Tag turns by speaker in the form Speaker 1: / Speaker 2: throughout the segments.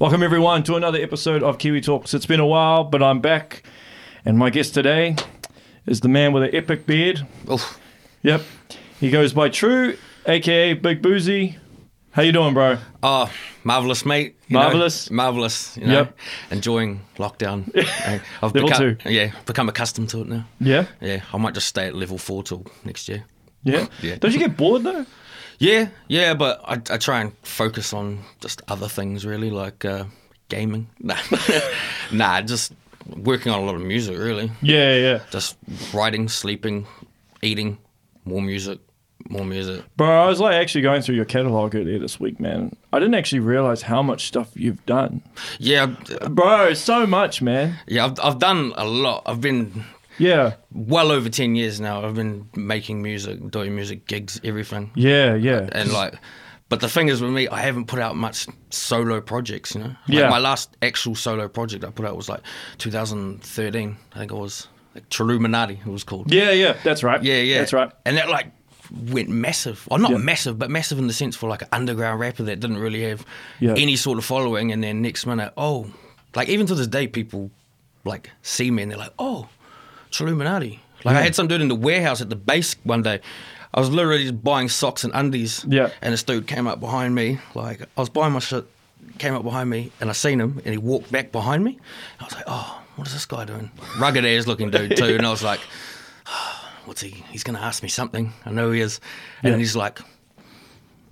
Speaker 1: Welcome, everyone, to another episode of Kiwi Talks. It's been a while, but I'm back. And my guest today is the man with an epic beard.
Speaker 2: Oof.
Speaker 1: Yep. He goes by True, aka Big Boozy. How you doing, bro?
Speaker 2: Oh, marvelous, mate. You know,
Speaker 1: Marvellous.
Speaker 2: marvellous. You know,
Speaker 1: Yep.
Speaker 2: enjoying lockdown. Eh, I've
Speaker 1: Level
Speaker 2: become,
Speaker 1: two.
Speaker 2: Yeah, become accustomed to it now.
Speaker 1: Yeah?
Speaker 2: Yeah, I might just stay at level four till next year.
Speaker 1: Yeah?
Speaker 2: Yeah.
Speaker 1: Don't you get bored, though?
Speaker 2: Yeah, yeah, but I, I try and focus on just other things really, like uh, gaming. Nah, nah, just working on a lot of music really.
Speaker 1: Yeah, yeah.
Speaker 2: Just writing, sleeping, eating, more music, more music.
Speaker 1: Bro, I was like actually going through your catalog earlier this week, man. I didn't actually realize how much stuff you've done.
Speaker 2: Yeah, I-
Speaker 1: Bro, so much, man.
Speaker 2: yeah, I've, I've done a lot. I've been
Speaker 1: Yeah.
Speaker 2: well over 10 years now i've been making music doing music gigs everything
Speaker 1: Yeah, yeah.
Speaker 2: and like but the thing is with me i haven't put out much solo projects you know like
Speaker 1: Yeah.
Speaker 2: my last actual solo project i put out was like 2013 i think it was like Triluminati it was called
Speaker 1: yeah, yeah. That's right.
Speaker 2: yeah yeah
Speaker 1: That's right.
Speaker 2: and that like went massive well not massive but massive in the sense for like an underground rapper that didn't really have
Speaker 1: Yeah.
Speaker 2: any sort of following and then next minute oh like even to this day people like see me and they're like oh it's Illuminati like I had some dude in the warehouse at the base one day I was literally just buying socks and undies
Speaker 1: Yeah.
Speaker 2: and this dude came up behind me like I was buying my shit came up behind me and I seen him and he walked back behind me I was like oh what is this guy doing rugged ass looking dude too and I was like what's he? He's going to ask me something. I know he is. And
Speaker 1: Yeah.
Speaker 2: he's like,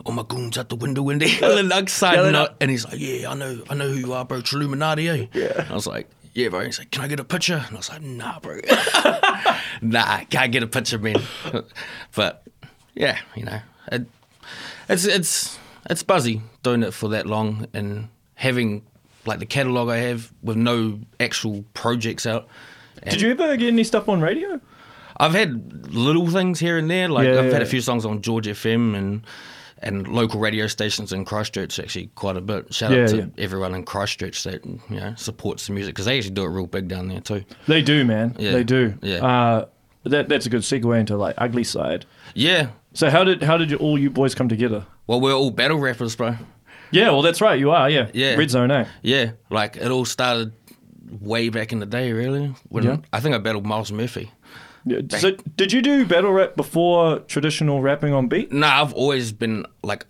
Speaker 2: all my goons out the window and they're yelling outside.
Speaker 1: Yelling
Speaker 2: and, I,
Speaker 1: out.
Speaker 2: and he's like, yeah, I know, I know who you are, bro. Triluminati, eh? Yeah. I was like, yeah, bro. He's like, can I get a picture? And I was like, nah, bro. nah, can't get a picture, man. but yeah, you know, it, it's it's it's buzzy doing it for that long and having like the catalog I have with no actual projects out.
Speaker 1: Did you ever get any stuff on radio?
Speaker 2: I've had little things here and there. Like
Speaker 1: Yeah,
Speaker 2: I've
Speaker 1: yeah,
Speaker 2: had a
Speaker 1: yeah.
Speaker 2: few songs on George FM and and local radio stations in Christchurch actually quite a bit. Shout
Speaker 1: Yeah,
Speaker 2: out to
Speaker 1: yeah.
Speaker 2: everyone in Christchurch that you know supports the music because they actually do it real big down there too.
Speaker 1: They do, man.
Speaker 2: Yeah.
Speaker 1: They do.
Speaker 2: Yeah.
Speaker 1: Uh, that that's a good segue into like ugly side.
Speaker 2: Yeah.
Speaker 1: So how did how did you, all you boys come together?
Speaker 2: Well, we're all battle rappers, bro.
Speaker 1: Yeah, well that's right. You are. Yeah.
Speaker 2: Yeah.
Speaker 1: Red zone, eh?
Speaker 2: Yeah, like it all started way back in the day, really. When
Speaker 1: Yeah.
Speaker 2: I think I battled Miles Murphy.
Speaker 1: Yeah. So did you do battle rap before traditional rapping on beat?
Speaker 2: No, I've always been like,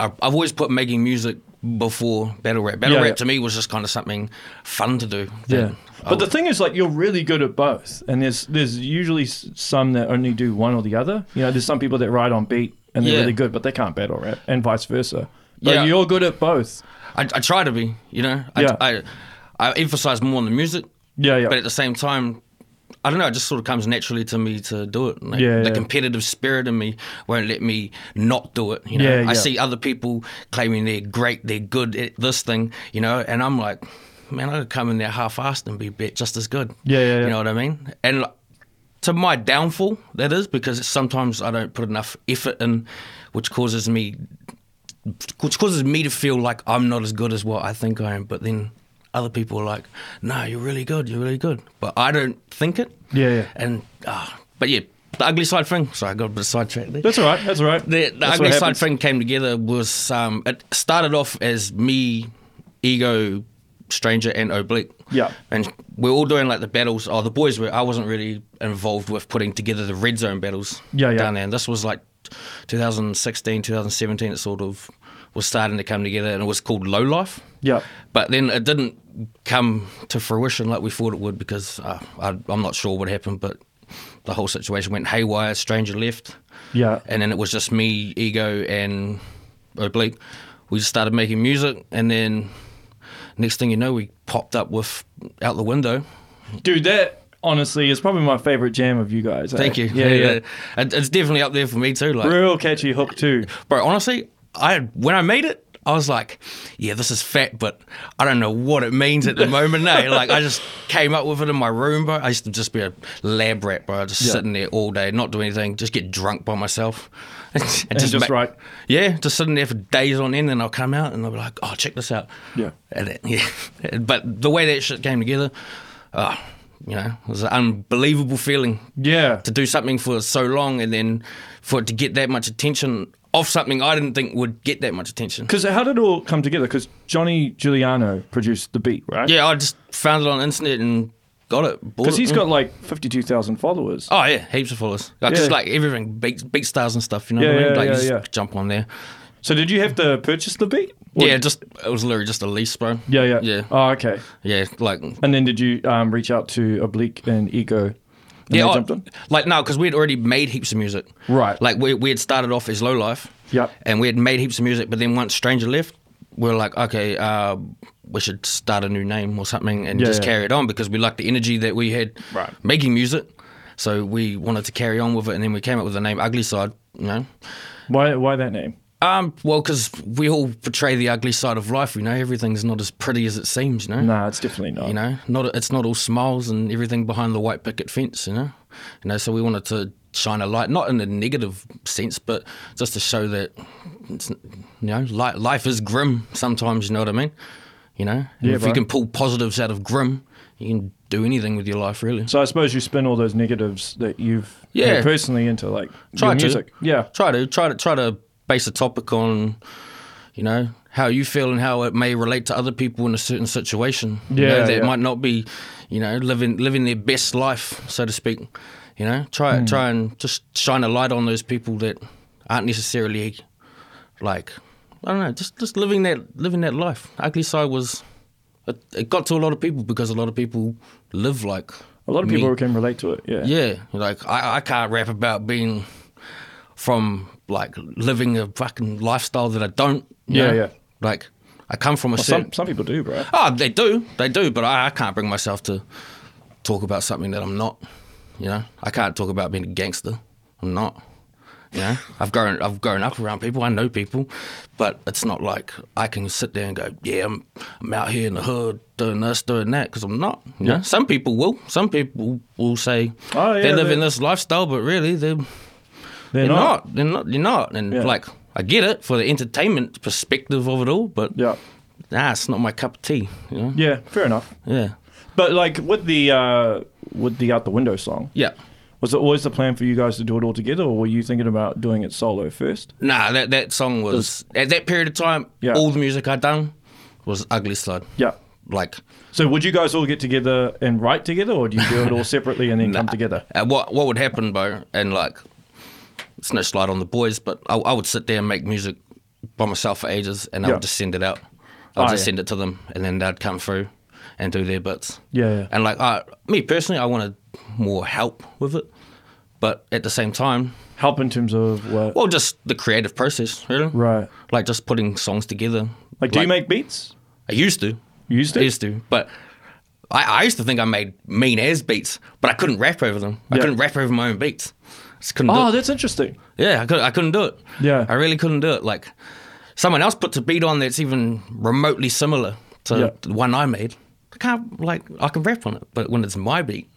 Speaker 2: I- I've always put making music before battle rap. Battle
Speaker 1: Yeah,
Speaker 2: rap
Speaker 1: yeah.
Speaker 2: to me was just kind of something fun to do. that I
Speaker 1: But the thing is, like, you're really good at both, and there's there's usually s- some that only do one or the other. You know, there's some people that ride on beat and they're
Speaker 2: Yeah.
Speaker 1: really good, but they can't battle rap, and vice versa. But
Speaker 2: Yeah.
Speaker 1: you're good at both.
Speaker 2: I, I try to be, you know. I,
Speaker 1: Yeah.
Speaker 2: I, I emphasize more on the music,
Speaker 1: Yeah, yeah.
Speaker 2: but at the same time, I don't know. It just sort of comes naturally to me to do it. Like,
Speaker 1: Yeah,
Speaker 2: the
Speaker 1: yeah.
Speaker 2: competitive spirit in me won't let me not do it. You know,
Speaker 1: Yeah, yeah.
Speaker 2: I see other people claiming they're great, they're good at this thing, you know, and I'm like, man, I could come in there half-assed and be bet just as good.
Speaker 1: Yeah, yeah, yeah.
Speaker 2: You know what I mean? And like, to my downfall, that is because sometimes I don't put enough effort in, which causes me which causes me to feel like I'm not as good as what I think I am. But then other people are like, "No, you're really good. You're really good." But I don't think it.
Speaker 1: Yeah, yeah.
Speaker 2: And uh, but yeah, the ugly side thing. Sorry, I got a bit sidetracked there.
Speaker 1: that's all right. That's all right.
Speaker 2: The, the
Speaker 1: That's what
Speaker 2: ugly side
Speaker 1: happens.
Speaker 2: thing came together was um, it started off as me, ego, stranger, and oblique.
Speaker 1: Yeah.
Speaker 2: And we're all doing like the battles. Oh, the boys were. I wasn't really involved with putting together the red zone battles.
Speaker 1: Yeah, yeah.
Speaker 2: Down there, and this was like 2016, 2017. It sort of was starting to come together, and it was called Low Life.
Speaker 1: Yeah.
Speaker 2: But then it didn't come to fruition like we thought it would because uh, I, I'm not sure what happened, but the whole situation went haywire. Stranger left
Speaker 1: Yeah.
Speaker 2: and then it was just me, Ego, and Oblique. We just started making music, and then next thing you know, we popped up with Out the Window.
Speaker 1: Dude, that honestly is probably my favorite jam of you guys. eh?
Speaker 2: Thank you.
Speaker 1: Yeah, yeah.
Speaker 2: It- It's definitely up there for me too. Like,
Speaker 1: Real catchy hook too.
Speaker 2: bro, honestly, I when I made it, I was like, yeah, this is fat, but I don't know what it means at the moment. eh? Like, I just came up with it in my room, bro. I used to just be a lab rat, bro. Just
Speaker 1: Yeah.
Speaker 2: sitting there all day, not doing anything, just get drunk by myself. and just,
Speaker 1: just write.
Speaker 2: Yeah, just sitting there for days on end, and I'll come out and I'll be like, oh, check this out.
Speaker 1: Yeah.
Speaker 2: And it, yeah. But the way that shit came together, oh, you know, it was an unbelievable feeling
Speaker 1: Yeah.
Speaker 2: to do something for so long and then for it to get that much attention off something I didn't think would get that much attention.
Speaker 1: Because how did it all come together? Because Johnny Giuliano produced the beat, right?
Speaker 2: Yeah, Mm-hmm. I just found it on the internet and got it.
Speaker 1: Because
Speaker 2: he's
Speaker 1: he's got like 52,000 followers.
Speaker 2: Oh yeah, heaps of followers. Like,
Speaker 1: Yeah.
Speaker 2: Just like everything, beat, beat stars and stuff. You know
Speaker 1: Yeah,
Speaker 2: what I mean?
Speaker 1: yeah,
Speaker 2: like
Speaker 1: yeah,
Speaker 2: just
Speaker 1: yeah.
Speaker 2: jump on there.
Speaker 1: So did you have to purchase the beat? Or-
Speaker 2: yeah, just it was literally just a lease, bro.
Speaker 1: Yeah, yeah.
Speaker 2: yeah,
Speaker 1: Oh, okay.
Speaker 2: yeah. Like
Speaker 1: And then did you um, reach out to Oblique and Ego? And
Speaker 2: yeah,
Speaker 1: they
Speaker 2: I-
Speaker 1: jumped in?
Speaker 2: like no, because we'd already made heaps of music.
Speaker 1: Right.
Speaker 2: Like we we had started off as low life.
Speaker 1: Yep.
Speaker 2: And we had made heaps of music, but then once Stranger left, we were like, okay, uh, we should start a new name or something and
Speaker 1: Yeah,
Speaker 2: just
Speaker 1: yeah.
Speaker 2: carry it on because we liked the energy that we had
Speaker 1: Right.
Speaker 2: making music. So we wanted to carry on with it, and then we came up with the name Ugly Side. You know.
Speaker 1: Why, why that name?
Speaker 2: Um, well, because we all portray the ugly side of life, you know. Everything's not as pretty as it seems, you know.
Speaker 1: Nah, it's definitely not.
Speaker 2: You know, not it's not all smiles and everything behind the white picket fence, you know. You know, so we wanted to shine a light, not in a negative sense, but just to show that it's, you know, li life is grim sometimes. You know what I mean? You know, and
Speaker 1: Yeah,
Speaker 2: if
Speaker 1: bro.
Speaker 2: you can pull positives out of grim, you can do anything with your life, really.
Speaker 1: So I suppose you spin all those negatives that you've
Speaker 2: Yeah.
Speaker 1: had personally into like
Speaker 2: Try
Speaker 1: your
Speaker 2: to.
Speaker 1: music. Yeah.
Speaker 2: try to try to try to base a topic on you know how you feel and how it may relate to other people in a certain situation you know,
Speaker 1: Yeah,
Speaker 2: that
Speaker 1: yeah.
Speaker 2: might not be you know living living their best life so to speak you know try
Speaker 1: Hmm.
Speaker 2: try and just shine a light on those people that aren't necessarily like i don't know just just living that living that life ugly side was it, it got to a lot of people because a lot of people live like
Speaker 1: A lot of
Speaker 2: me.
Speaker 1: people can relate to it. Yeah.
Speaker 2: Yeah, like I, I can't rap about being from like living a fucking lifestyle that I don't. you
Speaker 1: Yeah,
Speaker 2: know?
Speaker 1: yeah.
Speaker 2: Like I come from a certain.
Speaker 1: Some some people do, bro.
Speaker 2: Oh, they do, they do, but I, I can't bring myself to talk about something that I'm not. You know, I can't talk about being a gangster. I'm not. You know, I've grown, I've grown up around people. I know people, but it's not like I can sit there and go, "Yeah, I'm, I'm out here in the hood doing this, doing that," because I'm not. You know, some people will. Some people will say
Speaker 1: Oh, yeah,
Speaker 2: they're living
Speaker 1: they-
Speaker 2: this lifestyle, but really they're
Speaker 1: They're
Speaker 2: you're
Speaker 1: not.
Speaker 2: not. You're not. You're not. And
Speaker 1: Yeah.
Speaker 2: like, I get it for the entertainment perspective of it all, but
Speaker 1: Yeah.
Speaker 2: nah, it's not my cup of tea. You know?
Speaker 1: Yeah. Fair enough.
Speaker 2: Yeah.
Speaker 1: But like with the uh with the out the window song,
Speaker 2: Yeah.
Speaker 1: was it always the plan for you guys to do it all together, or were you thinking about doing it solo first?
Speaker 2: Nah, that that song was at that period of time.
Speaker 1: Yeah.
Speaker 2: All the music I done was ugly slide.
Speaker 1: Yeah.
Speaker 2: Like,
Speaker 1: So would you guys all get together and write together, or do you do it all separately and then come together?
Speaker 2: uh, what what would happen, bro? And like, it's no slide on the boys, but I, I would sit there and make music by myself for ages, and I
Speaker 1: Yeah.
Speaker 2: would just send it out. I would
Speaker 1: Oh,
Speaker 2: just
Speaker 1: yeah.
Speaker 2: send it to them, and then they'd come through and do their bits.
Speaker 1: Yeah, yeah.
Speaker 2: And like, I, me personally, I wanted more help with it, but at the same time,
Speaker 1: Help in terms of what?
Speaker 2: well, just the creative process, really.
Speaker 1: right.
Speaker 2: Like just putting songs together.
Speaker 1: Like, do you make beats?
Speaker 2: I used to.
Speaker 1: You used to?
Speaker 2: I used to, but I, I used to think I made mean as beats, but I couldn't rap over them. I
Speaker 1: Yeah.
Speaker 2: couldn't rap over my own beats. Just couldn't do
Speaker 1: Oh,
Speaker 2: it.
Speaker 1: that's interesting.
Speaker 2: Yeah, I, could, I couldn't do it.
Speaker 1: Yeah.
Speaker 2: I really couldn't do it. Like, someone else puts a beat on that's even remotely similar to
Speaker 1: Yeah.
Speaker 2: the one I made. I can't, like, I can rap on it, but when it's my beat,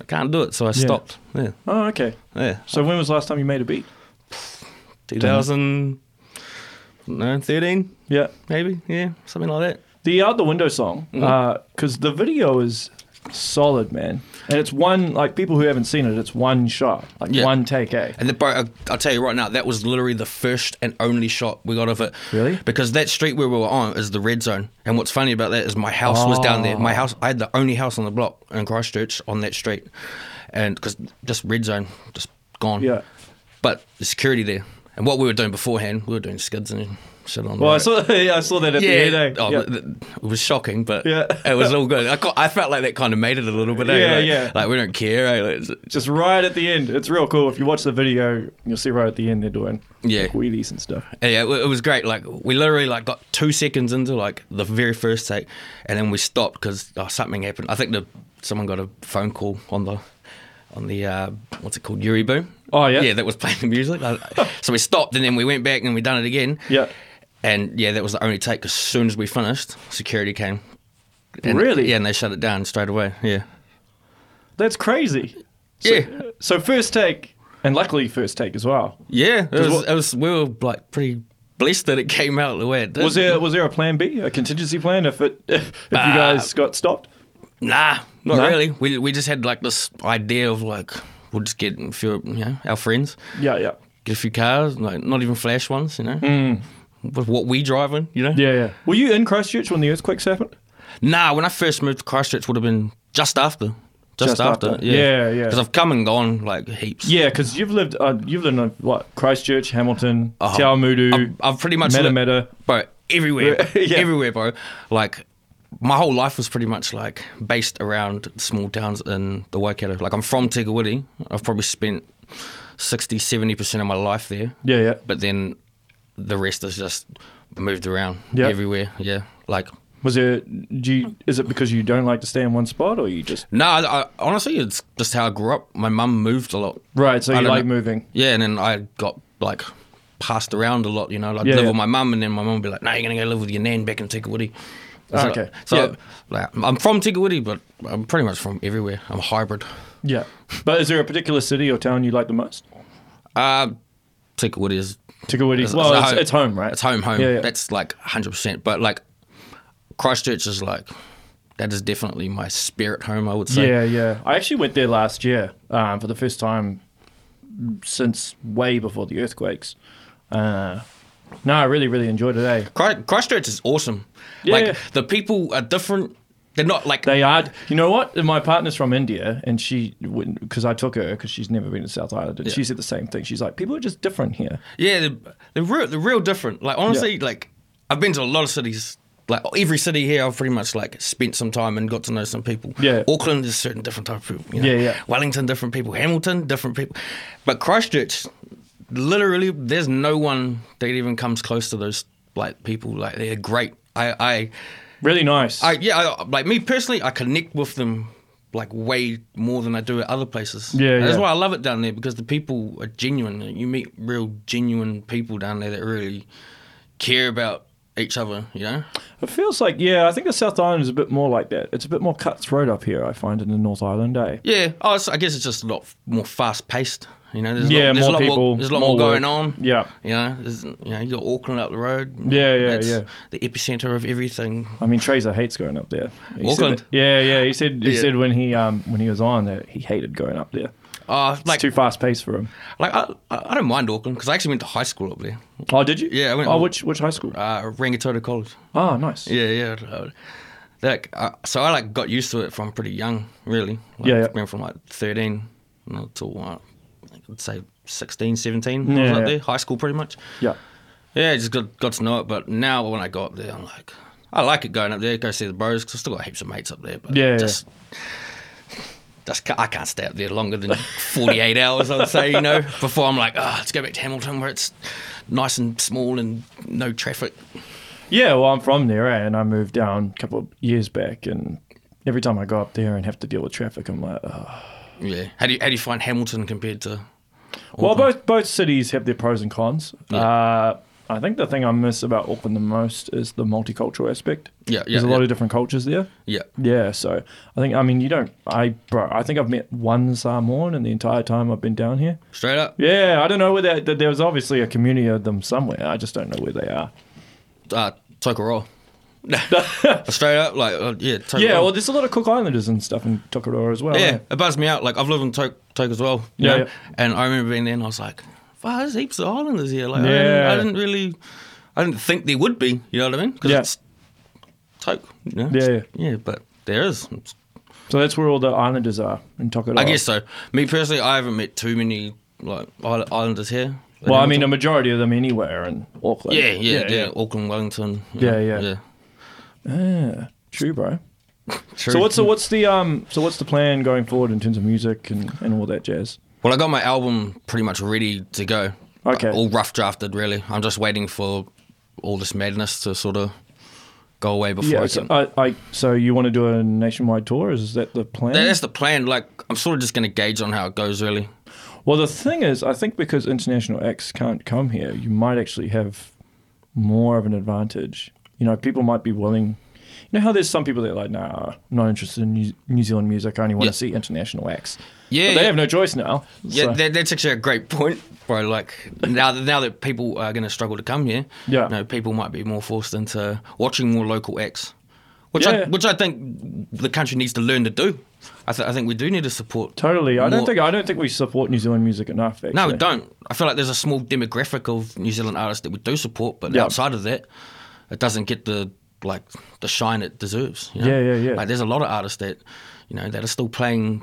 Speaker 2: I can't do it. So I stopped. Yeah.
Speaker 1: Oh, okay.
Speaker 2: Yeah.
Speaker 1: So when was the last time you made a beat?
Speaker 2: 2013,
Speaker 1: Yeah.
Speaker 2: maybe. Yeah. Something like that.
Speaker 1: The Out the Window song,
Speaker 2: Mm-hmm.
Speaker 1: because the video is solid, man. And it's one, like, people who haven't seen it, it's one shot, like
Speaker 2: Yeah.
Speaker 1: one take, eh?
Speaker 2: And the, bro, I, I'll tell you right now, that was literally the first and only shot we got of it.
Speaker 1: Really?
Speaker 2: Because that street where we were on is the red zone. And what's funny about that is my house was down there.
Speaker 1: Oh.
Speaker 2: My house, I had the only house on the block in Christchurch on that street. And because just red zone, just gone.
Speaker 1: Yeah.
Speaker 2: But the security there. And what we were doing beforehand, we were doing skids and shit on the
Speaker 1: Well, I
Speaker 2: road.
Speaker 1: saw, yeah, I saw that at the
Speaker 2: Yeah,
Speaker 1: end, eh?
Speaker 2: oh,
Speaker 1: yeah.
Speaker 2: but th- it was shocking, but
Speaker 1: Yeah.
Speaker 2: it was all good. I, got, I felt like that kind of made it a little bit. eh?
Speaker 1: Yeah,
Speaker 2: like,
Speaker 1: yeah.
Speaker 2: Like we don't care. eh? Like, it's-
Speaker 1: Just right at the end. It's real cool. If you watch the video, you'll see right at the end they're doing
Speaker 2: Yeah.
Speaker 1: like, wheelies and stuff.
Speaker 2: Yeah, it wa- it was great. Like we literally like got two seconds into like the very first take, and then we stopped because oh, something happened. I think the someone got a phone call on the on the uh, what's it called Yuri Boom.
Speaker 1: Oh, yeah?
Speaker 2: yeah, that was playing the music. I- so we stopped, and then we went back and we done it again.
Speaker 1: Yeah.
Speaker 2: and yeah, that was the only take. 'cause As soon as we finished, security came. And-
Speaker 1: Really?
Speaker 2: Yeah, and they shut it down straight away. Yeah,
Speaker 1: That's crazy.
Speaker 2: yeah,
Speaker 1: So, first take, and luckily, first take as well.
Speaker 2: yeah. It was,
Speaker 1: what-
Speaker 2: it was we were like pretty blessed that it came out the way it did.
Speaker 1: Was there was there a plan B, a contingency plan if it if you guys got stopped?
Speaker 2: Nah, not
Speaker 1: No?
Speaker 2: really. We we just had like this idea of like we'll just get a few you know, our friends
Speaker 1: Yeah, yeah.
Speaker 2: get a few cars, like not even flash ones, you know. With what we driving, you know.
Speaker 1: Mm. Yeah, yeah. Were you in Christchurch when the earthquakes happened?
Speaker 2: Nah, when I first moved to Christchurch, would have been just after. Just,
Speaker 1: Just
Speaker 2: after.
Speaker 1: after.
Speaker 2: yeah,
Speaker 1: Yeah, yeah.
Speaker 2: Because I've come and gone like heaps.
Speaker 1: Yeah, because you've lived uh, you've lived in what Christchurch, Hamilton, uh
Speaker 2: Uh-huh. I've, I've pretty much
Speaker 1: Meta
Speaker 2: li-
Speaker 1: Meta.
Speaker 2: bro, everywhere,
Speaker 1: Yeah.
Speaker 2: everywhere, bro. Like my whole life was pretty much like based around small towns in the Waikato. Like I'm from Tigawiti. I've probably spent 60, 70 percent of my life there.
Speaker 1: Yeah, yeah.
Speaker 2: But then the rest is just moved around
Speaker 1: Yeah.
Speaker 2: everywhere. Yeah, like.
Speaker 1: Was it? Do you, is it because you don't like to stay in one spot, or you just
Speaker 2: No, I, I, honestly, it's just how I grew up. My mum moved a lot.
Speaker 1: right? So
Speaker 2: I
Speaker 1: you
Speaker 2: don't
Speaker 1: like
Speaker 2: know.
Speaker 1: moving?
Speaker 2: Yeah, and then I got like passed around a lot, you know, like
Speaker 1: Yeah,
Speaker 2: live
Speaker 1: yeah.
Speaker 2: with my mum, and then my mum would be like, "No, you're gonna go live with your nan back in Tikawiti."
Speaker 1: Ah,
Speaker 2: So-
Speaker 1: okay.
Speaker 2: so
Speaker 1: Yeah.
Speaker 2: like, I'm from Tikawiti, but I'm pretty much from everywhere. I'm a hybrid.
Speaker 1: Yeah. But is there a particular city or town you like the most?
Speaker 2: Uh, Tikawiti is
Speaker 1: Tikawiti.
Speaker 2: It's-
Speaker 1: Well,
Speaker 2: it's
Speaker 1: it's,
Speaker 2: a home-
Speaker 1: it's home, right?
Speaker 2: it's home, home.
Speaker 1: Yeah, yeah.
Speaker 2: That's like 100. percent But like Christchurch is like that is definitely my spirit home. I would say.
Speaker 1: Yeah, yeah. I actually went there last year um, for the first time since way before the earthquakes. Uh, no, I really, really enjoyed it. Eh?
Speaker 2: Christ- Christchurch is awesome.
Speaker 1: Yeah.
Speaker 2: Like the people are different. They're not like
Speaker 1: They are. You know what? My partner's from India, and she, because I took her, because she's never been to South Island, and she said the same thing. She's like, people are just different here.
Speaker 2: yeah, they're, they're real. They're real different. Like honestly, like I've been to a lot of cities. Like every city here, I've pretty much like spent some time and got to know some people.
Speaker 1: Yeah.
Speaker 2: Auckland is certain different type of people. you know.
Speaker 1: Yeah, yeah.
Speaker 2: Wellington, different people. Hamilton, different people. But Christchurch, literally, there's no one that even comes close to those like people. Like they're great. I, I
Speaker 1: Really nice.
Speaker 2: I yeah, I, like me personally, I connect with them like way more than I do at other places.
Speaker 1: Yeah,
Speaker 2: that's
Speaker 1: yeah.
Speaker 2: why I love it down there because the people are genuine. You meet real genuine people down there that really care about each other. You know,
Speaker 1: it feels like, yeah, I think the South Island is a bit more like that. It's a bit more cutthroat up here, I find, in the North Island, eh?
Speaker 2: yeah. Oh, it's, I guess it's just a lot more fast paced. You know, there's a
Speaker 1: Yeah,
Speaker 2: lot, there's
Speaker 1: more
Speaker 2: a lot
Speaker 1: people,
Speaker 2: More, there's a lot
Speaker 1: more
Speaker 2: more, going
Speaker 1: work.
Speaker 2: on.
Speaker 1: Yeah.
Speaker 2: you know, there's, you know, you got Auckland up the road.
Speaker 1: Yeah, yeah,
Speaker 2: That's
Speaker 1: yeah.
Speaker 2: The epicenter of everything.
Speaker 1: I mean, Tracer hates going up there. He said
Speaker 2: Auckland.
Speaker 1: that- yeah, yeah. He said he
Speaker 2: Yeah.
Speaker 1: said when he um when he was on that he hated going up there.
Speaker 2: Uh,
Speaker 1: It's
Speaker 2: like,
Speaker 1: too fast paced for him.
Speaker 2: like I, I I don't mind Auckland because I actually went to high school up there,
Speaker 1: Oh, did you?
Speaker 2: Yeah, I went-
Speaker 1: oh, which which high school?
Speaker 2: uh, Rangitoto College.
Speaker 1: Oh, nice.
Speaker 2: Yeah, yeah. uh, Like, uh, so I like got used to it from pretty young, really. Like,
Speaker 1: Yeah, yeah.
Speaker 2: Went from like 13 you know, to what, I would say 16, 17. I
Speaker 1: Yeah,
Speaker 2: was up
Speaker 1: yeah.
Speaker 2: there, high school pretty much.
Speaker 1: Yeah.
Speaker 2: Yeah, just got, got to know it. But now when I got up there, I'm like, I like it going up there, go see the bros, 'cause i still got heaps of mates up there. But
Speaker 1: Yeah, yeah.
Speaker 2: just, just ca- I can't stay up there longer than 48 hours, I would say, you know, before I'm like, oh, let's go back to Hamilton where it's nice and small and no traffic.
Speaker 1: Yeah, well, I'm from there, eh, and I moved down a couple of years back, and every time I go up there and have to deal with traffic, I'm like, oh.
Speaker 2: Yeah. How do you, how do you find Hamilton compared to?
Speaker 1: well, both both cities have their pros and cons.
Speaker 2: Yeah.
Speaker 1: Uh, I think the thing I miss about Auckland the most is the multicultural aspect.
Speaker 2: Yeah, yeah,
Speaker 1: There's a lot
Speaker 2: yeah.
Speaker 1: of different cultures there.
Speaker 2: Yeah.
Speaker 1: Yeah, so I think I mean you don't I bro I think I've met one Samoan in the entire time I've been down here.
Speaker 2: Straight up.
Speaker 1: Yeah, I don't know where that that- there was obviously a community of them somewhere. I just don't know where they are.
Speaker 2: Uh, Tokoroa. Straight up, like uh, yeah, Tokoroa.
Speaker 1: Yeah, well, there's a lot of Cook Islanders and stuff in Tokoroa as well.
Speaker 2: yeah,
Speaker 1: eh?
Speaker 2: it buzzed me out. Like I've lived in Tok Tok as well. you
Speaker 1: Yeah,
Speaker 2: know?
Speaker 1: yeah.
Speaker 2: and I remember being there, and I was like, "Wow, there's heaps of islanders here." Like I, didn't,
Speaker 1: Yeah.
Speaker 2: I didn't really, I didn't think there would be. You know what I mean? Because
Speaker 1: Yeah.
Speaker 2: it's Tok. You know?
Speaker 1: Yeah, yeah.
Speaker 2: yeah, but there is. It's-
Speaker 1: So that's where all the islanders are in Tokoroa.
Speaker 2: I guess so. Me personally, I haven't met too many like isle- islanders here.
Speaker 1: Well, I mean, a majority of them anywhere in Auckland.
Speaker 2: yeah, yeah, yeah, Auckland, Wellington. you
Speaker 1: Yeah,
Speaker 2: know,
Speaker 1: yeah.
Speaker 2: yeah.
Speaker 1: Yeah, True, bro.
Speaker 2: True.
Speaker 1: So what's the what's the um so what's the plan going forward in terms of music and, and all that jazz?
Speaker 2: Well, I got my album pretty much ready to go.
Speaker 1: Okay.
Speaker 2: All rough drafted, really. I'm just waiting for all this madness to sort of go away before
Speaker 1: Yeah,
Speaker 2: I
Speaker 1: so, uh,
Speaker 2: can.
Speaker 1: I, I, so you want to do a nationwide tour? Is that the plan?
Speaker 2: That- That's the plan. Like, I'm sort of just going to gauge on how it goes, really.
Speaker 1: Well, the thing is, I think because international acts can't come here, you might actually have more of an advantage. You know, people might be willing. You know how there's some people that are like, nah, I'm not interested in New, New Zealand music. I only want
Speaker 2: Yeah.
Speaker 1: to see international acts.
Speaker 2: Yeah,
Speaker 1: But they
Speaker 2: yeah.
Speaker 1: have no choice now.
Speaker 2: Yeah,
Speaker 1: so-
Speaker 2: that, that's actually a great point, bro. Like, now, that- now that people are going to struggle to come here,
Speaker 1: Yeah.
Speaker 2: you know, people might be more forced into watching more local acts, which I
Speaker 1: Yeah.
Speaker 2: which I think the country needs to learn to do. I, th- I think we do need to support.
Speaker 1: Totally. I don't
Speaker 2: More-
Speaker 1: think I don't think we support New Zealand music enough. Actually.
Speaker 2: No, we don't. I feel like there's a small demographic of New Zealand artists that we do support, but
Speaker 1: Yeah.
Speaker 2: outside of that, it doesn't get the like the shine it deserves. you know?
Speaker 1: Yeah, yeah, yeah.
Speaker 2: Like there's a lot of artists that you know that are still playing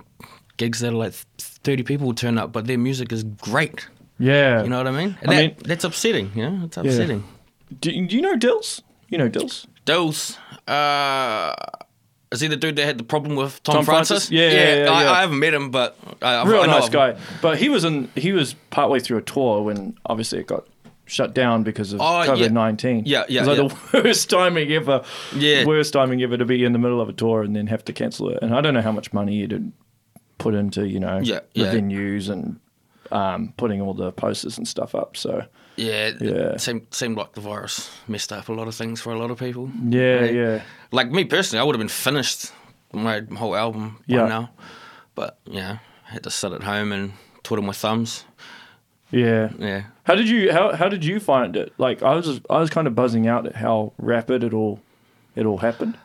Speaker 2: gigs that are like 30 people will turn up, but their music is great.
Speaker 1: Yeah.
Speaker 2: You know what I mean? And
Speaker 1: I
Speaker 2: that,
Speaker 1: mean-
Speaker 2: that's upsetting. You know, it's upsetting.
Speaker 1: Do, do you know Dills? You know Dills?
Speaker 2: Dills. Uh, is he the dude that had the problem with Tom,
Speaker 1: Tom Francis?
Speaker 2: Francis?
Speaker 1: Yeah, yeah, yeah,
Speaker 2: I,
Speaker 1: yeah.
Speaker 2: I haven't met him, but I, I,
Speaker 1: Real
Speaker 2: I know
Speaker 1: nice
Speaker 2: of him.
Speaker 1: guy. But he was in. He was partway through a tour when obviously it got shut down because of
Speaker 2: Oh, yeah.
Speaker 1: COVID nineteen.
Speaker 2: Yeah, yeah,
Speaker 1: It was like
Speaker 2: yeah.
Speaker 1: the worst timing ever.
Speaker 2: Yeah.
Speaker 1: Worst timing ever to be in the middle of a tour and then have to cancel it. And I don't know how much money it had put into you know
Speaker 2: Yeah,
Speaker 1: the
Speaker 2: yeah.
Speaker 1: venues and um, putting all the posters and stuff up. So
Speaker 2: Yeah, it
Speaker 1: Yeah.
Speaker 2: Seemed, seemed like the virus messed up a lot of things for a lot of people.
Speaker 1: yeah,
Speaker 2: Right?
Speaker 1: yeah.
Speaker 2: Like me personally, I would have been finished my whole album
Speaker 1: Yeah.
Speaker 2: by now. But, yeah, I had to sit at home and twiddle my thumbs.
Speaker 1: Yeah.
Speaker 2: Yeah.
Speaker 1: How did you how how did you find it? Like I was I was kind of buzzing out at how rapid it all it all happened.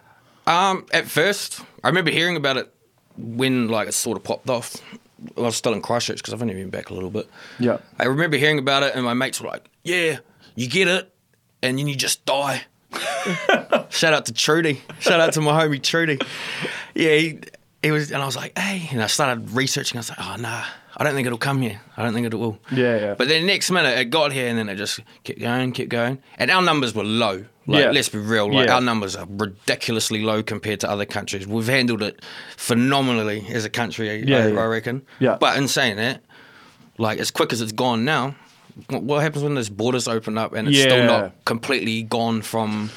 Speaker 2: Um, at first, I remember hearing about it when like it sort of popped off. I was still in Christchurch because I've only been back a little bit.
Speaker 1: Yeah.
Speaker 2: I remember hearing about it, and my mates were like, "Yeah, you get it, and then you just die." Shout out to Trudy. Shout out to my homie Trudy. Yeah, he, he was, and I was like, "Hey," and I started researching. I was like, "Oh nah, I don't think it'll come here. I don't think it will."
Speaker 1: Yeah, yeah.
Speaker 2: But then next minute it got here, and then it just kept going, kept going, and our numbers were low. Like,
Speaker 1: Yeah.
Speaker 2: let's be real. Like,
Speaker 1: Yeah.
Speaker 2: our numbers are ridiculously low compared to other countries. We've handled it phenomenally as a country. I-
Speaker 1: Yeah,
Speaker 2: I,
Speaker 1: yeah.
Speaker 2: I reckon.
Speaker 1: Yeah.
Speaker 2: But in saying that, like as quick as it's gone now, wh- what happens when those borders open up and it's
Speaker 1: Yeah.
Speaker 2: still not completely gone from,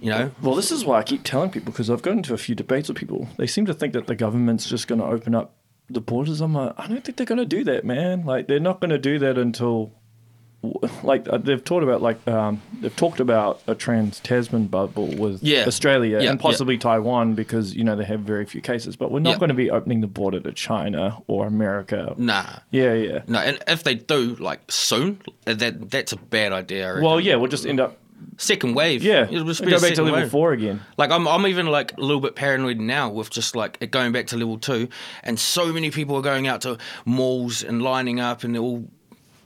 Speaker 2: you know?
Speaker 1: Well, this is why I keep telling people because I've gotten into a few debates with people. They seem to think that the government's just going to open up the borders. I'm like, I don't think they're going to do that, man. Like they're not going to do that until like uh, they've talked about like um, they've talked about a trans Tasman bubble with
Speaker 2: Yeah.
Speaker 1: Australia
Speaker 2: Yeah,
Speaker 1: and
Speaker 2: yeah.
Speaker 1: possibly Taiwan because you know they have very few cases, but we're not
Speaker 2: Yeah. Mm.
Speaker 1: going to be opening the border to China or America.
Speaker 2: Nah.
Speaker 1: Yeah, yeah.
Speaker 2: No, and if they do, like soon, that that's a bad idea. I reckon.
Speaker 1: Well, yeah, we'll just end up
Speaker 2: second wave.
Speaker 1: Yeah,
Speaker 2: it'll just
Speaker 1: and
Speaker 2: be
Speaker 1: go
Speaker 2: a
Speaker 1: back to
Speaker 2: second
Speaker 1: level
Speaker 2: wave.
Speaker 1: four again.
Speaker 2: Like I'm, I'm even like a little bit paranoid now with just like it going back to level two, and so many people are going out to malls and lining up, and they're all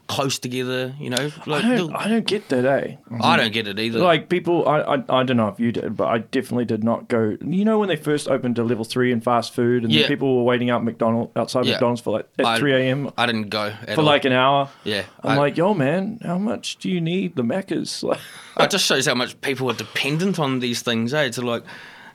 Speaker 2: close together. You know,
Speaker 1: I
Speaker 2: like,
Speaker 1: don't, I don't get that, eh?
Speaker 2: I don't get it either.
Speaker 1: Like people, I, I, I don't know if you did, but I definitely did not go. You know when they first opened to level three in fast food, and then
Speaker 2: Yeah.
Speaker 1: people were waiting out McDonald outside
Speaker 2: Yeah.
Speaker 1: McDonald's for like at
Speaker 2: I-
Speaker 1: three a.m.
Speaker 2: I didn't go at
Speaker 1: for
Speaker 2: all.
Speaker 1: like an hour.
Speaker 2: Yeah,
Speaker 1: I'm
Speaker 2: I-
Speaker 1: like, yo, man, how much do you need the Macca's? Like,
Speaker 2: It just shows how much people are dependent on these things, eh? To like,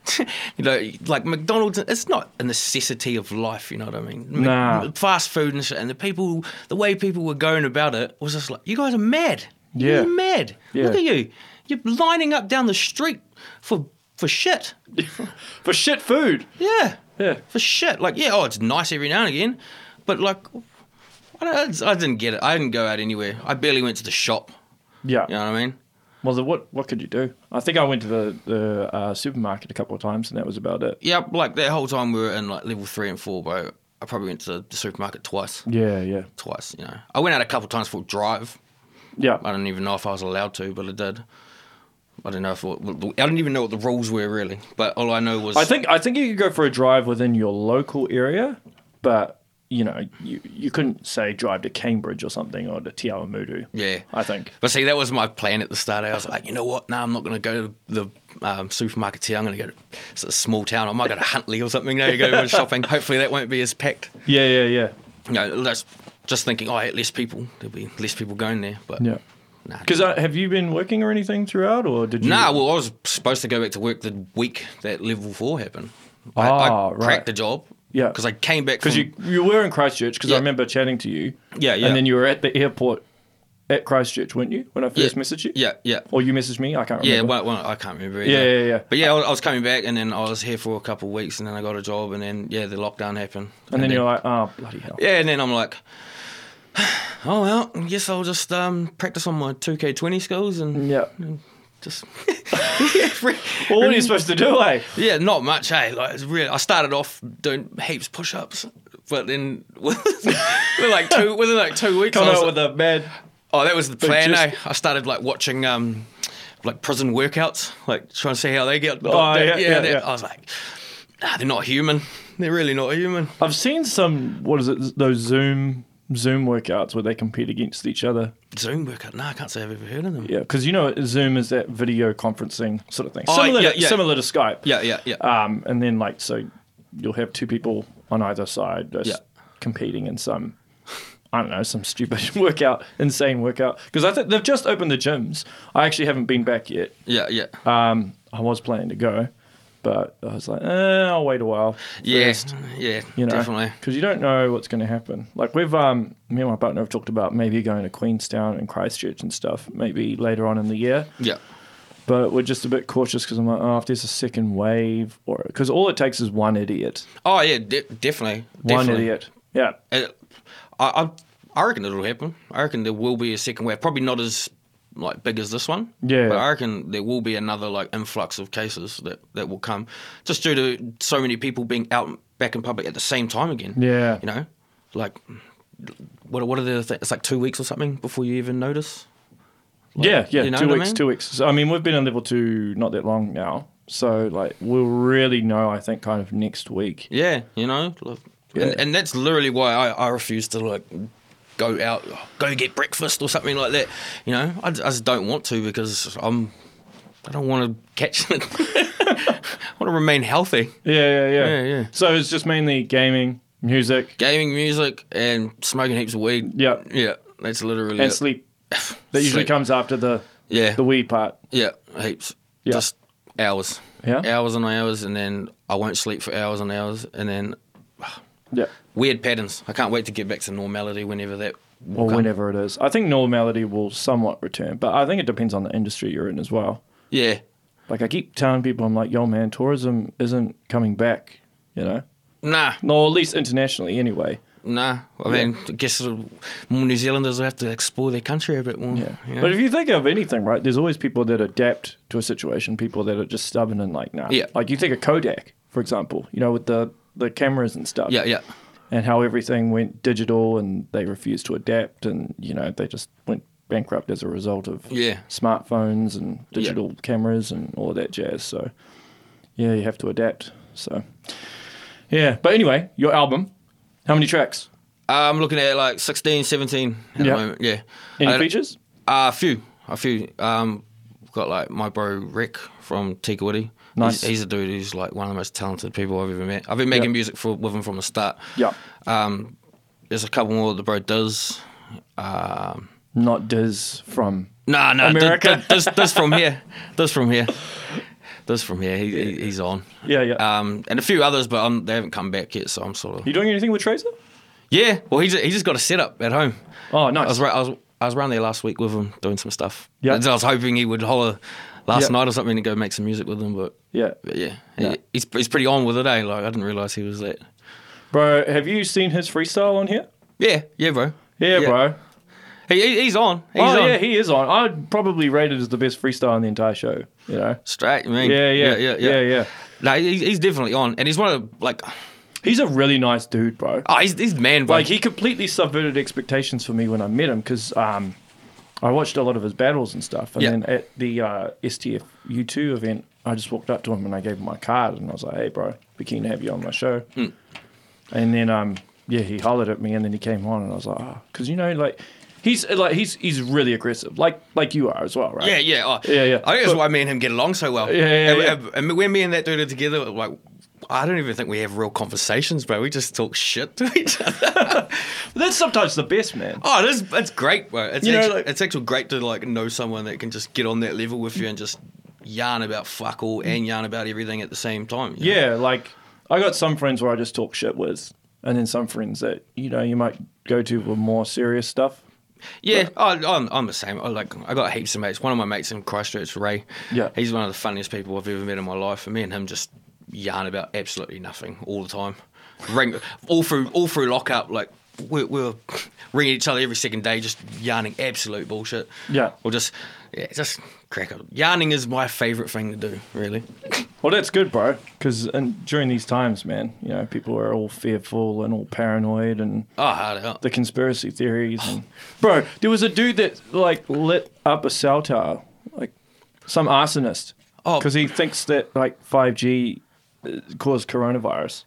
Speaker 2: you know, like McDonald's, it's not a necessity of life, you know what I mean? Mc-
Speaker 1: Nah.
Speaker 2: Fast food and shit. And the people, the way people were going about it was just like, you guys are mad.
Speaker 1: Yeah.
Speaker 2: You're mad.
Speaker 1: Yeah.
Speaker 2: Look at you. You're lining up down the street for, for shit.
Speaker 1: for shit food.
Speaker 2: Yeah.
Speaker 1: Yeah.
Speaker 2: For shit. Like, yeah, oh, it's nice every now and again. But like, I, don't, I didn't get it. I didn't go out anywhere. I barely went to the shop.
Speaker 1: Yeah.
Speaker 2: You know what I mean?
Speaker 1: Well, then what what could you do? I think I went to the the uh, supermarket a couple of times, and that was about it.
Speaker 2: Yeah, like that whole time we were in like level three and four, bro. I probably went to the supermarket twice.
Speaker 1: Yeah, yeah,
Speaker 2: Twice, you know. I went out a couple times for a drive.
Speaker 1: yeah.
Speaker 2: I don't even know if I was allowed to, but I did. I don't know if what, what- I don't even know what the rules were really. But all I know was
Speaker 1: I think I think you could go for a drive within your local area, but you know you you couldn't say drive to Cambridge or something or to Te Awamutu.
Speaker 2: Yeah.
Speaker 1: I think.
Speaker 2: But see, that was my plan at the start. I was like, you know what? No, I'm not going to go to the um, supermarket here. I'm going to go to it's a small town. I might go to Huntley or something. Now you go shopping. Hopefully that won't be as packed.
Speaker 1: Yeah, yeah, yeah,
Speaker 2: You know, that's just thinking. Oh, hey, less people. There'll be less people going there. But
Speaker 1: yeah.
Speaker 2: Nah.
Speaker 1: Because uh, have you been working or anything throughout, or did you?
Speaker 2: Nah, well, I was supposed to go back to work the week that level four happened. I,
Speaker 1: Ah,
Speaker 2: I
Speaker 1: right.
Speaker 2: cracked the job.
Speaker 1: Yeah.
Speaker 2: Because I came back
Speaker 1: Because
Speaker 2: from-
Speaker 1: you you were in Christchurch. Because I
Speaker 2: Yeah.
Speaker 1: remember chatting to you.
Speaker 2: Yeah, yeah.
Speaker 1: And then you were at the airport at Christchurch, weren't you? When I first
Speaker 2: Yeah.
Speaker 1: messaged you.
Speaker 2: Yeah, yeah.
Speaker 1: Or you messaged me. I can't
Speaker 2: Yeah,
Speaker 1: remember.
Speaker 2: well, well, I can't remember.
Speaker 1: Yeah,
Speaker 2: either.
Speaker 1: yeah, yeah.
Speaker 2: But yeah, I was, I was coming back, and then I was here for a couple of weeks, and then I got a job, and then yeah, the lockdown happened.
Speaker 1: and then you're like, oh bloody hell.
Speaker 2: yeah, and then I'm like, oh well, I guess I'll just um, practice on my 2K20 skills and
Speaker 1: Yeah.
Speaker 2: just
Speaker 1: Well, what are you supposed to do, eh?
Speaker 2: Yeah, not much, hey. Like, it's really, I started off doing heaps push ups, but then within like two within like two weeks, I
Speaker 1: Come
Speaker 2: was
Speaker 1: out
Speaker 2: like-
Speaker 1: with a mad.
Speaker 2: oh, that was the plan.
Speaker 1: just-
Speaker 2: eh? I started like watching um, like prison workouts, like trying to see how they get.
Speaker 1: Oh, yeah, yeah,
Speaker 2: they-
Speaker 1: yeah.
Speaker 2: I was like, nah, they're not human. They're really not human.
Speaker 1: I've seen some. What is it? Those Zoom Zoom workouts where they compete against each other.
Speaker 2: Zoom workout. Nah, I can't say I've ever heard of them.
Speaker 1: Yeah, because you know Zoom is that video conferencing sort of thing,
Speaker 2: Oh,
Speaker 1: similar
Speaker 2: yeah,
Speaker 1: to,
Speaker 2: yeah.
Speaker 1: similar to Skype.
Speaker 2: Yeah, yeah, yeah.
Speaker 1: Um, and then like so, you'll have two people on either side just
Speaker 2: Yeah.
Speaker 1: competing in some, I don't know, some stupid workout, insane workout. Because I think they've just opened the gyms. I actually haven't been back yet.
Speaker 2: yeah, yeah.
Speaker 1: Um, I was planning to go, but I was like, eh, I'll wait a while.
Speaker 2: yeah,
Speaker 1: first,"
Speaker 2: yeah,
Speaker 1: you know,
Speaker 2: definitely.
Speaker 1: because you don't know what's going to happen. Like we've, um, me and my partner have talked about maybe going to Queenstown and Christchurch and stuff, maybe later on in the year
Speaker 2: Yeah,
Speaker 1: but we're just a bit cautious because I'm like, oh, if there's a second wave, or because all it takes is one idiot,
Speaker 2: Oh yeah, de- definitely.
Speaker 1: one
Speaker 2: definitely.
Speaker 1: idiot. Yeah,
Speaker 2: It, Uh, I, I, I reckon it'll happen. I reckon there will be a second wave. Probably not as like big as this one.
Speaker 1: Yeah.
Speaker 2: But I reckon there will be another like influx of cases that that will come, just due to so many people being out and back in public at the same time again.
Speaker 1: Yeah.
Speaker 2: You know, like what what are the th- it's like two weeks or something before you even notice.
Speaker 1: yeah, yeah.
Speaker 2: you know
Speaker 1: two
Speaker 2: what I
Speaker 1: weeks,
Speaker 2: mean?
Speaker 1: two weeks. So, I mean, we've been on level two not that long now, so like we'll really know. I think kind of next week.
Speaker 2: Yeah, you know, like-
Speaker 1: Yeah.
Speaker 2: and, and that's literally why I, I refuse to like go out, go get breakfast or something like that. You know, I, j- I just don't want to because I'm, I don't want to catch it. I want to remain healthy.
Speaker 1: Yeah, yeah, yeah.
Speaker 2: Yeah, yeah.
Speaker 1: So it's just mainly gaming, music,
Speaker 2: Gaming, music, and smoking heaps of weed.
Speaker 1: yeah,
Speaker 2: yeah, that's literally
Speaker 1: and
Speaker 2: it.
Speaker 1: sleep. That usually
Speaker 2: Sleep.
Speaker 1: comes after the
Speaker 2: Yeah,
Speaker 1: the wee part.
Speaker 2: yeah, heaps.
Speaker 1: Yeah.
Speaker 2: Just hours,
Speaker 1: Yeah,
Speaker 2: hours and hours, and then I won't sleep for hours and hours, and then
Speaker 1: yeah.
Speaker 2: weird patterns. I can't wait to get back to normality whenever that. will
Speaker 1: Or
Speaker 2: come.
Speaker 1: whenever it is. I think normality will somewhat return, but I think it depends on the industry you're in as well.
Speaker 2: Yeah.
Speaker 1: Like I keep telling people, I'm like, yo, man, tourism isn't coming back, you know,
Speaker 2: Nah,
Speaker 1: or at least internationally anyway.
Speaker 2: Nah, I mean, I guess the more New Zealanders will have to explore their country a bit more.
Speaker 1: Yeah.
Speaker 2: you know?
Speaker 1: But if you think of anything, right, there's always people that adapt to a situation, people that are just stubborn and like, nah.
Speaker 2: Yeah.
Speaker 1: Like you think of Kodak, for example, you know, with the the cameras and stuff.
Speaker 2: yeah, yeah,
Speaker 1: And how everything went digital and they refused to adapt and, you know, they just went bankrupt as a result of
Speaker 2: Yeah.
Speaker 1: smartphones and digital cameras and all of that jazz. So yeah, you have to adapt. So yeah. But anyway, your album. How many tracks?
Speaker 2: I'm looking at like 16, 17 at
Speaker 1: Yeah.
Speaker 2: the moment. Yeah.
Speaker 1: Any
Speaker 2: I-
Speaker 1: features?
Speaker 2: Uh, a few, a few. Um, we've got like my bro Rick from Tikawiti.
Speaker 1: Nice.
Speaker 2: He's, he's a dude who's like one of the most talented people I've ever met. I've been making
Speaker 1: Yeah.
Speaker 2: music for, with him from the start.
Speaker 1: Yeah.
Speaker 2: Um, there's a couple more that the bro does. Um,
Speaker 1: Not Diz from
Speaker 2: No, no,
Speaker 1: America.
Speaker 2: This, this from here. This from here. This from here. He, he, he's on.
Speaker 1: Yeah, yeah.
Speaker 2: Um, and a few others, but um, they haven't come back yet, so I'm sort of.
Speaker 1: You doing anything with Tracer?
Speaker 2: Yeah. Well, he's he just got a setup at home.
Speaker 1: Oh,
Speaker 2: I was
Speaker 1: nice.
Speaker 2: ra- I was I was around there last week with him doing some stuff.
Speaker 1: Yeah.
Speaker 2: And I was hoping he would holler last
Speaker 1: Yeah.
Speaker 2: night or something to go make some music with him, but.
Speaker 1: Yeah.
Speaker 2: But yeah,
Speaker 1: No.
Speaker 2: he, he's he's pretty on with it, eh? Like I didn't realize he was that.
Speaker 1: Bro, have you seen his freestyle on here?
Speaker 2: Yeah, yeah, bro.
Speaker 1: Yeah, bro.
Speaker 2: He, he, he's on. He's
Speaker 1: oh,
Speaker 2: on.
Speaker 1: yeah, he is on. I'd probably rate it as the best freestyle in the entire show, you know?
Speaker 2: Straight, man.
Speaker 1: Yeah, yeah,
Speaker 2: yeah, yeah.
Speaker 1: yeah.
Speaker 2: No, he, he's definitely on, and he's one of the, like,
Speaker 1: He's a really nice dude, bro.
Speaker 2: oh, he's he's the man, bro.
Speaker 1: Like, he completely subverted expectations for me when I met him because um, I watched a lot of his battles and stuff. And
Speaker 2: Yeah.
Speaker 1: then at the uh, STF U2 event, I just walked up to him and I gave him my card and I was like, hey, bro, be keen to have you on my show.
Speaker 2: Hmm.
Speaker 1: And then, um, yeah, he hollered at me and then he came on and I was like, oh, because, you know, like, he's like he's he's really aggressive, like like you are as well, right?
Speaker 2: Yeah, yeah, oh.
Speaker 1: Yeah, yeah.
Speaker 2: I think that's
Speaker 1: But-
Speaker 2: why me and him get along so well.
Speaker 1: Yeah, yeah,
Speaker 2: and,
Speaker 1: yeah.
Speaker 2: and- and when me and that dude are together, like, I don't even think we have real conversations, bro. We just talk shit to each other.
Speaker 1: That's sometimes the best, man.
Speaker 2: oh, that's that's great, bro. It's
Speaker 1: You know,
Speaker 2: actually,
Speaker 1: like-
Speaker 2: it's actually great to like know someone that can just get on that level with you and just yarn about fuck all and yarn about everything at the same time. you know?
Speaker 1: Yeah, like I got some friends where I just talk shit with, and then some friends that you know you might go to for more serious stuff.
Speaker 2: Yeah, I, I'm, I'm the same. I like I got heaps of mates. One of my mates in Christchurch, Ray.
Speaker 1: Yeah.
Speaker 2: he's one of the funniest people I've ever met in my life. And me and him just yarn about absolutely nothing all the time. Ring all through all through lockup. Like we we were ringing each other every second day, just yarning absolute bullshit.
Speaker 1: Yeah.
Speaker 2: or just yeah, just crack up. Yarning is my favourite thing to do. Really.
Speaker 1: Well, that's good, bro. Because during these times, man, you know people are all fearful and all paranoid and
Speaker 2: Oh, hard out.
Speaker 1: the conspiracy theories. And, bro, there was a dude that like lit up a cell tower like Some arsonist.
Speaker 2: Oh.
Speaker 1: Because he thinks that like 5G uh, caused coronavirus.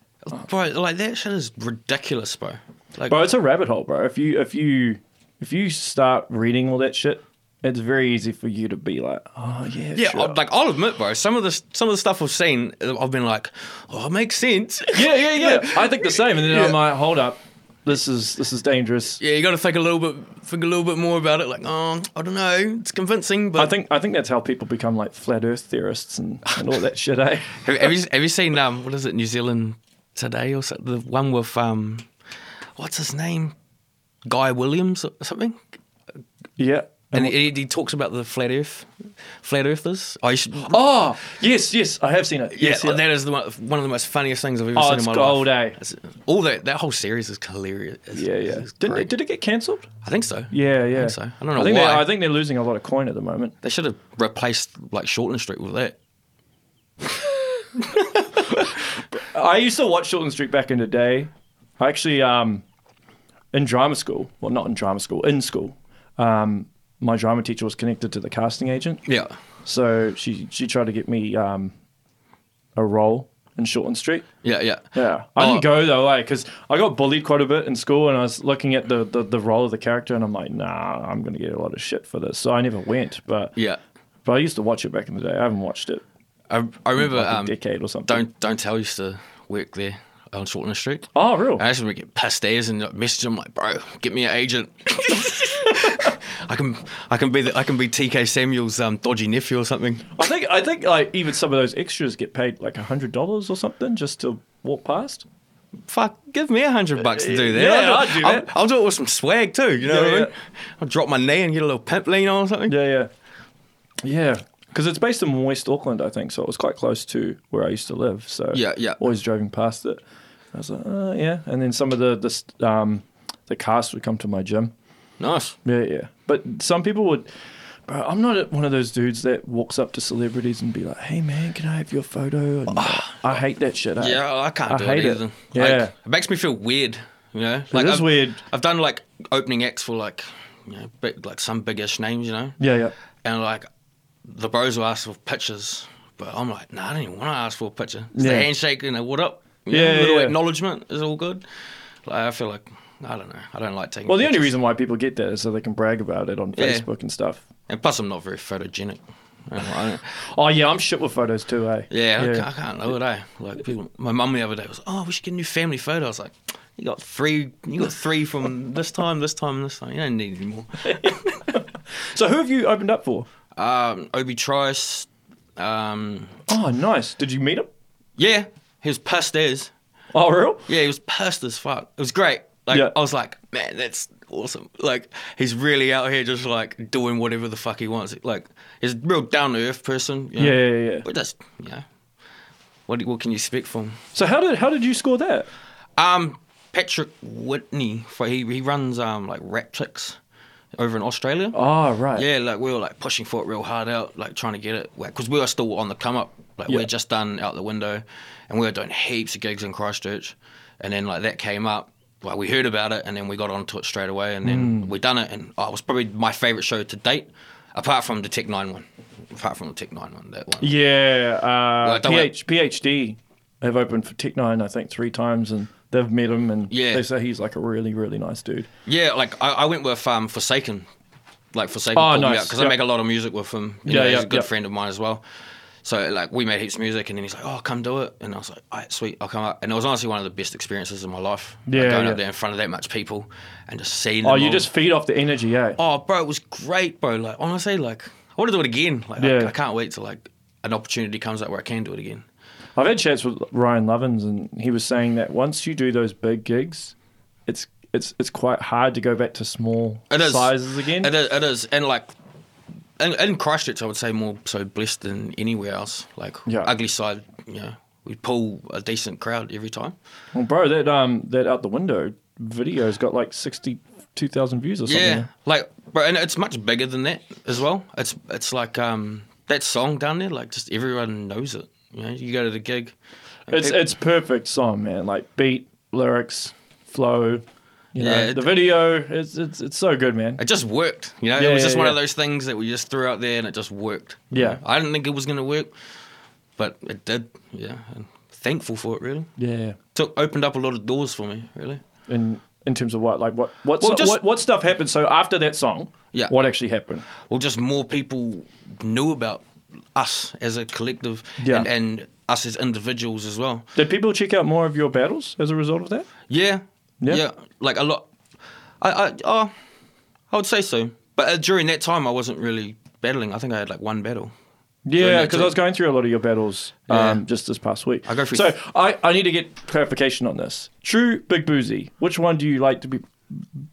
Speaker 2: Bro, like that shit is ridiculous, bro. Like,
Speaker 1: Bro, it's a rabbit hole, bro. If you if you if you start reading all that shit, it's very easy for you to be like, oh yeah,
Speaker 2: yeah,
Speaker 1: sure.
Speaker 2: I'll- like I'll admit, bro. Some of the some of the stuff I've seen, uh, I've been like, oh, it makes sense.
Speaker 1: yeah, yeah, yeah. I think the same, and then I'm like, hold up, this is this is dangerous.
Speaker 2: yeah, you got to think a little bit, think a little bit more about it. Like, oh, I don't know, it's convincing, but
Speaker 1: I think I think that's how people become like flat Earth theorists and, and all that shit, eh?
Speaker 2: Have, have you have you seen um what is it New Zealand Today or so, the one with um what's his name Guy Williams or something
Speaker 1: Yeah.
Speaker 2: and he, he talks about the flat Earth flat Earthers. I should,
Speaker 1: oh yes, yes, I have seen it.
Speaker 2: yeah,
Speaker 1: Yes, yeah.
Speaker 2: that is the one, one of the most funniest things I've ever
Speaker 1: Oh,
Speaker 2: seen
Speaker 1: it's
Speaker 2: in my
Speaker 1: gold, eh?
Speaker 2: life. It's- All that that whole series is hilarious. It's-
Speaker 1: yeah, yeah.
Speaker 2: it's
Speaker 1: Didn't
Speaker 2: great.
Speaker 1: it, did it get cancelled?
Speaker 2: I think so.
Speaker 1: Yeah, yeah.
Speaker 2: so. I don't know
Speaker 1: I think They're,
Speaker 2: why.
Speaker 1: I think they're losing a lot of coin at the moment.
Speaker 2: They should have replaced like Shortland Street with that.
Speaker 1: I used to watch Shortland Street back in the day. I actually, um, in drama school, well, not in drama school, in school, um, my drama teacher was connected to the casting agent.
Speaker 2: Yeah.
Speaker 1: So she, she tried to get me um, a role in Shortland Street.
Speaker 2: Yeah, yeah.
Speaker 1: Yeah. I
Speaker 2: Oh.
Speaker 1: didn't go though, like, because I got bullied quite a bit in school and I was looking at the, the, the role of the character and I'm like, nah, I'm going to get a lot of shit for this. So I never went. But,
Speaker 2: Yeah.
Speaker 1: but I used to watch it back in the day. I haven't watched it
Speaker 2: I, I remember
Speaker 1: like a
Speaker 2: um,
Speaker 1: decade or something.
Speaker 2: don't don't tell used to work there on Shortland Street.
Speaker 1: Oh, real?
Speaker 2: I actually get past days and like, message him like, bro, get me an agent. I can I can be the, I can be TK Samuel's um, dodgy nephew or something.
Speaker 1: I think I think like even some of those extras get paid like hundred dollars or something just to walk past.
Speaker 2: Fuck, give me a hundred bucks to do that.
Speaker 1: Yeah,
Speaker 2: I'll,
Speaker 1: I'd do that.
Speaker 2: I'll, I'll do it with some swag too. You know
Speaker 1: Yeah,
Speaker 2: what I mean?
Speaker 1: yeah.
Speaker 2: I'll drop my knee and get a little pimp lean on or something.
Speaker 1: Yeah, yeah, yeah. Because it's based in West Auckland, I think, so it was quite close to where I used to live. So
Speaker 2: Yeah, yeah.
Speaker 1: always driving past it. I was like, uh, yeah. And then some of the this, um, the cast would come to my gym.
Speaker 2: Nice.
Speaker 1: Yeah, yeah. But some people would. Bro, I'm not one of those dudes that walks up to celebrities and be like, "Hey, man, can I have your photo?" And, I hate that shit. eh?
Speaker 2: Ah. Yeah, oh, I can't
Speaker 1: I
Speaker 2: do
Speaker 1: hate
Speaker 2: it
Speaker 1: it.
Speaker 2: either.
Speaker 1: Yeah.
Speaker 2: Like, it makes me feel weird. You know, like
Speaker 1: is
Speaker 2: I've,
Speaker 1: weird.
Speaker 2: I've done like opening acts for like, you know, big, like some biggish names. You know,
Speaker 1: yeah, yeah.
Speaker 2: and like the bros will ask for pictures, but I'm like, nah, I don't even want to ask for a picture. It's
Speaker 1: Yeah.
Speaker 2: the handshake and a what up, you
Speaker 1: Yeah,
Speaker 2: know, little
Speaker 1: yeah.
Speaker 2: acknowledgement is all good. Like I feel like I don't know, I don't like taking.
Speaker 1: Well, the only
Speaker 2: pictures.
Speaker 1: reason why people get that is so they can brag about it on
Speaker 2: Yeah.
Speaker 1: Facebook and stuff.
Speaker 2: and plus I'm not very photogenic. I don't know, I don't-
Speaker 1: Oh yeah, I'm shit with photos too, eh?
Speaker 2: yeah, I, can't, I can't know it. Eh? Like people, my mum the other day was, oh, we should get a new family photo. I was like, you got three, you got three from this time, this time, this time. You don't need any more.
Speaker 1: So who have you opened up for?
Speaker 2: Um, Obi Trice, um,
Speaker 1: Oh, nice. Did you meet him?
Speaker 2: yeah, he was pissed as.
Speaker 1: Oh, real?
Speaker 2: Yeah, he was pissed as fuck. It was great. Like
Speaker 1: Yeah.
Speaker 2: I was like, man, that's awesome. Like he's really out here just like doing whatever the fuck he wants. Like he's a real down to earth person. You know?
Speaker 1: Yeah, yeah, yeah.
Speaker 2: But that's you know, what what can you expect from? him?
Speaker 1: So how did how did you score that?
Speaker 2: Um, Patrick Whitney, for he he runs um like Raptix over in Australia.
Speaker 1: Oh, right.
Speaker 2: Yeah, like we were like pushing for it real hard out, like trying to get it, because we were still on the come up. Like we
Speaker 1: Yeah.
Speaker 2: were just done out the window, and we were doing heaps of gigs in Christchurch, and then like that came up. Like we heard about it, and then we got onto it straight away, and
Speaker 1: Mm.
Speaker 2: then we done it, and oh, it was probably my favourite show to date, apart from the Tech Nine one, apart from the Tech Nine one, that one.
Speaker 1: Yeah. Uh,
Speaker 2: don't worry.
Speaker 1: PH, PhD have opened for Tech Nine, I think, three times, and they've met him, and
Speaker 2: Yeah.
Speaker 1: they say he's like a really, really nice dude.
Speaker 2: Yeah, like I, I went with um, Forsaken, like Forsaken
Speaker 1: Oh,
Speaker 2: called me
Speaker 1: nice.
Speaker 2: out because
Speaker 1: Yeah.
Speaker 2: I make a lot of music with him. You
Speaker 1: Yeah,
Speaker 2: know,
Speaker 1: yeah,
Speaker 2: he's a good
Speaker 1: yeah.
Speaker 2: friend of mine as well. So like we made heaps of music, and then he's like, "Oh, come do it," and I was like, "All right, sweet, I'll come up." And it was honestly one of the best experiences of my life. Like,
Speaker 1: Yeah,
Speaker 2: going
Speaker 1: yeah.
Speaker 2: up there in front of that much people and just seeing.
Speaker 1: Oh,
Speaker 2: them
Speaker 1: you
Speaker 2: all.
Speaker 1: just feed off the energy, eh?
Speaker 2: Oh, bro, it was great, bro. Like honestly, like I want to do it again. Like
Speaker 1: Yeah.
Speaker 2: I, I can't wait till like an opportunity comes up where I can do it again.
Speaker 1: I've had chats with Ryan Lovins, and he was saying that once you do those big gigs, it's it's it's quite hard to go back to small
Speaker 2: It is.
Speaker 1: sizes again.
Speaker 2: It is, it is, and like in, in Christchurch, I would say more so blessed than anywhere else. Like
Speaker 1: Yeah.
Speaker 2: ugly side, you know, we pull a decent crowd every time.
Speaker 1: Well, bro, that um that out the window video's got like sixty two thousand views or something.
Speaker 2: Yeah, like, but and it's much bigger than that as well. It's it's like um that song down there, like just everyone knows it. You know, you go to the gig. like,
Speaker 1: It's
Speaker 2: peop-
Speaker 1: it's perfect song, man. Like beat, lyrics, flow, You
Speaker 2: Yeah,
Speaker 1: know,
Speaker 2: it-
Speaker 1: the video, it's, it's it's so good, man.
Speaker 2: It just worked. You know,
Speaker 1: Yeah,
Speaker 2: it was
Speaker 1: yeah,
Speaker 2: just one
Speaker 1: yeah.
Speaker 2: of those things that we just threw out there and it just worked.
Speaker 1: Yeah.
Speaker 2: I didn't think it was going to work, but it did. Yeah. And thankful for it, really.
Speaker 1: Yeah,
Speaker 2: Took opened up a lot of doors for me, really.
Speaker 1: in in terms of what, like what what
Speaker 2: Well,
Speaker 1: so-
Speaker 2: just-
Speaker 1: what, what stuff happened. So after that song,
Speaker 2: Yeah.
Speaker 1: what actually happened?
Speaker 2: Well, just more people knew about us as a collective
Speaker 1: Yeah.
Speaker 2: and, and us as individuals as well.
Speaker 1: Did people check out more of your battles as a result of that?
Speaker 2: Yeah.
Speaker 1: Yeah.
Speaker 2: Like a lot. I, I, oh, I would say so. But uh, during that time, I wasn't really battling. I think I had like one battle.
Speaker 1: Yeah,
Speaker 2: that
Speaker 1: because I
Speaker 2: too.
Speaker 1: was going through a lot of your battles
Speaker 2: Yeah.
Speaker 1: um, just this past week.
Speaker 2: I go through-
Speaker 1: So I, I need to get clarification on this. True, Big Boozy. Which one do you like to be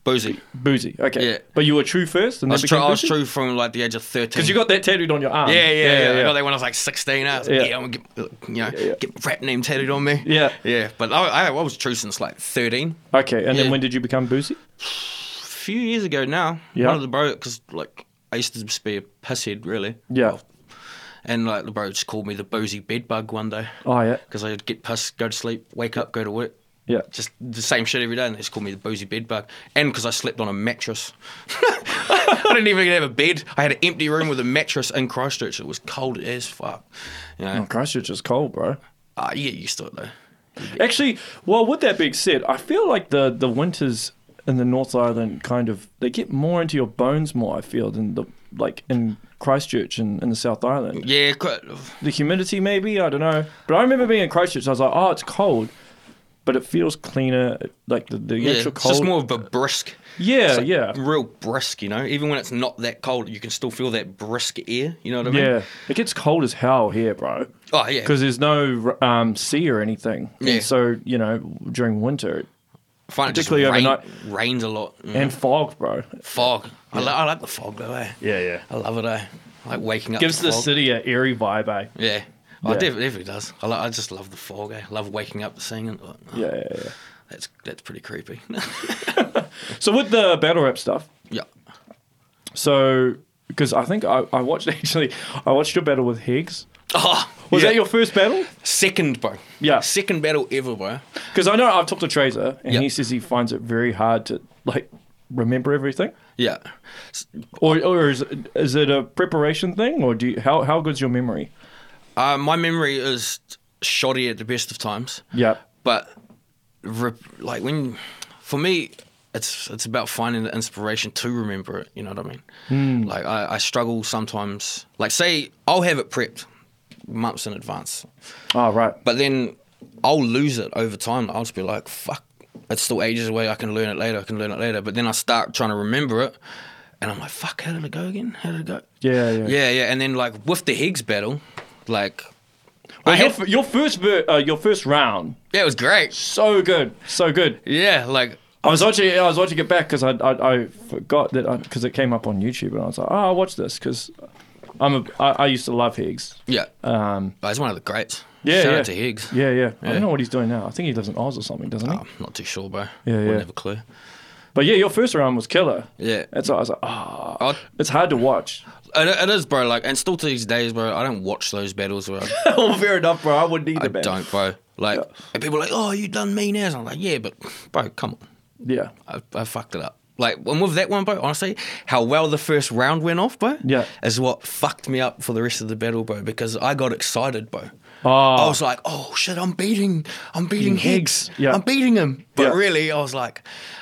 Speaker 2: Boozy.
Speaker 1: Boozy? Okay,
Speaker 2: Yeah.
Speaker 1: but you were True first, and
Speaker 2: I
Speaker 1: then
Speaker 2: was, true,
Speaker 1: became
Speaker 2: I was
Speaker 1: Boozy?
Speaker 2: true from like the age of 13.
Speaker 1: Because you got that tattooed on your arm.
Speaker 2: Yeah, yeah, yeah. I
Speaker 1: yeah.
Speaker 2: got that when I was like 16. I was like,
Speaker 1: Yeah.
Speaker 2: yeah, I'm gonna get, you know,
Speaker 1: yeah.
Speaker 2: get rap name tattooed on me.
Speaker 1: Yeah.
Speaker 2: Yeah. But I, I, I was true since like 13.
Speaker 1: Okay, and then
Speaker 2: Yeah.
Speaker 1: when did you become Boozy?
Speaker 2: A few years ago now,
Speaker 1: Yeah.
Speaker 2: one of the bro, because like I used to just be a pisshead, really.
Speaker 1: Yeah.
Speaker 2: And like the bro just called me the boozy bedbug one day
Speaker 1: Oh yeah,
Speaker 2: because I'd get pissed, go to sleep, wake up, go to work.
Speaker 1: yeah.
Speaker 2: Just the same shit every day, and they just called me the boozy bedbug. And because I slept on a mattress, I didn't even have a bed. I had an empty room with a mattress in Christchurch. It was cold as fuck. You know,
Speaker 1: Oh, Christchurch is cold, bro.
Speaker 2: Ah, you get used to it though.
Speaker 1: Actually, well, with that being said, I feel like the the winters in the North Island kind of they get more into your bones more. I feel than the like in Christchurch and in the South Island.
Speaker 2: Yeah, quite,
Speaker 1: The humidity, maybe I don't know. But I remember being in Christchurch. I was like, oh, it's cold, but it feels cleaner. Like the, the
Speaker 2: yeah.
Speaker 1: actual
Speaker 2: It's
Speaker 1: cold.
Speaker 2: just more of a brisk.
Speaker 1: yeah,
Speaker 2: It's like
Speaker 1: yeah,
Speaker 2: Real brisk, you know. Even when it's not that cold, you can still feel that brisk air. You know what I mean?
Speaker 1: yeah. It gets cold as hell here, bro.
Speaker 2: Oh yeah.
Speaker 1: Because there's no um, sea or anything. And
Speaker 2: Yeah.
Speaker 1: so you know during winter
Speaker 2: I find it just
Speaker 1: particularly
Speaker 2: rain-
Speaker 1: overnight-
Speaker 2: rains a lot. Mm.
Speaker 1: and fog, bro.
Speaker 2: fog. I, li- I like the fog though. Eh?
Speaker 1: Yeah, yeah.
Speaker 2: I love it. Eh? I like waking up.
Speaker 1: Gives
Speaker 2: to
Speaker 1: the
Speaker 2: fog.
Speaker 1: city a eerie vibe, eh?
Speaker 2: Yeah. Oh,
Speaker 1: Yeah.
Speaker 2: It definitely, definitely does. I, like, I just love the fog. Eh? I love waking up, seeing it. Like, oh,
Speaker 1: Yeah, yeah, yeah.
Speaker 2: That's that's pretty creepy.
Speaker 1: So with the battle rap stuff,
Speaker 2: yeah.
Speaker 1: so because I think I, I watched actually I watched your battle with Higgs.
Speaker 2: Oh,
Speaker 1: Was
Speaker 2: yeah.
Speaker 1: that your first battle?
Speaker 2: second, bro?
Speaker 1: Yeah.
Speaker 2: Second battle ever, bro.
Speaker 1: Because I know I've talked to Tracer and
Speaker 2: Yeah.
Speaker 1: he says he finds it very hard to like remember everything.
Speaker 2: Yeah.
Speaker 1: Or or is it, is it a preparation thing or do you, how how good's your memory?
Speaker 2: Uh, my memory is shoddy at the best of times.
Speaker 1: Yeah.
Speaker 2: but re- like when for me it's it's about finding the inspiration to remember it you know what i
Speaker 1: Hmm.
Speaker 2: mean like I, I struggle sometimes like say i'll have it prepped months in advance
Speaker 1: Oh right.
Speaker 2: but then i'll lose it over time i'll just be like fuck it's still ages away i can learn it later i can learn it later but then i start trying to remember it and i'm like fuck how did it go again how did it go
Speaker 1: Yeah, yeah.
Speaker 2: yeah yeah and then like with the higgs battle like
Speaker 1: But your,
Speaker 2: I had-
Speaker 1: f- your first ver- uh, your first round,
Speaker 2: yeah it was great
Speaker 1: so good, so good.
Speaker 2: yeah like
Speaker 1: I was watching. I was watching it back because I, I I forgot that because it came up on YouTube and I was like, oh, I'll watch this because I'm a I, I used to love Higgs.
Speaker 2: yeah
Speaker 1: Um,
Speaker 2: Oh, he's one of the greats.
Speaker 1: yeah,
Speaker 2: Shout
Speaker 1: yeah.
Speaker 2: out to Higgs.
Speaker 1: Yeah, yeah, Um, I don't know what he's doing now. I think he lives in Oz or something, doesn't he?
Speaker 2: Oh, not too sure, bro.
Speaker 1: Yeah,
Speaker 2: Wouldn't
Speaker 1: yeah.
Speaker 2: have a clue.
Speaker 1: But yeah, your first round was killer.
Speaker 2: Yeah.
Speaker 1: That's why I was like, ah,
Speaker 2: I,
Speaker 1: it's hard to watch.
Speaker 2: it, it is, bro. Like, and still to these days, bro, I don't watch those battles, bro.
Speaker 1: well, fair enough, bro. I wouldn't either.
Speaker 2: I don't, bro. Like, and people are like, oh, you done me now. I'm like, yeah, but, bro, come
Speaker 1: Yeah,
Speaker 2: on. I, I fucked it up. Like, and with that one, bro, honestly, how well the first round went off, bro,
Speaker 1: Yeah.
Speaker 2: is what fucked me up for the rest of the battle, bro, because I got excited, bro.
Speaker 1: Oh.
Speaker 2: I was like, oh shit, I'm beating, I'm beating
Speaker 1: Higgs.
Speaker 2: Higgs.
Speaker 1: Yeah.
Speaker 2: I'm beating him. But
Speaker 1: Yeah.
Speaker 2: really, I was like,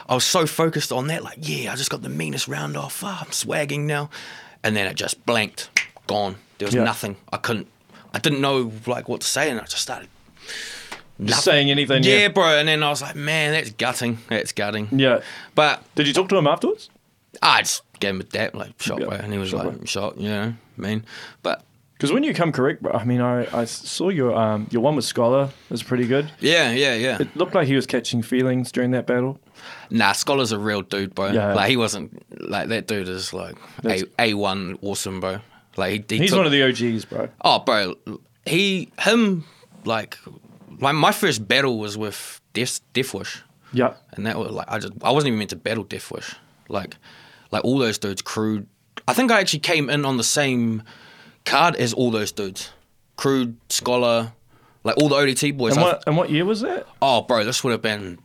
Speaker 2: I was so focused on that, like, yeah, I just got the meanest round off. Ah, I'm swagging now. And then it just blanked, gone. There was
Speaker 1: Yeah.
Speaker 2: nothing. I couldn't, I didn't know like what to say, and I just started.
Speaker 1: just
Speaker 2: nothing.
Speaker 1: saying anything.
Speaker 2: Yeah,
Speaker 1: Yeah.
Speaker 2: bro. And then I was like, man, that's gutting. That's gutting.
Speaker 1: yeah,
Speaker 2: But
Speaker 1: Did you talk to him afterwards?
Speaker 2: I just gave him a dap, like shot,
Speaker 1: Yeah,
Speaker 2: bro. And he was
Speaker 1: shot,
Speaker 2: like, shot, you know, mean. But
Speaker 1: Because when you come correct, bro, I mean, I, I saw your um your one with Scholar was pretty good.
Speaker 2: yeah, yeah, yeah.
Speaker 1: It looked like he was catching feelings during that battle.
Speaker 2: Nah, Scholar's a real dude, bro.
Speaker 1: Yeah.
Speaker 2: Like he wasn't like that dude is like
Speaker 1: That's-
Speaker 2: a a one awesome, bro. Like he, he
Speaker 1: He's
Speaker 2: took-
Speaker 1: one of the OGs, bro.
Speaker 2: oh, bro. He him like my my first battle was with Death Deathwish,
Speaker 1: Yeah.
Speaker 2: and that was like I just I wasn't even meant to battle Deathwish. Like like all those dudes crude. I think I actually came in on the same card as all those dudes, crude scholar, like all the ODT boys.
Speaker 1: And
Speaker 2: I-
Speaker 1: what, and what year was that?
Speaker 2: Oh, bro, this would have been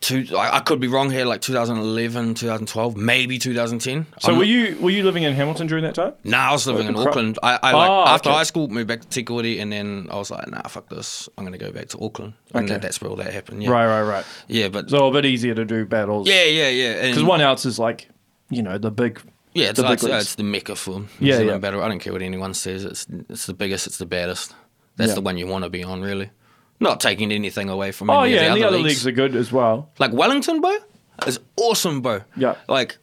Speaker 2: two, I, I could be wrong here, like 2011, 2012, maybe 2010.
Speaker 1: So
Speaker 2: I'm
Speaker 1: were
Speaker 2: not-
Speaker 1: you were you living in Hamilton during that time?
Speaker 2: Nah, I was living in
Speaker 1: Cro-
Speaker 2: Auckland. I, I like
Speaker 1: Oh,
Speaker 2: after
Speaker 1: okay.
Speaker 2: high school moved back to Te Koori, and then I was like, nah, fuck this. I'm gonna go back to Auckland, and
Speaker 1: Okay.
Speaker 2: that, that's where all that happened. Yeah,
Speaker 1: Right, right, right.
Speaker 2: Yeah, but
Speaker 1: So a bit easier to do battles.
Speaker 2: yeah, yeah, yeah.
Speaker 1: Because
Speaker 2: And,
Speaker 1: one ounce is like, you know, the big.
Speaker 2: yeah, it's,
Speaker 1: the
Speaker 2: like,
Speaker 1: big leagues.
Speaker 2: it's the mecca for
Speaker 1: Yeah,
Speaker 2: New Zealand
Speaker 1: yeah.
Speaker 2: battle. I don't care what anyone says. It's it's the biggest. It's the baddest. That's
Speaker 1: Yeah.
Speaker 2: the one you want to be on, really. Not taking anything away from.
Speaker 1: Oh
Speaker 2: any
Speaker 1: yeah,
Speaker 2: of
Speaker 1: and the other leagues.
Speaker 2: leagues.
Speaker 1: are good as well.
Speaker 2: Like Wellington, bro, is awesome, bro.
Speaker 1: Yeah.
Speaker 2: Like,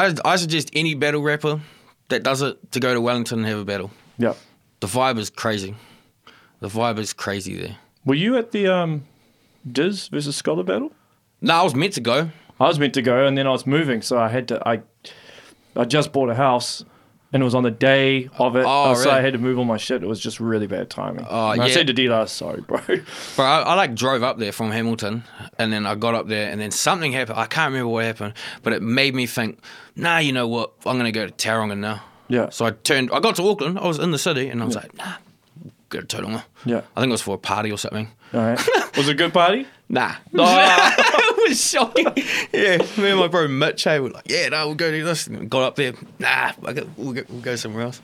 Speaker 2: I I suggest any battle rapper that does it to go to Wellington and have a battle.
Speaker 1: Yeah.
Speaker 2: The vibe is crazy. The vibe is crazy there.
Speaker 1: Were you at the um, Diz versus Scholar battle?
Speaker 2: No, I was meant to go.
Speaker 1: I was meant to go, and then I was moving, so I had to. I, I just bought a house, and it was on the day of it, Uh,
Speaker 2: Oh,
Speaker 1: so I
Speaker 2: really?
Speaker 1: had to move all my shit. It was just really bad timing.
Speaker 2: Oh,
Speaker 1: And I
Speaker 2: yeah.
Speaker 1: said to D-Last, sorry, bro.
Speaker 2: But I, I like drove up there from Hamilton, and then I got up there, and then something happened. I can't remember what happened, but it made me think. Nah, you know what? I'm gonna go to Taronga now.
Speaker 1: Yeah.
Speaker 2: So I turned. I got to Auckland. I was in the city, and I was like, Nah, go to Taronga.
Speaker 1: Yeah.
Speaker 2: I think it was for a party or something.
Speaker 1: all right. Was it a good party?
Speaker 2: Nah. it was shocking. Yeah, me and my bro Mitch hey, were like, yeah, no, we'll go do this. And got up there. Nah, I go- we'll go, we'll go somewhere else.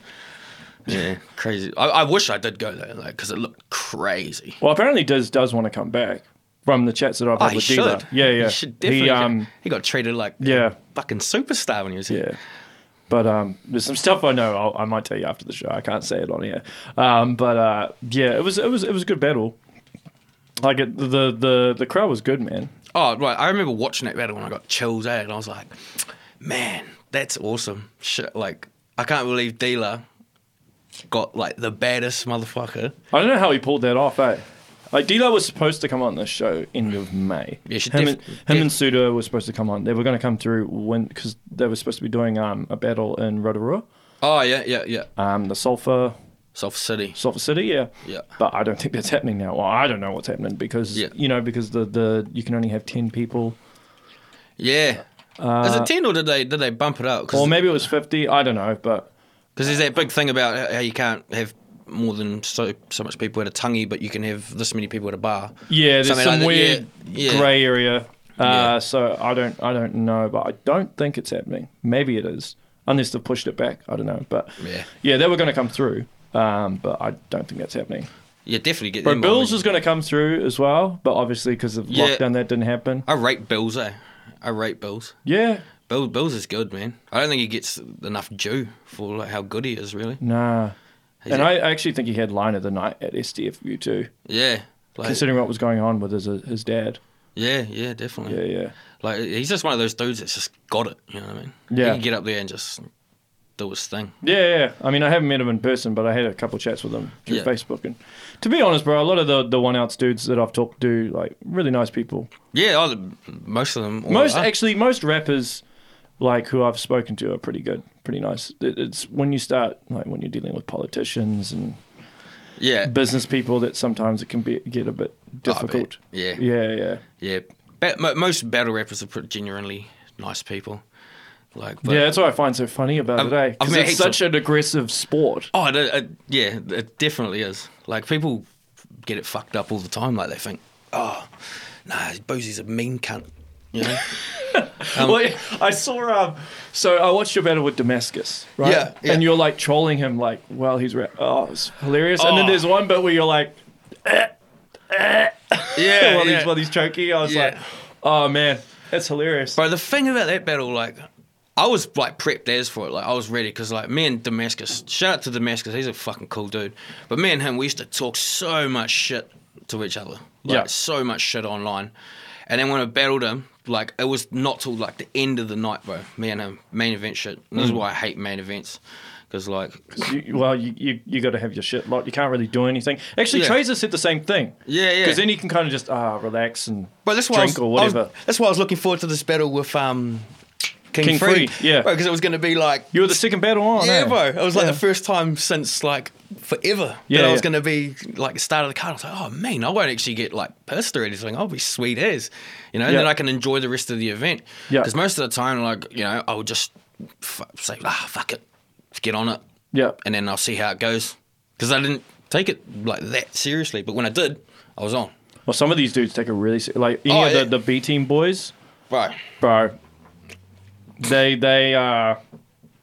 Speaker 2: Yeah, crazy. I, I wish I did go there, like, because it looked crazy.
Speaker 1: Well, apparently Diz does want to come back from the chats that I've
Speaker 2: Oh,
Speaker 1: had
Speaker 2: he
Speaker 1: with D-Last.
Speaker 2: should.
Speaker 1: Yeah, yeah.
Speaker 2: He should definitely.
Speaker 1: He,
Speaker 2: go.
Speaker 1: um,
Speaker 2: he got treated like
Speaker 1: yeah.
Speaker 2: a fucking superstar when he was here.
Speaker 1: Yeah. But um, there's some stuff I know I'll, I might tell you after the show. I can't say it on here. Um, but uh, yeah, it was it was it was a good battle. Like it, the the the crowd was good, man.
Speaker 2: Oh, right. I remember watching that battle and I got chills out, and I was like, man, that's awesome. Shit, like, I can't believe Dealer got, like, the baddest motherfucker.
Speaker 1: I don't know how he pulled that off, eh? Like Dilo was supposed to come on the show end of May.
Speaker 2: Yeah, she
Speaker 1: him,
Speaker 2: def-
Speaker 1: and, him and Suda were supposed to come on. They were going to come through when because they were supposed to be doing um a battle in Rotorua,
Speaker 2: Oh, yeah, yeah, yeah.
Speaker 1: um the Sulphur
Speaker 2: South City.
Speaker 1: Sulphur City, yeah.
Speaker 2: Yeah.
Speaker 1: But I don't think that's happening now. Well, I don't know what's happening because
Speaker 2: Yeah.
Speaker 1: you know because the the you can only have ten people.
Speaker 2: Yeah. Is
Speaker 1: Uh,
Speaker 2: it 10 or did they, did they bump it up?
Speaker 1: Or
Speaker 2: Because
Speaker 1: maybe it was 50. I don't know, but
Speaker 2: there's that big thing about how you can't have more than so, so much people at a tangi, but you can have this many people at a bar.
Speaker 1: yeah, there's
Speaker 2: Something
Speaker 1: some
Speaker 2: like that,
Speaker 1: weird
Speaker 2: yeah, yeah.
Speaker 1: grey area. Uh,
Speaker 2: Yeah.
Speaker 1: So I don't, I don't know, but I don't think it's happening. Maybe it is, unless they've pushed it back. I don't know, but
Speaker 2: Yeah.
Speaker 1: they were going to come through, um, but I don't think that's happening.
Speaker 2: Yeah, definitely get
Speaker 1: But
Speaker 2: them.
Speaker 1: Bills
Speaker 2: on.
Speaker 1: is going to come through as well, but obviously because of
Speaker 2: Yeah.
Speaker 1: lockdown that didn't happen.
Speaker 2: I rate Bills, eh? I rate Bills.
Speaker 1: Yeah,
Speaker 2: Bill, Bills is good, man. I don't think he gets enough due for like, how good he is, really.
Speaker 1: nah.
Speaker 2: Is
Speaker 1: and
Speaker 2: it-
Speaker 1: I actually think he had line of the night at SDFU too,
Speaker 2: Yeah. Like,
Speaker 1: considering what was going on with his uh, his dad.
Speaker 2: yeah, yeah, definitely.
Speaker 1: Yeah, yeah.
Speaker 2: Like he's just one of those dudes that's just got it. You know what I mean?
Speaker 1: Yeah.
Speaker 2: He can get up there and just do his thing.
Speaker 1: Yeah, yeah. I mean, I haven't met him in person, but I had a couple chats with him through
Speaker 2: Yeah.
Speaker 1: Facebook. And to be honest, bro, a lot of the, the one outs dudes that I've talked to, like, really nice people.
Speaker 2: Yeah, oh, the- most of them. all
Speaker 1: Most
Speaker 2: are.
Speaker 1: actually, most rappers, like who I've spoken to, are pretty good, pretty nice. It, it's when you start, like, when you're dealing with politicians and
Speaker 2: yeah,
Speaker 1: business people, that sometimes it can be get a bit difficult.
Speaker 2: Oh, yeah.
Speaker 1: yeah, yeah,
Speaker 2: yeah. Ba- mo- most battle rappers are pretty genuinely nice people. Like, but,
Speaker 1: yeah. That's what I find so funny about
Speaker 2: I've-
Speaker 1: it, eh?
Speaker 2: I've
Speaker 1: Because
Speaker 2: met
Speaker 1: it's
Speaker 2: heaps of-
Speaker 1: such an aggressive sport.
Speaker 2: Oh, it, it, yeah, it definitely is. Like people get it fucked up all the time. Like they think, oh, nah, Boozy's a mean cunt. You know? Um,
Speaker 1: well, yeah, I saw. Um, so I watched your battle with Damascus, right?
Speaker 2: Yeah, yeah.
Speaker 1: And you're like trolling him, like, "Well, he's ra- oh, it's hilarious." And then
Speaker 2: Oh.
Speaker 1: there's one bit where you're like,
Speaker 2: yeah,
Speaker 1: "Well, he's well, he's choking." I was
Speaker 2: Yeah.
Speaker 1: like, "Oh man, that's hilarious."
Speaker 2: Bro, the thing about that battle, like, I was like prepped as for it. Like, I was ready because, like, me and Damascus, shout out to Damascus, he's a fucking cool dude. But me and him, we used to talk so much shit to each other. Like,
Speaker 1: Yeah.
Speaker 2: So much shit online. And then when I battled him, like, it was not till like the end of the night, bro. Me and him, main event shit. And This is
Speaker 1: Mm.
Speaker 2: why I hate main events. Because, like,
Speaker 1: You, well, you you, you got to have your shit locked. You can't really do anything. Actually,
Speaker 2: Yeah.
Speaker 1: Trazer said the same thing.
Speaker 2: Yeah, yeah.
Speaker 1: Because then you can kind of just ah relax and
Speaker 2: But that's why
Speaker 1: drink
Speaker 2: I was,
Speaker 1: or
Speaker 2: I was-
Speaker 1: whatever.
Speaker 2: that's why I was looking forward to this battle with um, King,
Speaker 1: King
Speaker 2: Free.
Speaker 1: Free, yeah.
Speaker 2: Because it was going to be like
Speaker 1: you were the second battle on.
Speaker 2: yeah,
Speaker 1: eh?
Speaker 2: bro. It was like
Speaker 1: Yeah.
Speaker 2: the first time since like forever
Speaker 1: Yeah,
Speaker 2: that I was
Speaker 1: yeah.
Speaker 2: going to be like the start of the card. I was like, oh man, I won't actually get like pissed or anything. I'll be sweet as, you know. And
Speaker 1: Yeah.
Speaker 2: then I can enjoy the rest of the event.
Speaker 1: Yeah.
Speaker 2: Because most of the time, like you know, I would just f- say, ah, fuck it, get on it,
Speaker 1: Yeah.
Speaker 2: and then I'll see how it goes. Because I didn't take it like that seriously, but when I did, I was on.
Speaker 1: Well, some of these dudes take it really se- like any
Speaker 2: Oh,
Speaker 1: of
Speaker 2: yeah.
Speaker 1: the, the B team boys,
Speaker 2: Right.
Speaker 1: bro. They they uh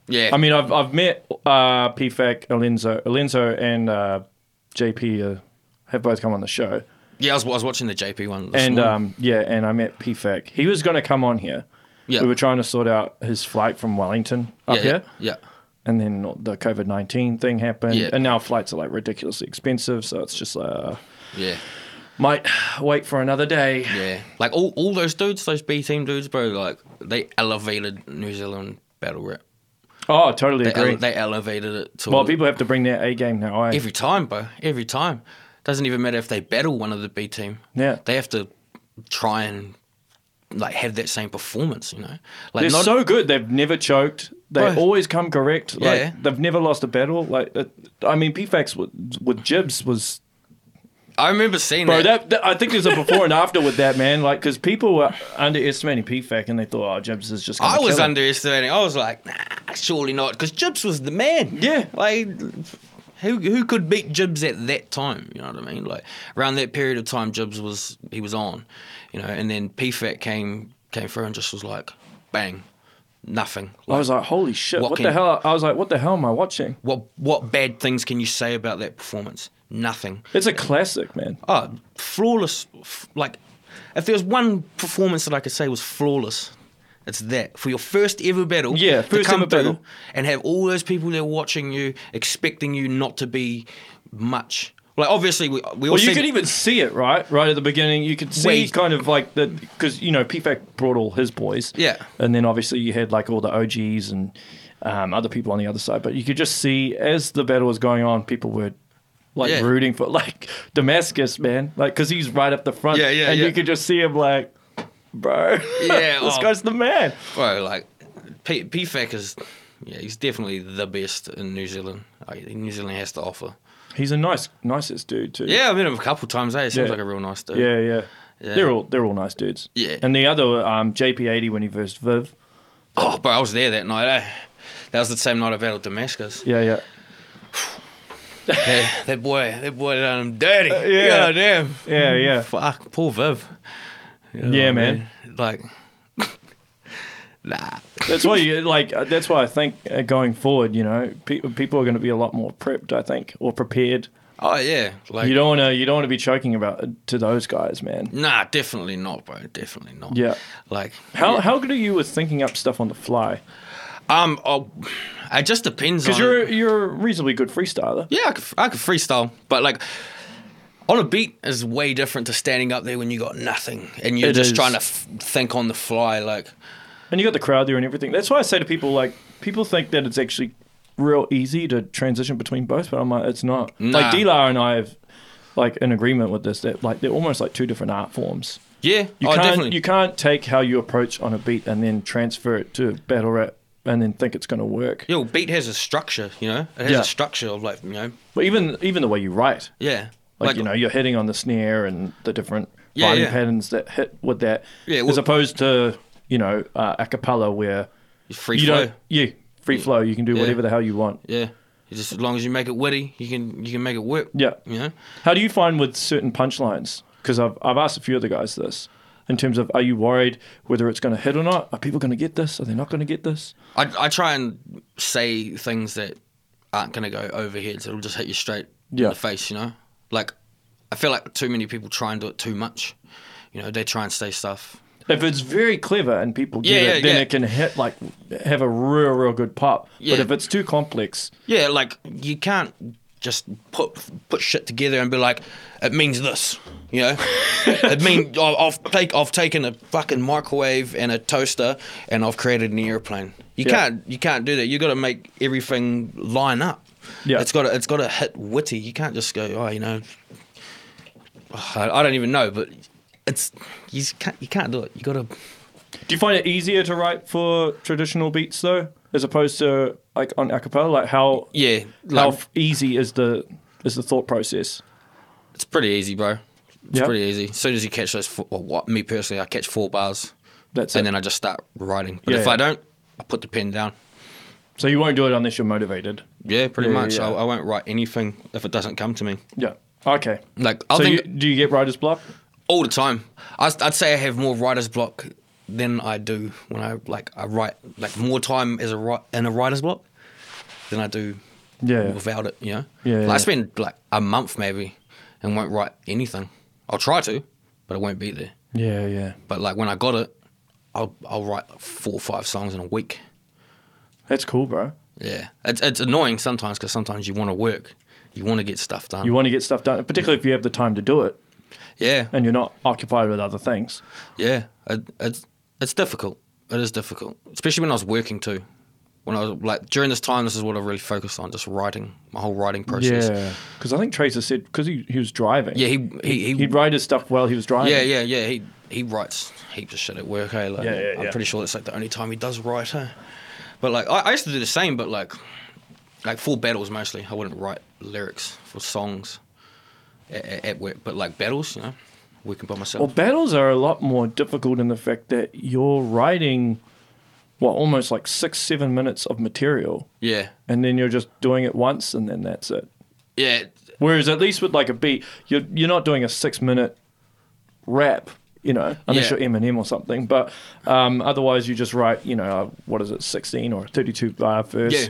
Speaker 2: Yeah.
Speaker 1: I mean I've I've met uh PFAC, Alenzo, Alenzo and uh JP uh, have both come on the show.
Speaker 2: yeah, I was, I was watching the JP one. This
Speaker 1: And
Speaker 2: morning.
Speaker 1: um yeah, and I met PFAC. He was going to come on here.
Speaker 2: Yeah.
Speaker 1: We were trying to sort out his flight from Wellington up
Speaker 2: yeah,
Speaker 1: here.
Speaker 2: yeah, yeah.
Speaker 1: and then the COVID nineteen thing happened,
Speaker 2: Yeah.
Speaker 1: and now flights are like ridiculously expensive. So it's just uh,
Speaker 2: Yeah.
Speaker 1: might wait for another day.
Speaker 2: Yeah. Like all, all those dudes, those B team dudes, bro, like they elevated New Zealand battle rap.
Speaker 1: Oh, totally
Speaker 2: They, ele-
Speaker 1: agree.
Speaker 2: they elevated it to
Speaker 1: well, people have to bring their A game now. eh?
Speaker 2: every time, bro. Every time. Doesn't even matter if they battle one of the B team.
Speaker 1: Yeah.
Speaker 2: They have to try and like have that same performance, you know? Like
Speaker 1: They're
Speaker 2: not-
Speaker 1: so good. They've never choked. They
Speaker 2: Right.
Speaker 1: always come correct. Like
Speaker 2: Yeah.
Speaker 1: they've never lost a battle. Like uh, I mean, PFAX with, with Jibs was
Speaker 2: I remember seeing
Speaker 1: bro.
Speaker 2: that.
Speaker 1: That, that- I think there's a before and after with that man. Like because people were underestimating PFAC and they thought, oh, Jibs is just. Gonna
Speaker 2: I was
Speaker 1: kill him."
Speaker 2: underestimating. I was like, nah, surely not, because Jibs was the man.
Speaker 1: Yeah.
Speaker 2: like who who could beat Jibs at that time? You know what I mean? Like around that period of time, Jibs was he was on, you know, and then PFAT came came through and just was like, bang, nothing.
Speaker 1: I was like, holy shit! What the
Speaker 2: Walking.
Speaker 1: hell? I was like, what the hell am I watching?
Speaker 2: What what bad things can you say about that performance? Nothing.
Speaker 1: It's a classic, man.
Speaker 2: Oh, flawless. f- Like, if there was one performance that I could say was flawless, it's that. For your first ever battle,
Speaker 1: Yeah,
Speaker 2: to
Speaker 1: first
Speaker 2: come
Speaker 1: ever battle.
Speaker 2: through and have all those people there watching you, expecting you not to be much. Like, obviously, we, we all
Speaker 1: Well, you
Speaker 2: seen
Speaker 1: could
Speaker 2: it.
Speaker 1: even see it, right? Right at the beginning, you could see
Speaker 2: Wait.
Speaker 1: kind of like the because you know PFAC brought all his boys,
Speaker 2: Yeah.
Speaker 1: and then obviously you had like all the OGs and um, other people on the other side, but you could just see as the battle was going on, people were like
Speaker 2: Yeah.
Speaker 1: rooting for like Damascus, man, like because he's right up the front,
Speaker 2: Yeah, yeah,
Speaker 1: and
Speaker 2: yeah.
Speaker 1: you could just see him like, bro,
Speaker 2: Yeah,
Speaker 1: this
Speaker 2: oh.
Speaker 1: guy's the man.
Speaker 2: Bro, like, P- PFAC is, yeah, he's definitely the best in New Zealand. Like, New Zealand has to offer.
Speaker 1: He's a nice, nicest dude too.
Speaker 2: Yeah, I've met him a couple times, eh? Seems
Speaker 1: Yeah.
Speaker 2: like a real nice dude.
Speaker 1: Yeah, yeah,
Speaker 2: Yeah.
Speaker 1: They're all they're all nice dudes.
Speaker 2: Yeah.
Speaker 1: And the other um, JP80 when he versed Viv.
Speaker 2: Oh, bro, I was there that night, eh? That was the same night I battled Damascus.
Speaker 1: Yeah, yeah.
Speaker 2: Yeah, that boy, that boy done him dirty.
Speaker 1: Uh, yeah.
Speaker 2: yeah. God damn.
Speaker 1: Yeah, yeah.
Speaker 2: Fuck, poor Viv. You know
Speaker 1: Yeah,
Speaker 2: what I
Speaker 1: Oh, man.
Speaker 2: mean? Like, nah.
Speaker 1: That's why you like. uh, That's why I think uh, going forward, you know, pe- people are going to be a lot more prepped. I think or prepared.
Speaker 2: Oh, yeah. Like,
Speaker 1: You don't want to. You don't want to be choking about uh, to those guys, man.
Speaker 2: nah, definitely not, bro. Definitely not.
Speaker 1: Yeah.
Speaker 2: Like,
Speaker 1: How how good are you with thinking up stuff on the fly?
Speaker 2: um, oh, it just depends on.
Speaker 1: Because you're you're a reasonably good freestyler.
Speaker 2: Yeah, I could, I could freestyle, but like on a beat is way different to standing up there when you got nothing and you're
Speaker 1: It
Speaker 2: just
Speaker 1: is.
Speaker 2: trying to f- think on the fly. Like,
Speaker 1: And you got the crowd there and everything. That's why I say to people like people think that it's actually real easy to transition between both, but I'm like it's not.
Speaker 2: Nah.
Speaker 1: Like Dilar and I have like an agreement with this that like they're almost like two different art forms.
Speaker 2: yeah,
Speaker 1: You
Speaker 2: oh,
Speaker 1: can't
Speaker 2: definitely.
Speaker 1: you can't take how you approach on a beat and then transfer it to battle rap and then think it's going to work.
Speaker 2: Yo, beat has a structure, you know? It has
Speaker 1: Yeah.
Speaker 2: a structure of like, you know,
Speaker 1: But even even the way you write,
Speaker 2: yeah.
Speaker 1: like, you know, you're hitting on the snare and the different
Speaker 2: Yeah,
Speaker 1: writing
Speaker 2: yeah.
Speaker 1: patterns that hit with that,
Speaker 2: Yeah, well-
Speaker 1: as opposed to you know uh, a cappella where
Speaker 2: free
Speaker 1: you
Speaker 2: flow.
Speaker 1: don't yeah free flow you can do whatever the hell you want.
Speaker 2: Yeah. You just as long as you make it witty, you can you can make it work.
Speaker 1: Yeah.
Speaker 2: You know?
Speaker 1: How do you find with certain punchlines? Because I've I've asked a few of the guys this. In terms of, are you worried whether it's going to hit or not? Are people going to get this? Are they not going to get this?
Speaker 2: I I try and say things that aren't gonna go overheads, it'll just hit you straight
Speaker 1: Yeah.
Speaker 2: in the face, you know? Like I feel like too many people try and do it too much. You know, they try and say stuff.
Speaker 1: If it's very clever and people get
Speaker 2: Yeah,
Speaker 1: it,
Speaker 2: yeah,
Speaker 1: then
Speaker 2: yeah.
Speaker 1: it can hit like have a real, real good pop.
Speaker 2: Yeah.
Speaker 1: But if it's too complex,
Speaker 2: Yeah, like you can't just put put shit together and be like, it means this, you know. it means I've take I've taken a fucking microwave and a toaster and I've created an airplane. You
Speaker 1: Yeah.
Speaker 2: can't you can't do that. You got to make everything line up.
Speaker 1: Yeah.
Speaker 2: it's got to it's got to hit witty. You can't just go, oh, you know, I, I don't even know, but it's you just can't you can't do it. You got to
Speaker 1: do you find it easier to write for traditional beats though, as opposed to like on acapella? Like how
Speaker 2: yeah.
Speaker 1: how
Speaker 2: Like,
Speaker 1: f- easy is the is the thought process?
Speaker 2: It's pretty easy, bro. It's
Speaker 1: Yeah.
Speaker 2: pretty easy. As soon as you catch those, four, well, what, me personally, I catch four bars,
Speaker 1: That's
Speaker 2: and
Speaker 1: it.
Speaker 2: then I just start writing. But
Speaker 1: Yeah,
Speaker 2: if
Speaker 1: yeah.
Speaker 2: I don't, I put the pen down.
Speaker 1: so you won't do it unless you're motivated.
Speaker 2: Yeah, pretty
Speaker 1: Yeah,
Speaker 2: much.
Speaker 1: yeah.
Speaker 2: I, I won't write anything if it doesn't come to me.
Speaker 1: Yeah. Okay.
Speaker 2: Like I
Speaker 1: so
Speaker 2: think
Speaker 1: you, do you get writer's block?
Speaker 2: all the time. I, I'd say I have more writer's block than I do when I like I write like more time as a wri- in a writer's block than I do
Speaker 1: Yeah.
Speaker 2: without it. You know,
Speaker 1: Yeah,
Speaker 2: Like,
Speaker 1: yeah.
Speaker 2: I spend like a month maybe and won't write anything. I'll try to, but it won't be there.
Speaker 1: Yeah, yeah.
Speaker 2: But like when I got it, I'll I'll write like four or five songs in a week.
Speaker 1: That's cool, bro.
Speaker 2: Yeah, it's it's annoying sometimes because sometimes you want to work, you want to get stuff done.
Speaker 1: You want to get stuff done, particularly if you have the time to do it
Speaker 2: yeah,
Speaker 1: and you're not occupied with other things.
Speaker 2: yeah. It, it's it's difficult. It is difficult, especially when I was working too. When I was like during this time, this is what I really focused on, just writing my whole writing process.
Speaker 1: Yeah. Because I think Tracer said, because he, he was driving.
Speaker 2: Yeah, he he, he
Speaker 1: He'd write his stuff while he was driving.
Speaker 2: yeah, yeah, yeah. He he writes heaps of shit at work. Hey, like,
Speaker 1: Yeah, yeah,
Speaker 2: I'm
Speaker 1: yeah.
Speaker 2: pretty sure that's like the only time he does write. Huh? But like, I, I used to do the same, but like, like for battles mostly. I wouldn't write lyrics for songs at, at, at work, but like battles, you know, working by myself.
Speaker 1: Well, battles are a lot more difficult in the fact that you're writing, what, almost like six, seven minutes of material,
Speaker 2: yeah,
Speaker 1: and then you're just doing it once, and then that's it.
Speaker 2: yeah,
Speaker 1: Whereas at least with like a beat, you're you're not doing a six minute rap, you know, unless
Speaker 2: Yeah.
Speaker 1: you're Eminem or something. But um, otherwise, you just write, you know, uh, what is it, sixteen or thirty two bar verse.
Speaker 2: yeah,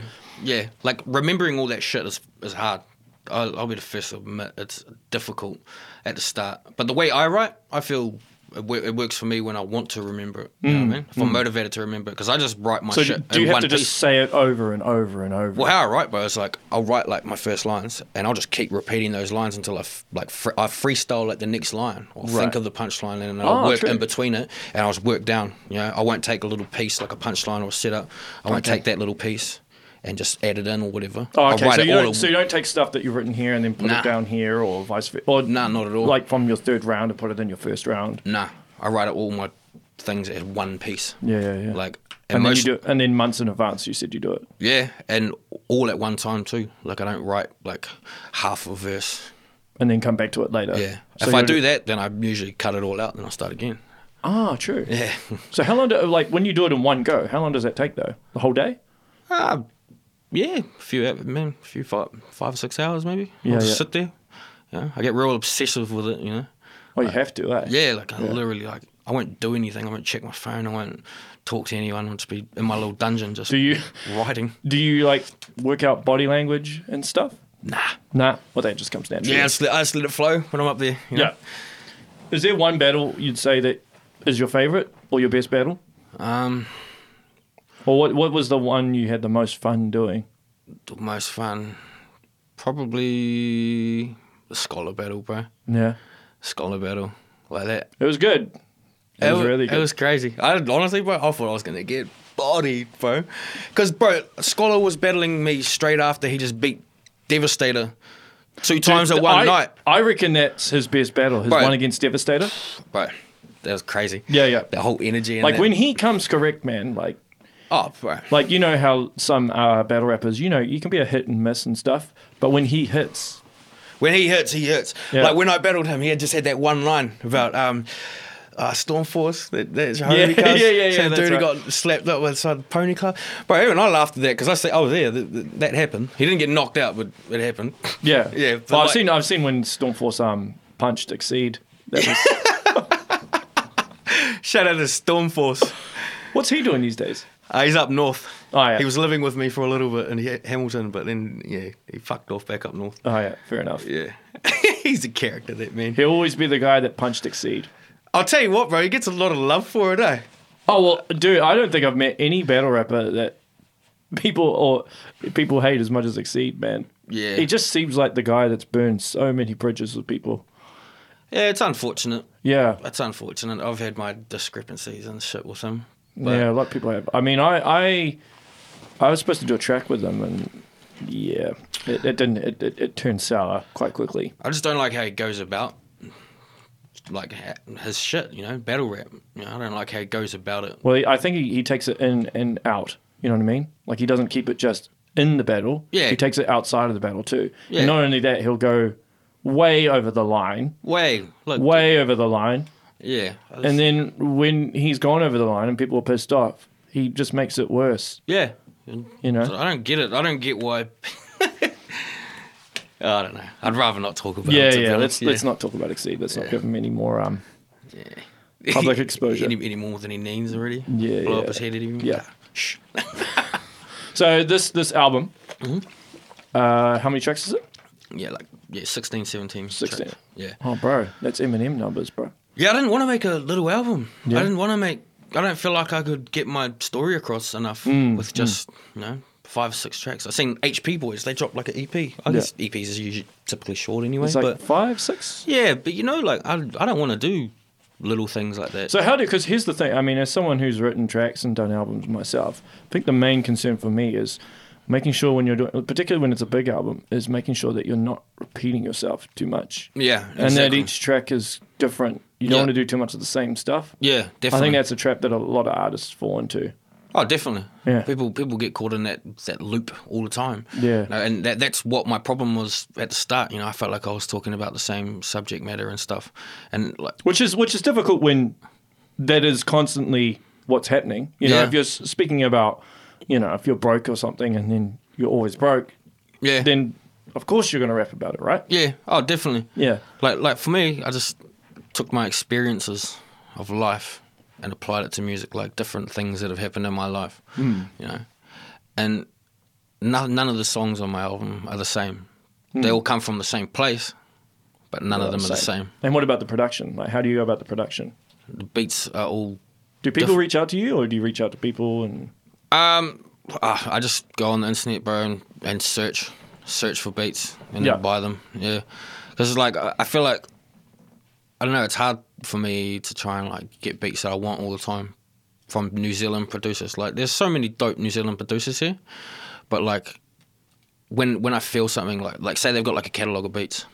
Speaker 2: yeah. Like remembering all that shit is is hard. I'll, I'll be the first to admit it's difficult at the start. But the way I write, I feel. It, wor- it works for me when I want to remember it. You know what I mean? If I'm motivated to remember it, because I just write my
Speaker 1: Mm. So do,
Speaker 2: shit.
Speaker 1: do
Speaker 2: in
Speaker 1: you have
Speaker 2: one
Speaker 1: to
Speaker 2: piece.
Speaker 1: just say it over and over and over?
Speaker 2: Well, how I write, bro, is like I'll write like my first lines, and I'll just keep repeating those lines until I f- like fr- I freestyle like the next line or
Speaker 1: Right.
Speaker 2: think of the punchline, and then I'll
Speaker 1: Oh,
Speaker 2: work
Speaker 1: true.
Speaker 2: in between it, and I'll just work down. You know, I won't take a little piece like a punchline or a setup. I won't take that little piece and just add it in or whatever.
Speaker 1: Oh, okay.
Speaker 2: I'll write
Speaker 1: So
Speaker 2: it
Speaker 1: you,
Speaker 2: all
Speaker 1: don't,
Speaker 2: at-
Speaker 1: so you don't take stuff that you've written here and then put
Speaker 2: Nah.
Speaker 1: it down here, or vice versa, or
Speaker 2: Nah, not at all.
Speaker 1: Like from your third round to put it in your first round.
Speaker 2: nah, I write all my things as one piece.
Speaker 1: Yeah, yeah, yeah.
Speaker 2: Like
Speaker 1: and then
Speaker 2: most-
Speaker 1: you do, and then months in advance, you said you do it.
Speaker 2: yeah, and all at one time too. Like I don't write like half a verse.
Speaker 1: and then come back to it later.
Speaker 2: Yeah.
Speaker 1: Uh, So
Speaker 2: if I
Speaker 1: you're-
Speaker 2: do that, then I usually cut it all out, and I start again.
Speaker 1: ah, true.
Speaker 2: Yeah.
Speaker 1: So how long do like when you do it in one go? How long does that take though? The whole day?
Speaker 2: Uh, yeah, a few, hou- man, a few five, five or six hours maybe.
Speaker 1: Yeah,
Speaker 2: I'll just
Speaker 1: yeah.
Speaker 2: sit there. You know, I get real obsessive with it, you know.
Speaker 1: Oh, you have to, eh?
Speaker 2: Uh, Yeah, like I literally like I won't do anything. I won't check my phone. I won't talk to anyone. I'll just be in my little dungeon, just
Speaker 1: Do you
Speaker 2: writing.
Speaker 1: do you like work out body language and stuff?
Speaker 2: Nah.
Speaker 1: Nah. Well, that just comes naturally.
Speaker 2: Yeah, I just, let, I just let it flow when I'm up there. you know.
Speaker 1: Yeah. Is there one battle you'd say that is your favorite or your best battle?
Speaker 2: Um,
Speaker 1: Or what what was the one you had the most fun doing?
Speaker 2: the most fun, probably the scholar battle, bro.
Speaker 1: Yeah.
Speaker 2: Scholar battle, like that.
Speaker 1: It was good. It, was
Speaker 2: wa-
Speaker 1: really good.
Speaker 2: It was crazy. I honestly, bro, I thought I was gonna get bodied, bro. Because, bro, Scholar was battling me straight after he just beat Devastator two times at
Speaker 1: Dude,
Speaker 2: one
Speaker 1: I,
Speaker 2: night,
Speaker 1: I reckon that's his best battle, his
Speaker 2: Bro.
Speaker 1: one against Devastator.
Speaker 2: bro. That was crazy.
Speaker 1: Yeah, yeah.
Speaker 2: The whole energy. And
Speaker 1: Like
Speaker 2: that.
Speaker 1: when he comes correct, man, like
Speaker 2: Oh, bro.
Speaker 1: Like you know how some uh, battle rappers, you know, you can be a hit and miss and stuff, but when he hits,
Speaker 2: When he hurts, he hurts.
Speaker 1: Yeah.
Speaker 2: Like when I battled him, he had just had that one line about um, uh, Storm Force. That, that's yeah,
Speaker 1: yeah, yeah, yeah,
Speaker 2: Some
Speaker 1: that's
Speaker 2: dude who
Speaker 1: right.
Speaker 2: got slapped up with some pony club. Bro, even I laughed at that because I said, "Oh, yeah, that, that, that happened." He didn't get knocked out, but it happened.
Speaker 1: yeah,
Speaker 2: Yeah, but
Speaker 1: Well, I've
Speaker 2: like-
Speaker 1: seen I've seen when Stormforce um punched Exceed. That was,
Speaker 2: Shout out to Storm Force.
Speaker 1: what's he doing these days?
Speaker 2: Uh, he's up north.
Speaker 1: Oh, yeah.
Speaker 2: He was living with me for a little bit in Ha- Hamilton, but then yeah, he fucked off back up north.
Speaker 1: Oh yeah, fair enough.
Speaker 2: Yeah, he's a character that man.
Speaker 1: He'll always be the guy that punched Exceed.
Speaker 2: I'll tell you what, bro, he gets a lot of love for it, eh?
Speaker 1: Oh well, dude, I don't think I've met any battle rapper that people or people hate as much as Exceed, man.
Speaker 2: Yeah.
Speaker 1: he just seems like the guy that's burned so many bridges with people.
Speaker 2: Yeah, it's unfortunate.
Speaker 1: Yeah,
Speaker 2: It's unfortunate. I've had my discrepancies and shit with him.
Speaker 1: yeah, a lot of people have. I mean, I, I, I was supposed to do a track with them, and yeah, it, it didn't. It, it, it turned sour quite quickly.
Speaker 2: I just don't like how he goes about like ha- his shit. You know, battle rap. You know, I don't like how he goes about it.
Speaker 1: Well, I think he, he takes it in and out. You know what I mean? Like he doesn't keep it just in the battle.
Speaker 2: Yeah.
Speaker 1: he takes it outside of the battle too.
Speaker 2: Yeah.
Speaker 1: And not only that, he'll go way over the line,
Speaker 2: Way, look,
Speaker 1: way over the line,
Speaker 2: yeah,
Speaker 1: and then when he's gone over the line and people are pissed off, he just makes it worse.
Speaker 2: yeah.
Speaker 1: You know?
Speaker 2: I don't get it. I don't get why. I don't know. I'd rather not talk about
Speaker 1: yeah,
Speaker 2: it. to be
Speaker 1: yeah. Let's
Speaker 2: honest.
Speaker 1: let's not talk about Exceed. Let's not
Speaker 2: Yeah.
Speaker 1: give him any more. Um,
Speaker 2: Yeah.
Speaker 1: public exposure.
Speaker 2: any, any more than he needs already.
Speaker 1: Yeah,
Speaker 2: Blow
Speaker 1: yeah.
Speaker 2: up his head at him.
Speaker 1: Yeah.
Speaker 2: Shh.
Speaker 1: so this this album,
Speaker 2: Mm-hmm.
Speaker 1: uh, how many tracks is it?
Speaker 2: Yeah, like yeah, 16, 17.
Speaker 1: 16.
Speaker 2: tracks. Yeah.
Speaker 1: Oh, bro, that's Eminem numbers, bro.
Speaker 2: Yeah, I didn't want to make a little album.
Speaker 1: Yeah.
Speaker 2: I didn't want to make. I don't feel like I could get my story across enough
Speaker 1: Mm,
Speaker 2: with just you know five six tracks. I've seen HP Boys; they dropped like an EP. I guess EPs is usually typically short anyway.
Speaker 1: It's like
Speaker 2: but
Speaker 1: five, six.
Speaker 2: yeah, but you know, like I, I don't want to do little things like that.
Speaker 1: So how do? Because here's the thing. I mean, as someone who's written tracks and done albums myself, I think the main concern for me is making sure when you're doing, particularly when it's a big album, is making sure that you're not repeating yourself too much,
Speaker 2: yeah,
Speaker 1: and that
Speaker 2: exactly.
Speaker 1: each track is different. You don't
Speaker 2: Yeah.
Speaker 1: want to do too much of the same stuff.
Speaker 2: yeah,
Speaker 1: I
Speaker 2: definitely.
Speaker 1: think that's a trap that a lot of artists fall into.
Speaker 2: Oh, definitely.
Speaker 1: Yeah.
Speaker 2: People people get caught in that, that loop all the time.
Speaker 1: Yeah.
Speaker 2: You know, and that that's what my problem was at the start. You know, I felt like I was talking about the same subject matter and stuff, and like
Speaker 1: which is which is difficult when that is constantly what's happening. You know,
Speaker 2: Yeah.
Speaker 1: if you're s- speaking about, you know, if you're broke or something, and then you're always broke,
Speaker 2: yeah,
Speaker 1: then of course you're going to rap about it, right?
Speaker 2: yeah. Oh, definitely.
Speaker 1: Yeah,
Speaker 2: Like like for me, I just took my experiences of life and applied it to music, like different things that have happened in my life.
Speaker 1: Hmm.
Speaker 2: You know, and no, none of the songs on my album are the same.
Speaker 1: Hmm.
Speaker 2: They all come from the same place, but none of them are the same.
Speaker 1: And what about the production? Like, how do you go about the production?
Speaker 2: The beats are all
Speaker 1: Do people
Speaker 2: Def-
Speaker 1: reach out to you, or do you reach out to people? And
Speaker 2: Um, ah, I just go on the internet, bro, and, and search, search for beats, and
Speaker 1: Yeah.
Speaker 2: then buy them. Yeah, because like I I feel like I don't know. It's hard for me to try and like get beats that I want all the time from New Zealand producers. Like, there's so many dope New Zealand producers here, but like when when I feel something like like say they've got like a catalog of beats,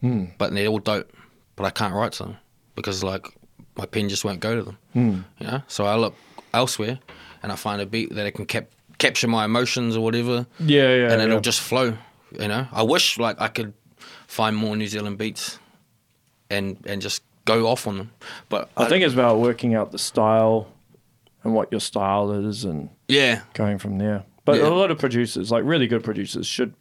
Speaker 1: Hmm.
Speaker 2: but they're all dope, but I can't write to them because like my pen just won't go to them.
Speaker 1: Hmm.
Speaker 2: Mm. You know, so I look elsewhere and I find a beat that I can cap- capture my emotions or whatever,
Speaker 1: yeah, yeah,
Speaker 2: and
Speaker 1: yeah.
Speaker 2: it'll just flow. You know, I wish like I could find more New Zealand beats and and just go off on them, but
Speaker 1: I think it's about working out the style and what your style is, and
Speaker 2: yeah,
Speaker 1: going from there. But
Speaker 2: Yeah.
Speaker 1: a lot of producers, like really good producers, should,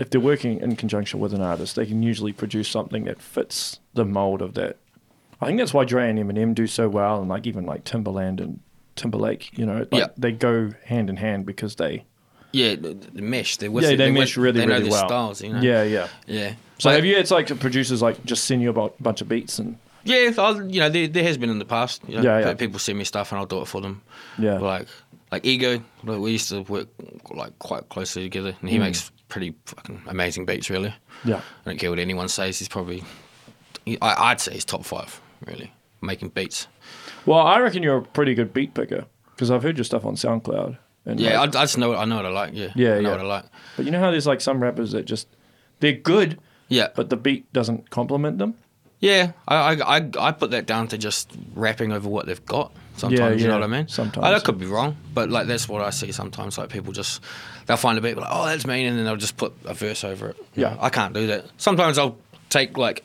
Speaker 1: if they're working in conjunction with an artist, they can usually produce something that fits the mold of that. I think that's why Dre and Eminem do so well, and like even like Timberland and Timberlake, you know, like
Speaker 2: Yeah.
Speaker 1: they go hand in hand because they,
Speaker 2: yeah, the, the mesh. They're with
Speaker 1: yeah,
Speaker 2: it.
Speaker 1: they
Speaker 2: They're
Speaker 1: mesh
Speaker 2: with-
Speaker 1: really,
Speaker 2: they know
Speaker 1: really
Speaker 2: their
Speaker 1: well.
Speaker 2: Styles, you know?
Speaker 1: Yeah, yeah.
Speaker 2: yeah.
Speaker 1: So
Speaker 2: But-
Speaker 1: have you? It's like producers like just send you a bu- bunch of beats and
Speaker 2: Yeah, if I, you know, there, there has been in the past. You know,
Speaker 1: Yeah, yeah.
Speaker 2: pe- People send me stuff and I'll do it for them.
Speaker 1: Yeah.
Speaker 2: Like, like Ego, like we used to work like quite closely together,
Speaker 1: Mm.
Speaker 2: and he makes pretty fucking amazing beats, really.
Speaker 1: yeah,
Speaker 2: I don't care what anyone says. He's probably, he- I, I'd say he's top five, really, making beats.
Speaker 1: Well, I reckon you're a pretty good beat picker because I've heard your stuff on SoundCloud. And
Speaker 2: Yeah,
Speaker 1: like-
Speaker 2: I, I just know, I know what I like. Yeah,
Speaker 1: Yeah,
Speaker 2: I know
Speaker 1: yeah.
Speaker 2: what I like.
Speaker 1: but you know how there's like some rappers that just they're good,
Speaker 2: Yeah,
Speaker 1: but the beat doesn't complement them.
Speaker 2: Yeah, I, I, I, I put that down to just rapping over what they've got. Sometimes, you know
Speaker 1: yeah,
Speaker 2: what I mean.
Speaker 1: sometimes,
Speaker 2: I,
Speaker 1: yeah.
Speaker 2: that could be wrong, but like that's what I see sometimes. Like people just they'll find a beat like, oh, that's mean, and then they'll just put a verse over it. You
Speaker 1: Yeah.
Speaker 2: know, I can't do that. Sometimes I'll take like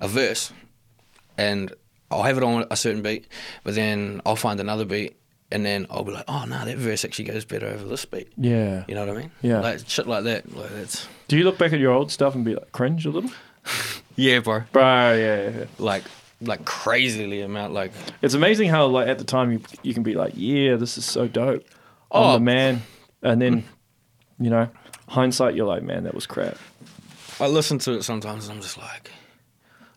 Speaker 2: a verse, and I'll have it on a certain beat, but then I'll find another beat, and then I'll be like, oh no, that verse actually goes better over this beat.
Speaker 1: Yeah.
Speaker 2: You know what I mean?
Speaker 1: Yeah.
Speaker 2: Like shit like that. Like that's
Speaker 1: Do you look back at your old stuff and be like cringe a little?
Speaker 2: yeah, bro.
Speaker 1: Bro, yeah, yeah, yeah.
Speaker 2: Like like crazily amount like.
Speaker 1: It's amazing how like at the time you you can be like, yeah, this is so dope. I'm
Speaker 2: Oh.
Speaker 1: the man, and then you know, hindsight, you're like, man, that was crap.
Speaker 2: I listen to it sometimes and I'm just like,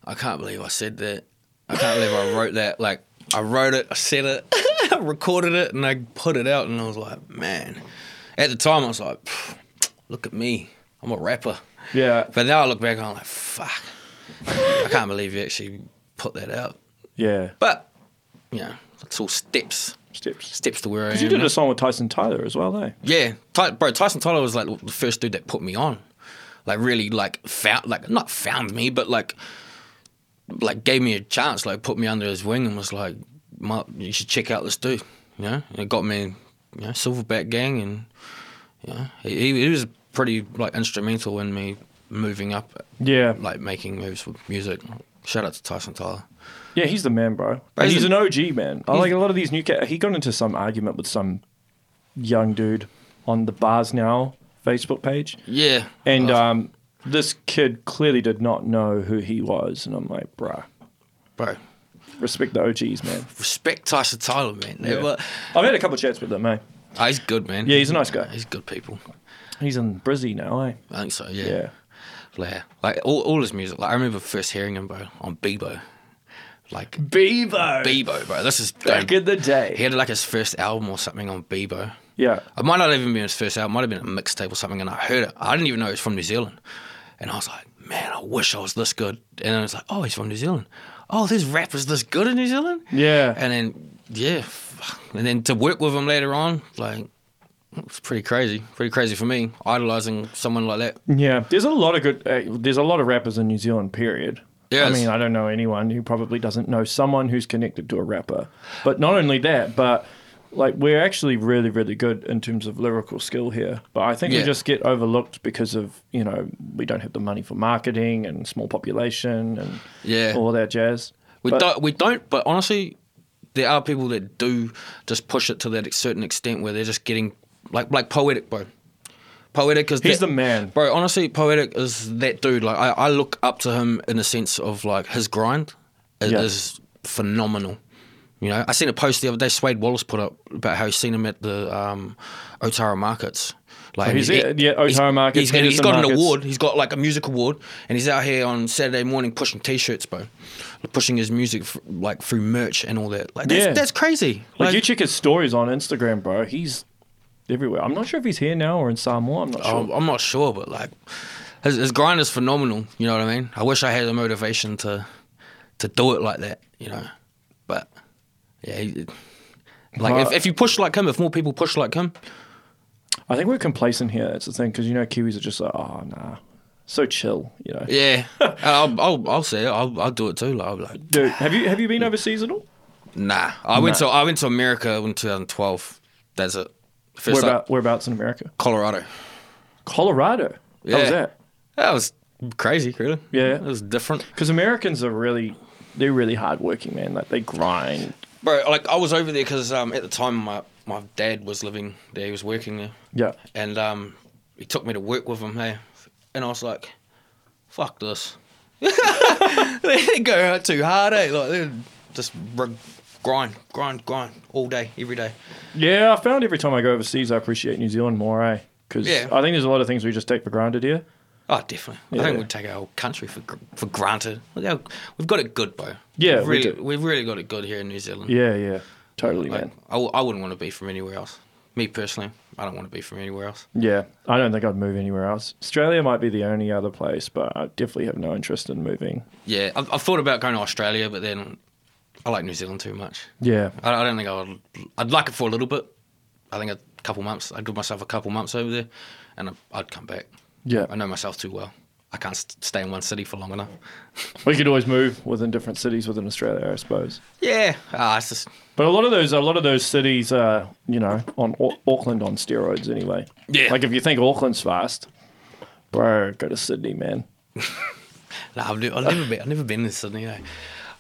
Speaker 2: I can't believe I said that. I can't believe I wrote that. Like, I wrote it, I said it, I recorded it, and I put it out, and I was like, man. At the time, I was like, "Pff, look at me. I'm a rapper.
Speaker 1: Yeah,
Speaker 2: But now I look back and I'm like, fuck. I can't believe you actually put that out.
Speaker 1: yeah.
Speaker 2: But, you know, it's all steps,
Speaker 1: Steps.
Speaker 2: steps to where I am.
Speaker 1: Because you did
Speaker 2: now.
Speaker 1: a song with Tyson Tyler as well, eh?
Speaker 2: Yeah, Ty- bro. Tyson Tyler was like the first dude that put me on, like really like found like not found me, but like like gave me a chance, like put me under his wing and was like, "Mark, you should check out this dude," you know. And it got me, you know, Silverback Gang, and you know, he, he was pretty like instrumental in me moving up,
Speaker 1: Yeah,
Speaker 2: like making moves with music. Shout out to Tyson Tyler.
Speaker 1: yeah. He's the man, bro.
Speaker 2: Bro,
Speaker 1: he's
Speaker 2: he's
Speaker 1: an
Speaker 2: a-
Speaker 1: OG man. I like a lot of these new cats. He got into some argument with some young dude on the Bars Now Facebook page.
Speaker 2: Yeah,
Speaker 1: And
Speaker 2: Oh,
Speaker 1: um, this kid clearly did not know who he was, and I'm like, bruh,
Speaker 2: bro.
Speaker 1: respect the OGs, man.
Speaker 2: Respect Tyson Tyler, man. They
Speaker 1: Yeah.
Speaker 2: were-
Speaker 1: I've had a couple of chats with him, eh? mate.
Speaker 2: Oh, he's good, man.
Speaker 1: Yeah, he's a nice guy.
Speaker 2: He's good people.
Speaker 1: He's in Brizzy now, eh?
Speaker 2: I think so. Yeah.
Speaker 1: Yeah.
Speaker 2: Like, like all, all his music. Like I remember first hearing him, bro, on Bebo. Like
Speaker 1: Bebo.
Speaker 2: Bebo, bro. This is
Speaker 1: Back in the day.
Speaker 2: He had like his first album or something on Bebo.
Speaker 1: Yeah.
Speaker 2: It might not even been his first album. It might have been a mixtape or something. And I heard it. I didn't even know it was from New Zealand. And I was like, man, I wish I was this good. And I was like, oh, he's from New Zealand. Oh, this rapper's this good in New Zealand.
Speaker 1: Yeah.
Speaker 2: And then yeah, fuck. and then to work with him later on, like it's pretty crazy. Pretty crazy for me, idolizing someone like that.
Speaker 1: Yeah, there's a lot of good. Uh, there's a lot of rappers in New Zealand. Period.
Speaker 2: Yes.
Speaker 1: I mean, I don't know anyone who probably doesn't know someone who's connected to a rapper. But not only that, but like we're actually really, really good in terms of lyrical skill here. But I think
Speaker 2: Yeah.
Speaker 1: we just get overlooked because of you know we don't have the money for marketing and small population and
Speaker 2: Yeah.
Speaker 1: all that jazz.
Speaker 2: We
Speaker 1: But-
Speaker 2: don't. We don't. But honestly, there are people that do just push it to that certain extent where they're just getting like like poetic, bro. Poetic is
Speaker 1: He's
Speaker 2: that-
Speaker 1: the man.
Speaker 2: bro. Honestly, poetic is that dude. Like I, I look up to him in the sense of like his grind is,
Speaker 1: Yeah.
Speaker 2: is phenomenal. You know, I seen a post the other day Swade Wallace put up about how he's seen him at the um, Otara markets. Like
Speaker 1: Oh, he's
Speaker 2: he-
Speaker 1: at- yeah,
Speaker 2: he's-
Speaker 1: Otara markets,
Speaker 2: he's- he's
Speaker 1: Henderson
Speaker 2: got an
Speaker 1: markets.
Speaker 2: award. He's got like a music award, and he's out here on Saturday morning pushing T-shirts, bro, pushing his music f- like through merch and all that. Like that's,
Speaker 1: Yeah.
Speaker 2: that's crazy.
Speaker 1: Like,
Speaker 2: Like,
Speaker 1: you check his stories on Instagram, bro. He's everywhere. I'm not sure if he's here now or in Samoa. I'm not sure.
Speaker 2: Um, I'm, I'm not sure, but like his, his grind is phenomenal. You know what I mean? I wish I had the motivation to to do it like that. You know, but yeah, he- like if,
Speaker 1: But-
Speaker 2: if you push like him, if more people push like him,
Speaker 1: I think we're complacent here. That's the thing, because you know Kiwis are just like, oh nah, so chill, you know.
Speaker 2: yeah, I'll, I'll I'll say it. I'll I'll do it too. Like, I'll be like
Speaker 1: Dude, have you have you
Speaker 2: Mm.
Speaker 1: been overseas at all?
Speaker 2: nah. I went to I went to America in 2012. That's it. First
Speaker 1: Where
Speaker 2: time-
Speaker 1: about, whereabouts in America?
Speaker 2: Colorado.
Speaker 1: Colorado. Yeah. How
Speaker 2: Yeah.
Speaker 1: was that?
Speaker 2: That was crazy, really.
Speaker 1: Yeah.
Speaker 2: it was different.
Speaker 1: Because Americans are really, they're really hardworking, man. Like they grind.
Speaker 2: Bro, like I was over there because um, at the time my, my dad was living there, he was working there,
Speaker 1: Yeah.
Speaker 2: and um, he took me to work with him, hey, and I was like, "Fuck this!" they go out too hard, eh? Like they just rig- grind, grind, grind all day, every day.
Speaker 1: Yeah, I found every time I go overseas, I appreciate New Zealand more, eh? Because
Speaker 2: Yeah.
Speaker 1: I think there's a lot of things we just take for granted here.
Speaker 2: Oh, definitely. I
Speaker 1: Yeah.
Speaker 2: think we take our whole country for gr- for granted. Look how- We've got it good, bro.
Speaker 1: Yeah,
Speaker 2: we've
Speaker 1: we
Speaker 2: really,
Speaker 1: do.
Speaker 2: we've really got it good here in New Zealand.
Speaker 1: Yeah, yeah, totally,
Speaker 2: Like,
Speaker 1: man.
Speaker 2: I, w- I wouldn't want to be from anywhere else. Me personally, I don't want to be from anywhere else.
Speaker 1: Yeah, I don't think I'd move anywhere else. Australia might be the only other place, but I definitely have no interest in moving.
Speaker 2: Yeah, I've, I've thought about going to Australia, but then I like New Zealand too much.
Speaker 1: Yeah,
Speaker 2: I, I don't think I would. I'd like it for a little bit. I think a couple months. I'd give myself a couple months over there, and I'd, I'd come back.
Speaker 1: yeah.
Speaker 2: I know myself too well. I can't st- stay in one city for long enough.
Speaker 1: We could always move within different cities within Australia, I suppose.
Speaker 2: Yeah, ah, it's just
Speaker 1: But a lot of those, a lot of those cities are, you know, on Au- Auckland on steroids anyway.
Speaker 2: Yeah.
Speaker 1: Like if you think Auckland's fast, bro, go to Sydney, man.
Speaker 2: Nah, I've, ne- I've never been. I've never been in Sydney. eh.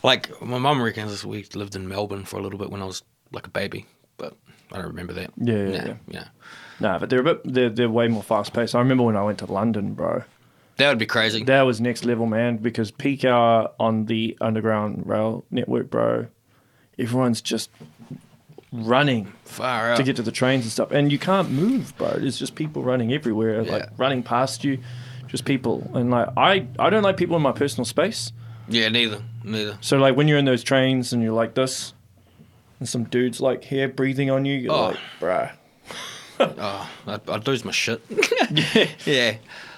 Speaker 2: Like my mum reckons we lived in Melbourne for a little bit when I was like a baby, but I don't remember that.
Speaker 1: Yeah, yeah,
Speaker 2: Nah,
Speaker 1: yeah.
Speaker 2: yeah.
Speaker 1: Nah, but they're a bit, they're, they're way more fast paced. I remember when I went to London, bro.
Speaker 2: That would be crazy.
Speaker 1: That was next level, man. Because peak hour on the underground rail network, bro, everyone's just running
Speaker 2: Far out.
Speaker 1: to get to the trains and stuff, and you can't move, bro. There's just people running everywhere,
Speaker 2: Yeah.
Speaker 1: like running past you, just people. And like I, I don't like people in my personal space.
Speaker 2: yeah, neither, neither.
Speaker 1: So like when you're in those trains and you're like this, and some dudes like here breathing on you, you're
Speaker 2: Oh.
Speaker 1: like, bruh.
Speaker 2: Oh, I, I'd lose my shit. yeah.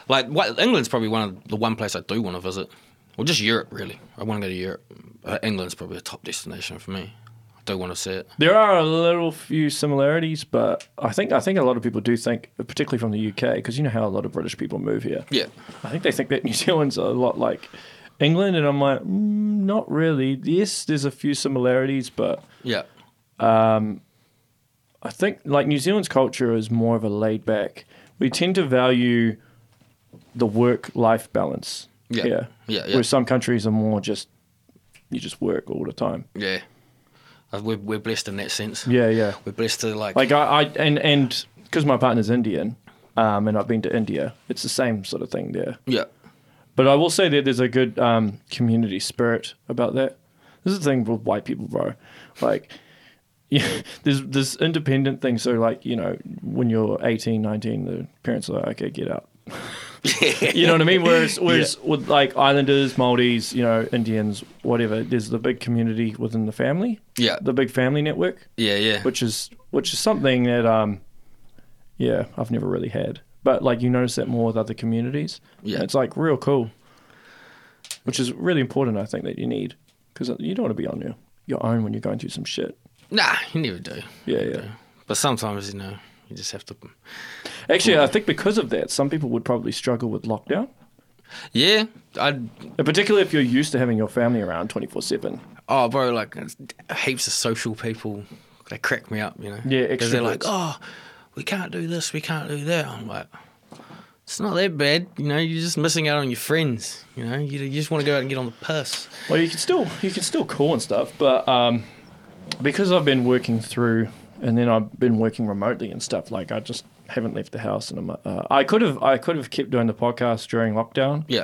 Speaker 2: Like, what, England's probably one of the one place I do want to visit. Well, just Europe, really. I want to go to Europe. Uh, England's probably a top destination for me. I do want to see it.
Speaker 1: There are a little few similarities, but I think I think a lot of people do think, particularly from the UK, because you know how a lot of British people move here.
Speaker 2: Yeah.
Speaker 1: I think they think that New Zealand's a lot like England, and I'm like, mm, not really. Yes, there's a few similarities, but
Speaker 2: Yeah.
Speaker 1: I think like New Zealand's culture is more of a laid back. We tend to value the work life balance.
Speaker 2: Yeah.
Speaker 1: here,
Speaker 2: Yeah, yeah.
Speaker 1: Where some countries are more just you just work all the time.
Speaker 2: Yeah. Uh, We're, we're blessed in that sense.
Speaker 1: Yeah, uh, yeah.
Speaker 2: We're blessed to, like,
Speaker 1: Like I, I and and because my partner's Indian, um, and I've been to India. It's the same sort of thing there.
Speaker 2: Yeah.
Speaker 1: But I will say that there's a good um, community spirit about that. This is the thing with white people, bro. Like, yeah, there's this independent thing. So, like, you know, when you're 18, 19, the parents are like, okay, get out. you know what I mean? Whereas, whereas with like Islanders, Maldives, you know, Indians, whatever, there's the big community within the family,
Speaker 2: Yeah.
Speaker 1: the big family network,
Speaker 2: Yeah. Yeah.
Speaker 1: which is which is something that um, yeah, I've never really had. But like you notice that more with other communities.
Speaker 2: Yeah.
Speaker 1: And it's like real cool, which is really important. I think that you need because you don't want to be on your your own when you're going through some shit.
Speaker 2: Nah, you never do.
Speaker 1: Yeah, yeah.
Speaker 2: But sometimes you know you just have to.
Speaker 1: Actually, I think because of that, some people would probably struggle with lockdown,
Speaker 2: Yeah. I
Speaker 1: and particularly if you're used to having your family around twenty four seven.
Speaker 2: Oh, bro, like it's- heaps of social people, they crack me up, you know.
Speaker 1: Yeah,
Speaker 2: because they're like,
Speaker 1: extroverts.
Speaker 2: oh, we can't do this, we can't do that. I'm like, it's not that bad, you know. You're just missing out on your friends, you know. You, you just want to go out and get on the piss.
Speaker 1: Well, you can still you can still call and stuff, but um, because I've been working through, and then I've been working remotely and stuff. Like I just haven't left the house, and I'm, uh, I could have I could have kept doing the podcast during lockdown,
Speaker 2: Yeah,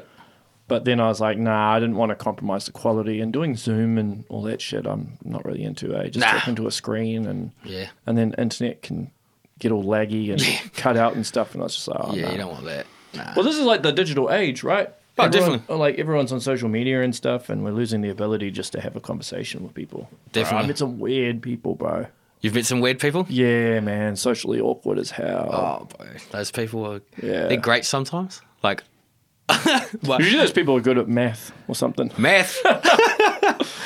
Speaker 1: but then I was like, nah, I didn't want to compromise the quality. And doing Zoom and all that shit, I'm not really into. Eh? Just
Speaker 2: Nah.
Speaker 1: talking to a screen and
Speaker 2: yeah,
Speaker 1: and then internet can get all laggy and cut out and stuff. And I was just like, oh,
Speaker 2: yeah.
Speaker 1: nah.
Speaker 2: You don't want that. Nah.
Speaker 1: Well, this is like the digital age, right?
Speaker 2: Oh,
Speaker 1: Everyone- uh,
Speaker 2: definitely.
Speaker 1: Like everyone's on social media and stuff, and we're losing the ability just to have a conversation with people. Bro,
Speaker 2: Definitely.
Speaker 1: I met some weird people, bro.
Speaker 2: You've met some weird people.
Speaker 1: Yeah, man. Socially awkward as hell.
Speaker 2: Oh, bro, those people are.
Speaker 1: Yeah.
Speaker 2: They're great sometimes. Like, like
Speaker 1: Usually those people are good at math or something.
Speaker 2: math. oh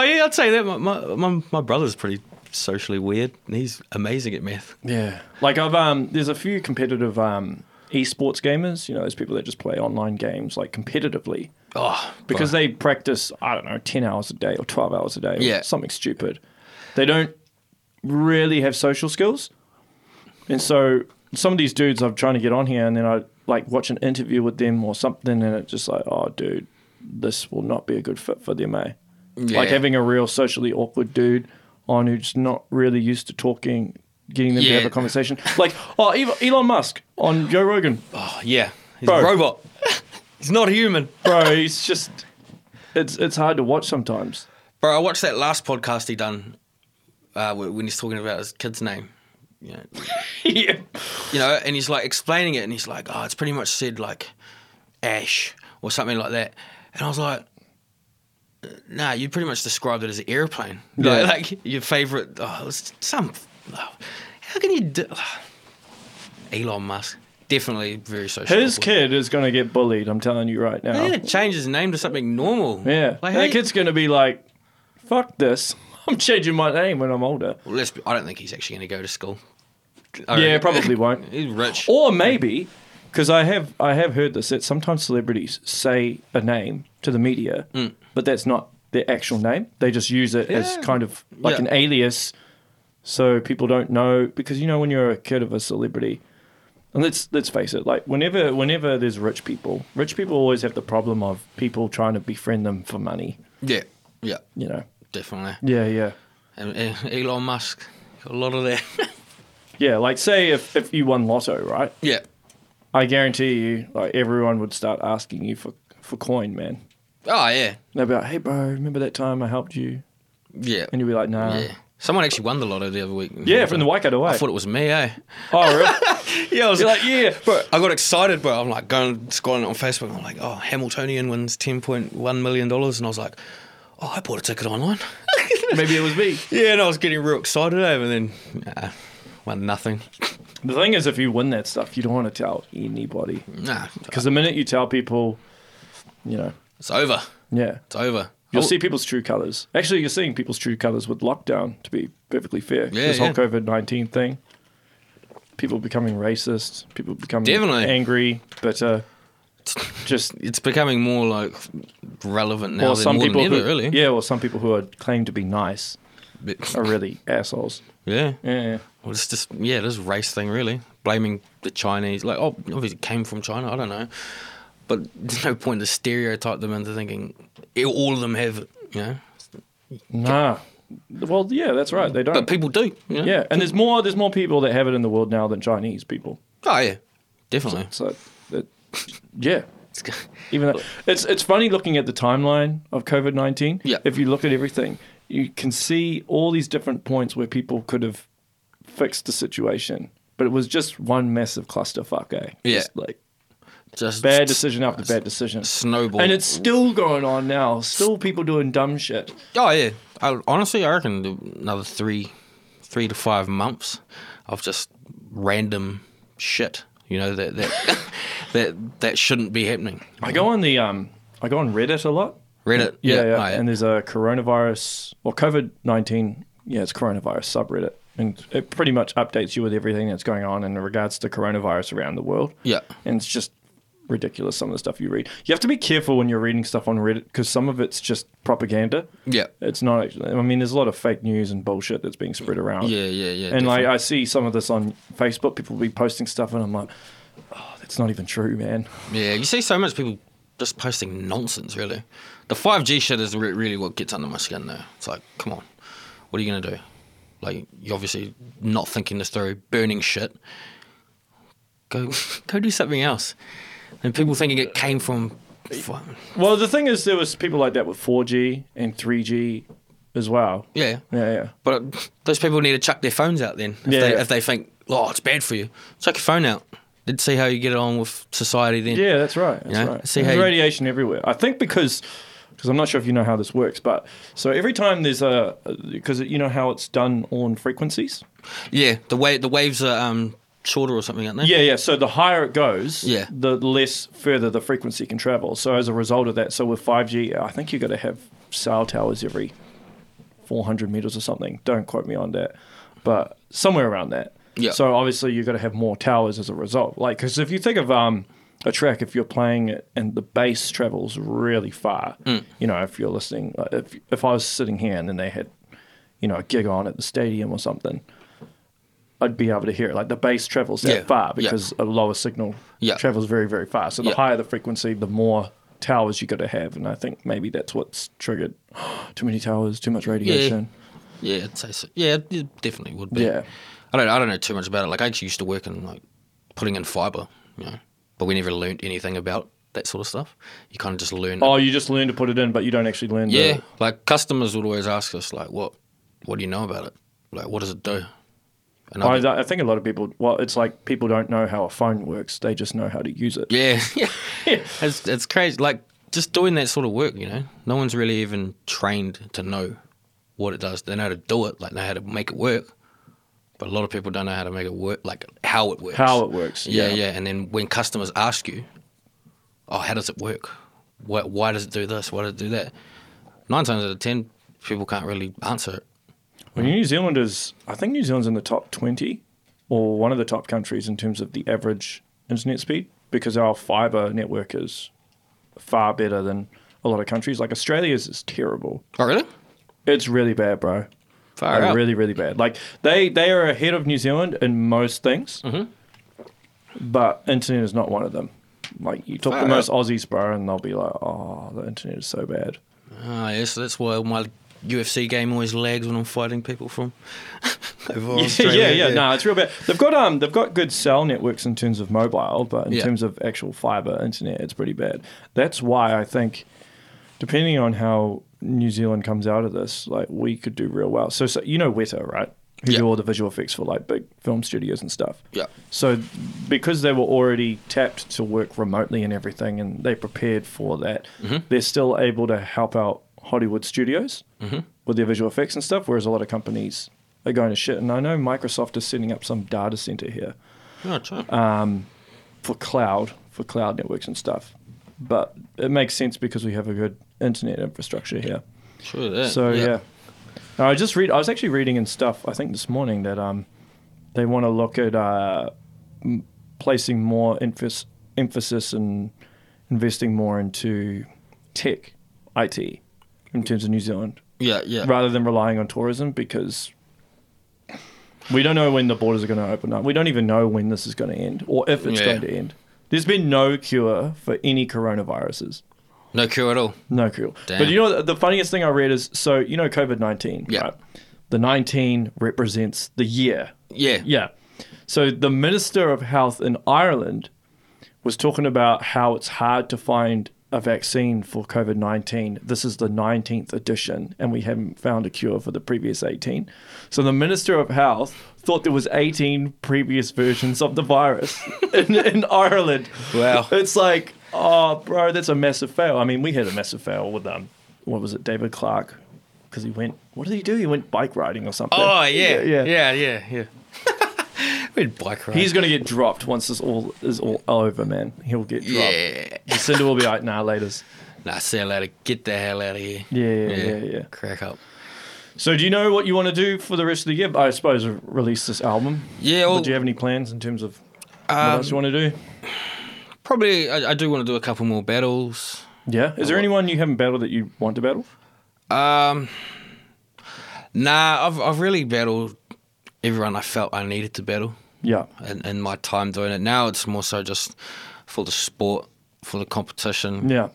Speaker 2: yeah, I'd say that. My, my my my brother's pretty socially weird. and He's amazing at math.
Speaker 1: Yeah. Like I've um there's a few competitive um esports gamers, you know, those people that just play online games like competitively.
Speaker 2: Oh,
Speaker 1: because they practice i don't know 10 hours a day or 12 hours a day or
Speaker 2: Yeah.
Speaker 1: something stupid they don't really have social skills and so some of these dudes i'm trying to get on here and then i like watch an interview with them or something and it's just like oh dude this will not be a good fit for them eh like
Speaker 2: Yeah.
Speaker 1: having a real socially awkward dude on who's not really used to talking getting them to have
Speaker 2: Yeah.
Speaker 1: a conversation like oh Ev- elon musk on joe rogan
Speaker 2: Oh yeah, he's
Speaker 1: Bro.
Speaker 2: a robot. he's not human,
Speaker 1: bro he's just it's it's hard to watch sometimes
Speaker 2: bro. I watched that last podcast he done uh, wh- when he's talking about his kid's name. You know,
Speaker 1: yeah
Speaker 2: you know, and he's like explaining it, and he's like, "Oh, it's pretty much said like Ash or something like that," and I was like. Nah, you pretty much described it as an airplane.
Speaker 1: Yeah.
Speaker 2: Like, like your favorite. Oh, it was some. oh, how can you do. Elon Musk. Definitely very social.
Speaker 1: His kid is going to get bullied. I'm telling you right now.
Speaker 2: They
Speaker 1: Yeah,
Speaker 2: need to change his name to something normal. Like, how
Speaker 1: that
Speaker 2: you-
Speaker 1: kid's going to be like, "Fuck this! I'm changing my name when I'm older."
Speaker 2: Well, let's be, I don't think he's actually going to go to school.
Speaker 1: Yeah, probably won't.
Speaker 2: He's rich.
Speaker 1: Or maybe, because I have I have heard this that sometimes celebrities say a name to the media, but that's not their actual name. They just use it as
Speaker 2: Mm. Yeah.
Speaker 1: kind of like
Speaker 2: Yeah.
Speaker 1: an alias, so people don't know. Because you know, when you're a kid of a celebrity, and let's let's face it, like whenever whenever there's rich people, rich people always have the problem of people trying to befriend them for money.
Speaker 2: Yeah, yeah,
Speaker 1: You know.
Speaker 2: definitely.
Speaker 1: Yeah, yeah.
Speaker 2: And, and Elon Musk, got a lot of that.
Speaker 1: Yeah, like say if, if you won lotto, right?
Speaker 2: yeah,
Speaker 1: I guarantee you, like everyone would start asking you for, for coin, man.
Speaker 2: oh yeah,
Speaker 1: They'd be like, hey, bro, remember that time I helped you?
Speaker 2: yeah,
Speaker 1: And you'd be like, nah.
Speaker 2: yeah. Someone actually won the lotto the other week.
Speaker 1: Yeah, from the Waikato Way.
Speaker 2: I thought it was me, eh?
Speaker 1: oh, really?
Speaker 2: Yeah, I was
Speaker 1: You're like, yeah, bro.
Speaker 2: I got excited, bro. I'm like going scrolling on Facebook. I'm like, oh, Hamiltonian wins ten point one million dollars, and I was like, oh, I bought a ticket online.
Speaker 1: Maybe it was me.
Speaker 2: yeah, and I was getting real excited, eh? And then, nah, won nothing.
Speaker 1: The thing is, if you win that stuff, you don't want to tell anybody.
Speaker 2: Nah,
Speaker 1: Because the minute you tell people, you know,
Speaker 2: it's over.
Speaker 1: yeah.
Speaker 2: It's over.
Speaker 1: You'll
Speaker 2: Oh,
Speaker 1: see people's true colors. Actually, you're seeing people's true colors with lockdown, to be perfectly fair.
Speaker 2: Yeah,
Speaker 1: this whole
Speaker 2: yeah.
Speaker 1: COVID 19 thing. People becoming racist, people becoming
Speaker 2: Definitely.
Speaker 1: angry, bitter. Just,
Speaker 2: it's becoming more like relevant now.
Speaker 1: or
Speaker 2: than
Speaker 1: some
Speaker 2: more
Speaker 1: people
Speaker 2: than
Speaker 1: who,
Speaker 2: ever, really.
Speaker 1: yeah, or some people who are claim to be nice
Speaker 2: But-
Speaker 1: are really assholes.
Speaker 2: yeah.
Speaker 1: Yeah,
Speaker 2: Well, it's just yeah, this race thing really blaming the Chinese. Like, oh, obviously it came from China. I don't know, but there's no point to stereotype them into thinking it- all of them have. it, You know,
Speaker 1: nah. Well, yeah, that's right. They don't.
Speaker 2: but people do. You know?
Speaker 1: yeah, and there's more. There's more people that have it in the world now than Chinese people.
Speaker 2: Oh yeah. definitely.
Speaker 1: So, that, yeah,
Speaker 2: It's g-
Speaker 1: even though it's it's funny looking at the timeline of COVID nineteen.
Speaker 2: Yeah.
Speaker 1: If you look at everything, you can see all these different points where people could have fixed the situation, but it was just one massive clusterfuck. Eh?
Speaker 2: Yeah.
Speaker 1: Just like
Speaker 2: Just
Speaker 1: bad decision after bad decision.
Speaker 2: Snowball.
Speaker 1: And it's still going on now. Still people doing dumb shit.
Speaker 2: Oh yeah. I, honestly, I reckon another three, three to five months of just random shit. You know that that that that shouldn't be happening.
Speaker 1: I go on the um, I go on Reddit a lot.
Speaker 2: Reddit.
Speaker 1: Yeah, yeah.
Speaker 2: oh,
Speaker 1: And there's a coronavirus or COVID nineteen. Yeah, it's coronavirus subreddit, and it pretty much updates you with everything that's going on in regards to coronavirus around the world.
Speaker 2: Yeah.
Speaker 1: and it's just ridiculous some of the stuff you read. You have to be careful when you're reading stuff on Reddit because some of it's just propaganda.
Speaker 2: yeah.
Speaker 1: It's not actually. I mean, there's a lot of fake news and bullshit that's being spread around.
Speaker 2: Yeah, yeah, yeah,
Speaker 1: And like, I see some of this on Facebook. People be posting stuff, and I'm like, oh, that's not even true, man.
Speaker 2: Yeah, you see so much people just posting nonsense, really. The 5G shit is re- really what gets under my skin, though. It's like, come on, what are you going to do? Like, you're obviously not thinking this through, burning shit. Go, go do something else. And people thinking it came from. fu-
Speaker 1: Well, the thing is, there was people like that with 4G and 3G as well.
Speaker 2: Yeah,
Speaker 1: Yeah, yeah.
Speaker 2: but uh, those people need to chuck their phones out then. If,
Speaker 1: Yeah,
Speaker 2: they,
Speaker 1: yeah.
Speaker 2: if they think, oh, it's bad for you, chuck your phone out. Then see how you get along with society then.
Speaker 1: Yeah, that's right. That's
Speaker 2: Yeah,
Speaker 1: right.
Speaker 2: see
Speaker 1: there's
Speaker 2: how you-
Speaker 1: radiation everywhere. I think because because I'm not sure if you know how this works, but so every time there's a because you know how it's done on frequencies.
Speaker 2: Yeah, the way the waves are um, shorter or something, aren't they?
Speaker 1: Yeah, yeah. So the higher it goes,
Speaker 2: Yeah.
Speaker 1: the less further the frequency can travel. So as a result of that, so with 5G, I think you got to have cell towers every 400 meters or something. Don't quote me on that, but somewhere around that.
Speaker 2: Yeah.
Speaker 1: So obviously you got to have more towers as a result. Like because if you think of um a track, if you're playing it and the bass travels really far,
Speaker 2: Mm.
Speaker 1: you know, if you're listening, uh, if if I was sitting here and then they had, you know, a gig on at the stadium or something. I'd be able to hear it. Like the bass travels that
Speaker 2: Yeah,
Speaker 1: far
Speaker 2: yeah.
Speaker 1: because a lower signal
Speaker 2: Yeah.
Speaker 1: travels very, very fast. So the
Speaker 2: Yeah.
Speaker 1: higher the frequency, the more towers you got to have. And I think maybe that's what's triggered too many towers, too much radiation.
Speaker 2: Yeah, I'd say so. Yeah, it definitely would be.
Speaker 1: Yeah.
Speaker 2: I don't I don't know too much about it. Like I actually used to work in like putting in fibre, you know. But we never learnt anything about that sort of stuff. You kinda just learn
Speaker 1: Oh, you just learn to put it in, but you don't actually learn.
Speaker 2: Yeah.
Speaker 1: The,
Speaker 2: Like customers would always ask us like what what do you know about it? Like what does it do? And I'd be-
Speaker 1: I, I think a lot of people. Well, it's like people don't know how a phone works; they just know how to use it.
Speaker 2: Yeah. yeah. It's it's crazy. Like just doing that sort of work, you know. No one's really even trained to know what it does. They know how to do it, like know how to make it work. But a lot of people don't know how to make it work, like how it works.
Speaker 1: How it works.
Speaker 2: Yeah, yeah, And then when customers ask you, "Oh, how does it work? Why, why does it do this? Why does it do that?" Nine times out of ten, people can't really answer it.
Speaker 1: Well, New Zealanders, I think New Zealand's in the top 20 or one of the top countries in terms of the average internet speed because our fiber network is far better than a lot of countries. Like Australia's is terrible.
Speaker 2: Oh, really?
Speaker 1: It's really bad, bro.
Speaker 2: Far
Speaker 1: Like,
Speaker 2: out.
Speaker 1: Really, really bad. Like they, they are ahead of New Zealand in most things,
Speaker 2: Mm-hmm.
Speaker 1: but internet is not one of them. Like you talk
Speaker 2: Far
Speaker 1: to
Speaker 2: out.
Speaker 1: most Aussies, bro, and they'll be like, "Oh, the internet is so bad."
Speaker 2: Oh, yeah. So that's why my UFC game always lags when I'm fighting people from over
Speaker 1: yeah,
Speaker 2: Australia.
Speaker 1: yeah, yeah. No, it's real bad. They've got um, they've got good cell networks in terms of mobile, but in
Speaker 2: Yeah.
Speaker 1: terms of actual fiber internet, it's pretty bad. That's why I think, depending on how New Zealand comes out of this, like we could do real well. So, so you know Weta, right? Who
Speaker 2: Yeah.
Speaker 1: do all the visual effects for like big film studios and stuff.
Speaker 2: Yeah.
Speaker 1: So, because they were already tapped to work remotely and everything, and they prepared for that, they're still able to help out Hollywood studios with their visual effects and stuff. Whereas a lot of companies are going to shit. And I know Microsoft is setting up some data center here
Speaker 2: Oh, true.
Speaker 1: for cloud, for cloud networks and stuff. But it makes sense because we have a good internet infrastructure here.
Speaker 2: True that.
Speaker 1: So yeah. No, I just read. I was actually reading and stuff. I think this morning that um, they want to look at uh, m- placing more emphasis emphasis and investing more into tech, IT, in terms of New Zealand,
Speaker 2: yeah, yeah.
Speaker 1: rather than relying on tourism because we don't know when the borders are going to open up. We don't even know when this is going to end or if it's
Speaker 2: Yeah.
Speaker 1: going to end. There's been no cure for any coronaviruses.
Speaker 2: No cure at all.
Speaker 1: No, cool. But
Speaker 2: Damn.
Speaker 1: you know what the funniest thing I read is so you know COVID nineteen.
Speaker 2: Yeah.
Speaker 1: The nineteen represents the year.
Speaker 2: Yeah.
Speaker 1: Yeah. So the Minister of Health in Ireland was talking about how it's hard to find a vaccine for COVID 19. This is the 19th edition, and we haven't found a cure for the previous 18. So the Minister of Health thought there was 18 previous versions of the virus in, in Ireland.
Speaker 2: Wow.
Speaker 1: It's like, oh, bro, that's a massive fail. I mean, we had a massive fail with, um, what was it, David Clark? Because he went, what did he do? He went bike riding or something.
Speaker 2: Oh yeah, yeah, yeah, yeah, yeah. We'd bike ride.
Speaker 1: He's gonna get dropped once this all is all over, man. He'll get dropped.
Speaker 2: yeah.
Speaker 1: Jacinda will be like, nah, laters.
Speaker 2: Nah, see you later. Get the hell out of here.
Speaker 1: Yeah, yeah, yeah, yeah.
Speaker 2: Crack up.
Speaker 1: So, do you know what you want to do for the rest of the year? I suppose release this album.
Speaker 2: Yeah, well- Um,
Speaker 1: But do you have any plans in terms of what else you want to do?
Speaker 2: Probably, I, I do want to do a couple more battles.
Speaker 1: Yeah. Is there anyone you haven't battled that you want to battle?
Speaker 2: Um, nah, I've I've really battled everyone I felt I needed to battle
Speaker 1: Yeah.
Speaker 2: in, in my time doing it. Now it's more so just for the sport, for the competition.
Speaker 1: Yeah.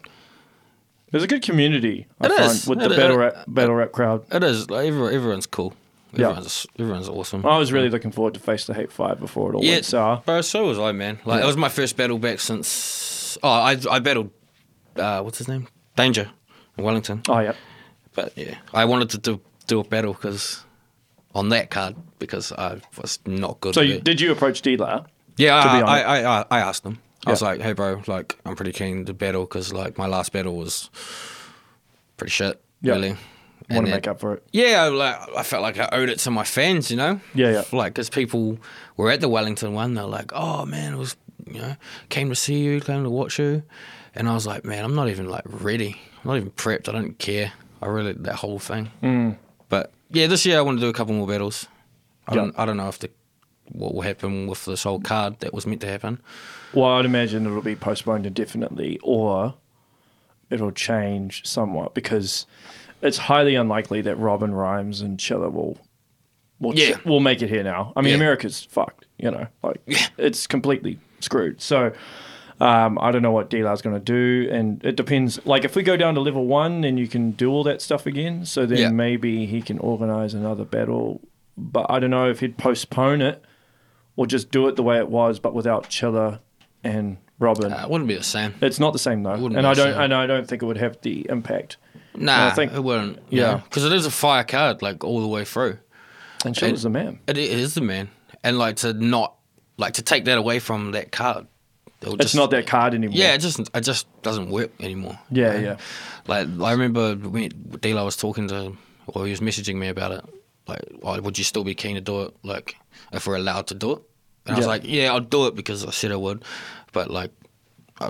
Speaker 1: There's a good community. I
Speaker 2: It
Speaker 1: find,
Speaker 2: is.
Speaker 1: with
Speaker 2: It-
Speaker 1: the battle
Speaker 2: it-
Speaker 1: rap battle rap crowd.
Speaker 2: It is like everyone, everyone's cool.
Speaker 1: Yeah.
Speaker 2: Everyone's everyone's awesome.
Speaker 1: I was really looking forward to face the hate five before it all
Speaker 2: Yeah,
Speaker 1: went sour.
Speaker 2: bro. So was I, man. Like it was my first battle back since. Oh, I I battled. Uh, what's his name? Danger, in Wellington.
Speaker 1: Oh yeah.
Speaker 2: But yeah, I wanted to do do a battle because on that card because I was not good.
Speaker 1: So
Speaker 2: at
Speaker 1: you,
Speaker 2: it.
Speaker 1: did you approach D-Lar?
Speaker 2: Yeah,
Speaker 1: to
Speaker 2: I,
Speaker 1: be
Speaker 2: I,
Speaker 1: honest.
Speaker 2: I, I, I asked them. I was
Speaker 1: Yeah.
Speaker 2: like, hey, bro, like, I'm pretty keen to battle because, like, my last battle was pretty shit,
Speaker 1: Yeah.
Speaker 2: really. And
Speaker 1: Want
Speaker 2: then-
Speaker 1: to make up for it?
Speaker 2: Yeah, I, like, I felt like I owed it to my fans, you know?
Speaker 1: Yeah, yeah.
Speaker 2: Like, because people were at the Wellington one, they're like, oh, man, it was, you know, came to see you, came to watch you. And I was like, man, I'm not even, like, ready. I'm not even prepped. I don't care. I really, that whole thing.
Speaker 1: Mm.
Speaker 2: But yeah, this year I want to do a couple more battles. I,
Speaker 1: Yeah.
Speaker 2: don't, I don't know if the what will happen with this whole card that was meant to happen.
Speaker 1: Well, I'd imagine it'll be postponed indefinitely or it'll change somewhat because it's highly unlikely that Robin Rhymes and Chilla will will,
Speaker 2: Yeah.
Speaker 1: will make it here now. I mean,
Speaker 2: Yeah.
Speaker 1: America's fucked, you know, like it's completely screwed. So um, I don't know what D-Lar's going to do. And it depends. Like, if we go down to level one, then you can do all that stuff again. So then
Speaker 2: Yeah.
Speaker 1: maybe he can organize another battle. But I don't know if he'd postpone it or just do it the way it was, but without Chiller and Robin.
Speaker 2: Uh, it wouldn't be the same.
Speaker 1: it's not the same though,
Speaker 2: wouldn't
Speaker 1: and
Speaker 2: be
Speaker 1: I
Speaker 2: the
Speaker 1: don't,
Speaker 2: same.
Speaker 1: and I don't think it would have the impact.
Speaker 2: Nah,
Speaker 1: I think-
Speaker 2: it wouldn't.
Speaker 1: yeah.
Speaker 2: Yeah, because it is a fire card, like all the way through.
Speaker 1: And Chiller's the man.
Speaker 2: It i- it is the man, and like to not like to take that away from that card. it'll
Speaker 1: It's
Speaker 2: just-
Speaker 1: not that card anymore.
Speaker 2: Yeah, it just it just doesn't work anymore.
Speaker 1: yeah,
Speaker 2: you know?
Speaker 1: yeah.
Speaker 2: Like I remember when Dilo was talking to, or he was messaging me about it. Like, oh, would you still be keen to do it? Like, if we're allowed to do it? And I was
Speaker 1: Yeah.
Speaker 2: like, yeah, I'll do it because I said I would. But like, I,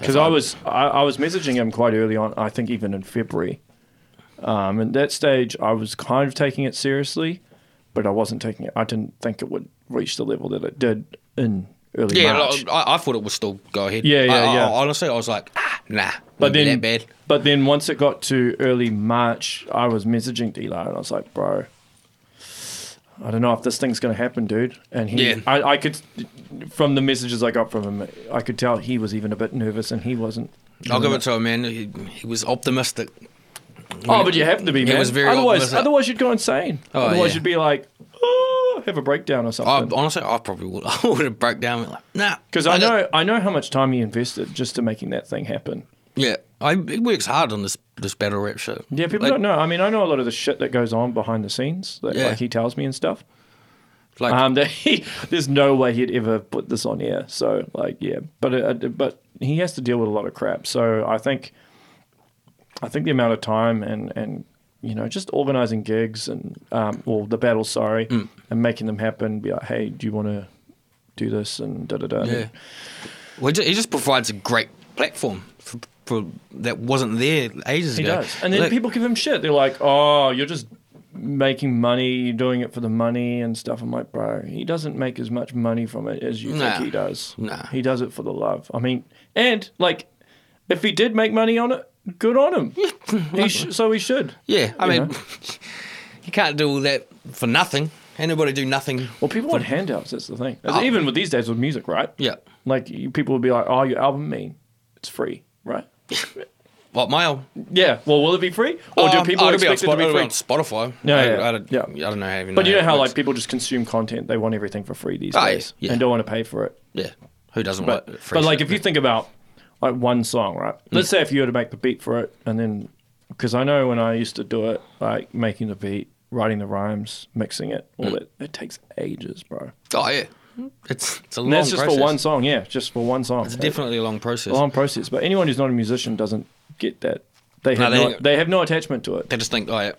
Speaker 1: Because I was, I, I was messaging him quite early on. I think even in February. Um, at that stage, I was kind of taking it seriously, but I wasn't taking it. I didn't think it would reach the level that it did in early
Speaker 2: yeah,
Speaker 1: March.
Speaker 2: like, I, I thought it would still go ahead.
Speaker 1: Yeah, yeah,
Speaker 2: I- I-
Speaker 1: yeah.
Speaker 2: honestly, I was like, ah, nah,
Speaker 1: but then,
Speaker 2: that bad.
Speaker 1: but then once it got to early March, I was messaging Dela and I was like, bro, I don't know if this thing's going to happen, dude. And he,
Speaker 2: Yeah.
Speaker 1: I, I could, from the messages I got from him, I could tell he was even a bit nervous and he wasn't.
Speaker 2: I'll give it to him, man. He, he was optimistic.
Speaker 1: Oh, but you have to be,
Speaker 2: It
Speaker 1: man.
Speaker 2: was very
Speaker 1: otherwise,
Speaker 2: optimistic.
Speaker 1: otherwise you'd go insane.
Speaker 2: Oh,
Speaker 1: otherwise,
Speaker 2: yeah.
Speaker 1: you'd be like, oh, have a breakdown or
Speaker 2: I,
Speaker 1: something.
Speaker 2: honestly, I probably would. I would have broke down. and Like, nah,
Speaker 1: Because I
Speaker 2: don't-
Speaker 1: know, I know how much time he invested just to making that thing happen.
Speaker 2: Yeah, I, he works hard on this this battle rap shit.
Speaker 1: Yeah, people
Speaker 2: Like-
Speaker 1: don't know. I mean, I know a lot of the shit that goes on behind the scenes that
Speaker 2: Yeah.
Speaker 1: like he tells me and stuff.
Speaker 2: Like,
Speaker 1: Um, that he, there's no way he'd ever put this on air. So like, yeah, but uh, but he has to deal with a lot of crap. So I think, I think the amount of time and and you know just organizing gigs and um, well the battles, sorry,
Speaker 2: Mm.
Speaker 1: and making them happen. Be like, hey, do you want to do this and da da da.
Speaker 2: yeah, well, ju- he just provides a great platform for, for that wasn't there ages
Speaker 1: He
Speaker 2: ago.
Speaker 1: does. And then
Speaker 2: Like,
Speaker 1: people give him shit. They're like, oh, you're just making money, you're doing it for the money and stuff. I'm like, bro, he doesn't make as much money from it as you
Speaker 2: Nah.
Speaker 1: think he does.
Speaker 2: Nah.
Speaker 1: He does it for the love. I mean, and like, if he did make money on it, good on him. he sh- so he should.
Speaker 2: Yeah, I
Speaker 1: you
Speaker 2: mean,
Speaker 1: know.
Speaker 2: you can't do all that for nothing. Anybody do nothing?
Speaker 1: Well, people want handouts. That's the thing.
Speaker 2: Oh.
Speaker 1: Even with these days with music, right?
Speaker 2: Yeah.
Speaker 1: Like, you, people would be like, oh, your album mean? It's free, right?
Speaker 2: What my own?
Speaker 1: Yeah. Well, will it be free? Or do
Speaker 2: Um,
Speaker 1: people
Speaker 2: oh, it'll be
Speaker 1: expect it
Speaker 2: on
Speaker 1: to
Speaker 2: Spot-
Speaker 1: be
Speaker 2: it'll be
Speaker 1: free?
Speaker 2: on Spotify?
Speaker 1: Yeah,
Speaker 2: I,
Speaker 1: yeah,
Speaker 2: I, don't,
Speaker 1: yeah.
Speaker 2: I don't know how. Even
Speaker 1: But you know how
Speaker 2: it
Speaker 1: like
Speaker 2: works.
Speaker 1: people just consume content; they want everything for free these
Speaker 2: Oh, yeah,
Speaker 1: days
Speaker 2: yeah.
Speaker 1: and don't want to pay for it.
Speaker 2: yeah, Who doesn't
Speaker 1: But,
Speaker 2: like fresh
Speaker 1: but like,
Speaker 2: hit?
Speaker 1: if you think about like one song, right?
Speaker 2: Mm.
Speaker 1: Let's say if you were to make the beat for it, and then because I know when I used to do it, like making the beat, writing the rhymes, mixing it, all
Speaker 2: Mm.
Speaker 1: that, it takes ages, bro.
Speaker 2: oh yeah, it's it's a long
Speaker 1: And that's just
Speaker 2: process.
Speaker 1: for one song, yeah, just for one song.
Speaker 2: It's definitely a long process.
Speaker 1: a long process. But anyone who's not a musician doesn't get that. They have
Speaker 2: No,
Speaker 1: no,
Speaker 2: they-
Speaker 1: they, have no attachment to it.
Speaker 2: They just think, oh yeah,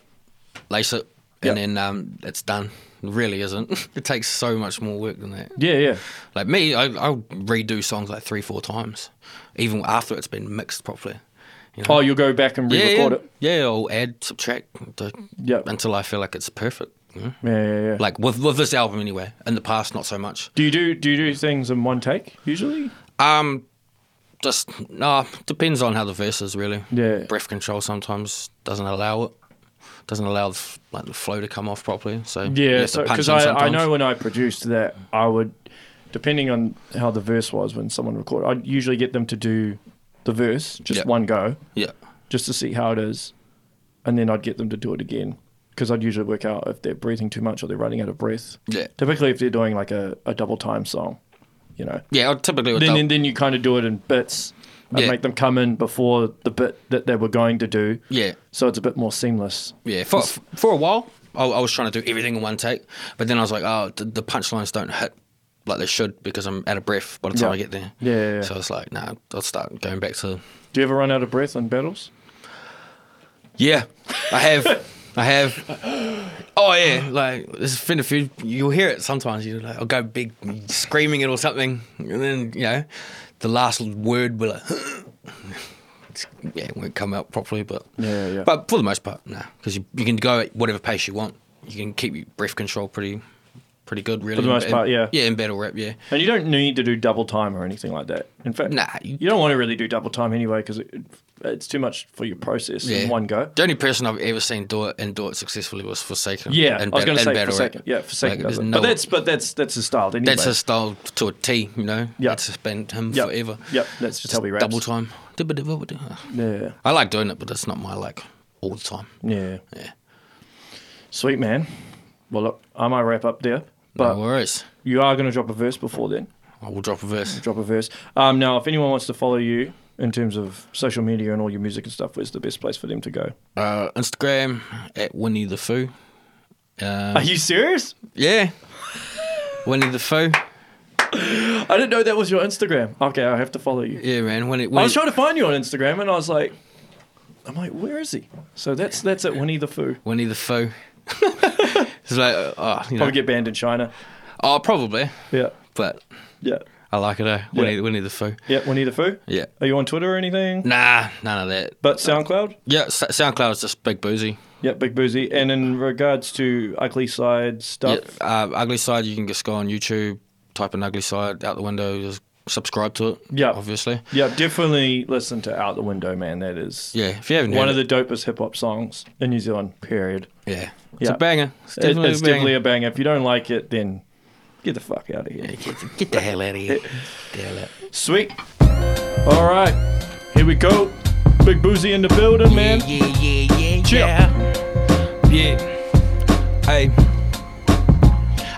Speaker 2: lace it,
Speaker 1: Yep.
Speaker 2: and then um, it's done. It really isn't. it takes so much more work than that.
Speaker 1: Yeah, yeah,
Speaker 2: Like me, I, I'll redo songs like three, four times, even after it's been mixed properly. You know?
Speaker 1: Oh, you'll go back and
Speaker 2: yeah,
Speaker 1: re-record
Speaker 2: yeah, yeah. I'll add, subtract, do,
Speaker 1: Yep.
Speaker 2: until I feel like it's perfect. you know?
Speaker 1: it. Yeah, yeah, yeah.
Speaker 2: Like with with this album anyway. In the past, not so much.
Speaker 1: do you do do you do things in one take usually?
Speaker 2: Um, just nah. Depends on how the verse is really.
Speaker 1: Yeah.
Speaker 2: Breath control sometimes doesn't allow it. Doesn't allow the, f- like the flow to come off properly. So you
Speaker 1: Yeah,
Speaker 2: have to punch
Speaker 1: because
Speaker 2: in
Speaker 1: I, I
Speaker 2: sometimes.
Speaker 1: know when I produced that, I would, depending on how the verse was when someone recorded, I'd usually get them to do the verse just
Speaker 2: Yeah.
Speaker 1: one go,
Speaker 2: Yeah.
Speaker 1: just to see how it is, and then I'd get them to do it again because I'd usually work out if they're breathing too much or they're running out of breath.
Speaker 2: Yeah.
Speaker 1: Typically, if they're doing like a, a double time song, you know,
Speaker 2: Yeah. I typically would.
Speaker 1: then,
Speaker 2: dub-
Speaker 1: then then you kind of do it in bits and
Speaker 2: Yeah.
Speaker 1: make them come in before the bit that they were going to do.
Speaker 2: yeah.
Speaker 1: So it's a bit more seamless.
Speaker 2: Yeah, for for a while, I, I was trying to do everything in one take, but then I was like, oh, the, the punchlines don't hit like they should because I'm out of breath by the time
Speaker 1: Yeah.
Speaker 2: I get there.
Speaker 1: Yeah, yeah, yeah.
Speaker 2: So it's like, nah, I'll start going back to.
Speaker 1: Do you ever run out of breath in battles?
Speaker 2: Yeah, I have, I have. Oh yeah, like there's been a few. You'll hear it sometimes. You like, I'll go big screaming it or something, and then you know, the last word will. Like, yeah, it won't come out properly, but
Speaker 1: Yeah, yeah.
Speaker 2: But for the most part, nah, because you, you can go at whatever pace you want. You can keep your breath control pretty, pretty good, really.
Speaker 1: the most
Speaker 2: in-
Speaker 1: part, yeah.
Speaker 2: Yeah, in battle rap, yeah.
Speaker 1: And you don't need to do double time or anything like that. In fact,
Speaker 2: Nah,
Speaker 1: you,
Speaker 2: you-
Speaker 1: don't want to really do double time anyway because it, it's too much for your process
Speaker 2: yeah.
Speaker 1: in one go.
Speaker 2: The only person I've ever seen do it and do it successfully was Forsaken.
Speaker 1: Yeah,
Speaker 2: in
Speaker 1: I was going
Speaker 2: bat-
Speaker 1: to
Speaker 2: in
Speaker 1: say
Speaker 2: battle rap.
Speaker 1: Forsaken. Yeah, Forsaken.
Speaker 2: Like,
Speaker 1: does
Speaker 2: there's
Speaker 1: it.
Speaker 2: no
Speaker 1: but
Speaker 2: one-
Speaker 1: that's but that's that's his style. Anyway.
Speaker 2: That's his style to a T, you know.
Speaker 1: Yeah.
Speaker 2: it's been him
Speaker 1: yep.
Speaker 2: forever.
Speaker 1: Yep, that's just, how we rap.
Speaker 2: Double time.
Speaker 1: Yeah,
Speaker 2: I like doing it, but it's not my like all the time.
Speaker 1: yeah,
Speaker 2: Yeah,
Speaker 1: sweet man. Well, look, I might wrap up there, but
Speaker 2: no worries.
Speaker 1: you are going to drop a verse before then.
Speaker 2: I will drop a verse.
Speaker 1: drop a verse. Um, now, if anyone wants to follow you in terms of social media and all your music and stuff, where's the best place for them to go?
Speaker 2: Uh, Instagram at Winnie the Foo. Um,
Speaker 1: Are you serious?
Speaker 2: yeah, Winnie the Foo.
Speaker 1: I didn't know that was your Instagram. Okay, I have to follow you.
Speaker 2: Yeah, man. Winnie.
Speaker 1: I
Speaker 2: Winnie
Speaker 1: was trying to find you on Instagram, and I was like, I'm like, where is he? So that's that's at Winnie the Foo.
Speaker 2: Winnie the Foo. it's like, uh, oh, you know.
Speaker 1: Probably get banned in China.
Speaker 2: oh, probably.
Speaker 1: Yeah,
Speaker 2: But
Speaker 1: yeah,
Speaker 2: I like it. Eh? Winnie, Winnie the Foo.
Speaker 1: yeah. Winnie the Foo.
Speaker 2: Yeah. Mm.
Speaker 1: Are you on Twitter or anything?
Speaker 2: Nah, none of that.
Speaker 1: But SoundCloud.
Speaker 2: Yeah, S- SoundCloud's just big boozy.
Speaker 1: Yeah, Big Boozy. And in regards to ugly side stuff,
Speaker 2: Yeah, uh, ugly side. You can just go on YouTube, type in ugly side out the window, just subscribe to it.
Speaker 1: Yeah.
Speaker 2: obviously.
Speaker 1: yeah, definitely listen to Out the Window, man. That is
Speaker 2: Yeah, if you haven't
Speaker 1: one
Speaker 2: heard
Speaker 1: of the dopest hip hop songs in New Zealand. Period.
Speaker 2: it, yeah, it's
Speaker 1: Yeah.
Speaker 2: a banger. It's
Speaker 1: It-
Speaker 2: definitely
Speaker 1: it's
Speaker 2: a banger.
Speaker 1: definitely a banger. If you don't like it, then get the fuck out of here.
Speaker 2: Get, get the hell out of here. Get the hell out.
Speaker 1: Sweet. All right, here we go. Big Boozy in the building, man.
Speaker 2: Yeah, yeah, yeah, yeah,
Speaker 1: Chill.
Speaker 2: yeah. Yeah. Hey.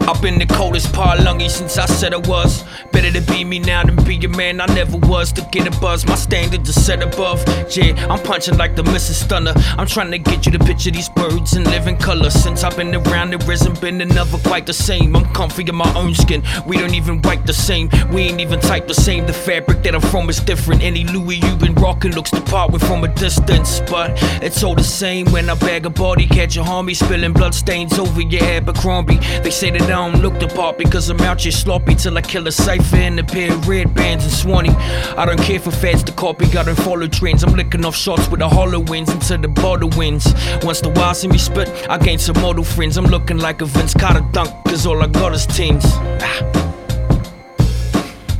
Speaker 2: I've been the coldest part lungy since I said I was. Better to be me now than be a man I never was. To get a buzz, my standards are set above. Yeah, I'm punching like the Mrs. Stunner. I'm trying to get you to picture these birds in living color. Since I've been around, there hasn't been another quite the same. I'm comfy in my own skin. We don't even wipe the same. We ain't even type the same. The fabric that I'm from is different. Any Louis you've been rocking looks the part with from a distance. But it's all the same when I bag a body. Catch a homie spilling bloodstains over your Abercrombie. They say that I don't look the part because I'm out here sloppy till I kill a cipher in a pair of red bands and Swanee. I don't care for fads to copy, I don't follow trends. I'm licking off shots with the hollow wins until the bottle wins. Once the wild see me spit, I gain some model friends. I'm looking like a Vince Carter dunk, cause all I got is teams. Ah,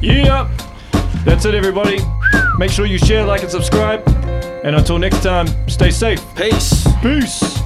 Speaker 1: Yeah. That's it, everybody. Make sure you share, like, and subscribe. And until next time, stay safe.
Speaker 2: peace.
Speaker 1: Peace.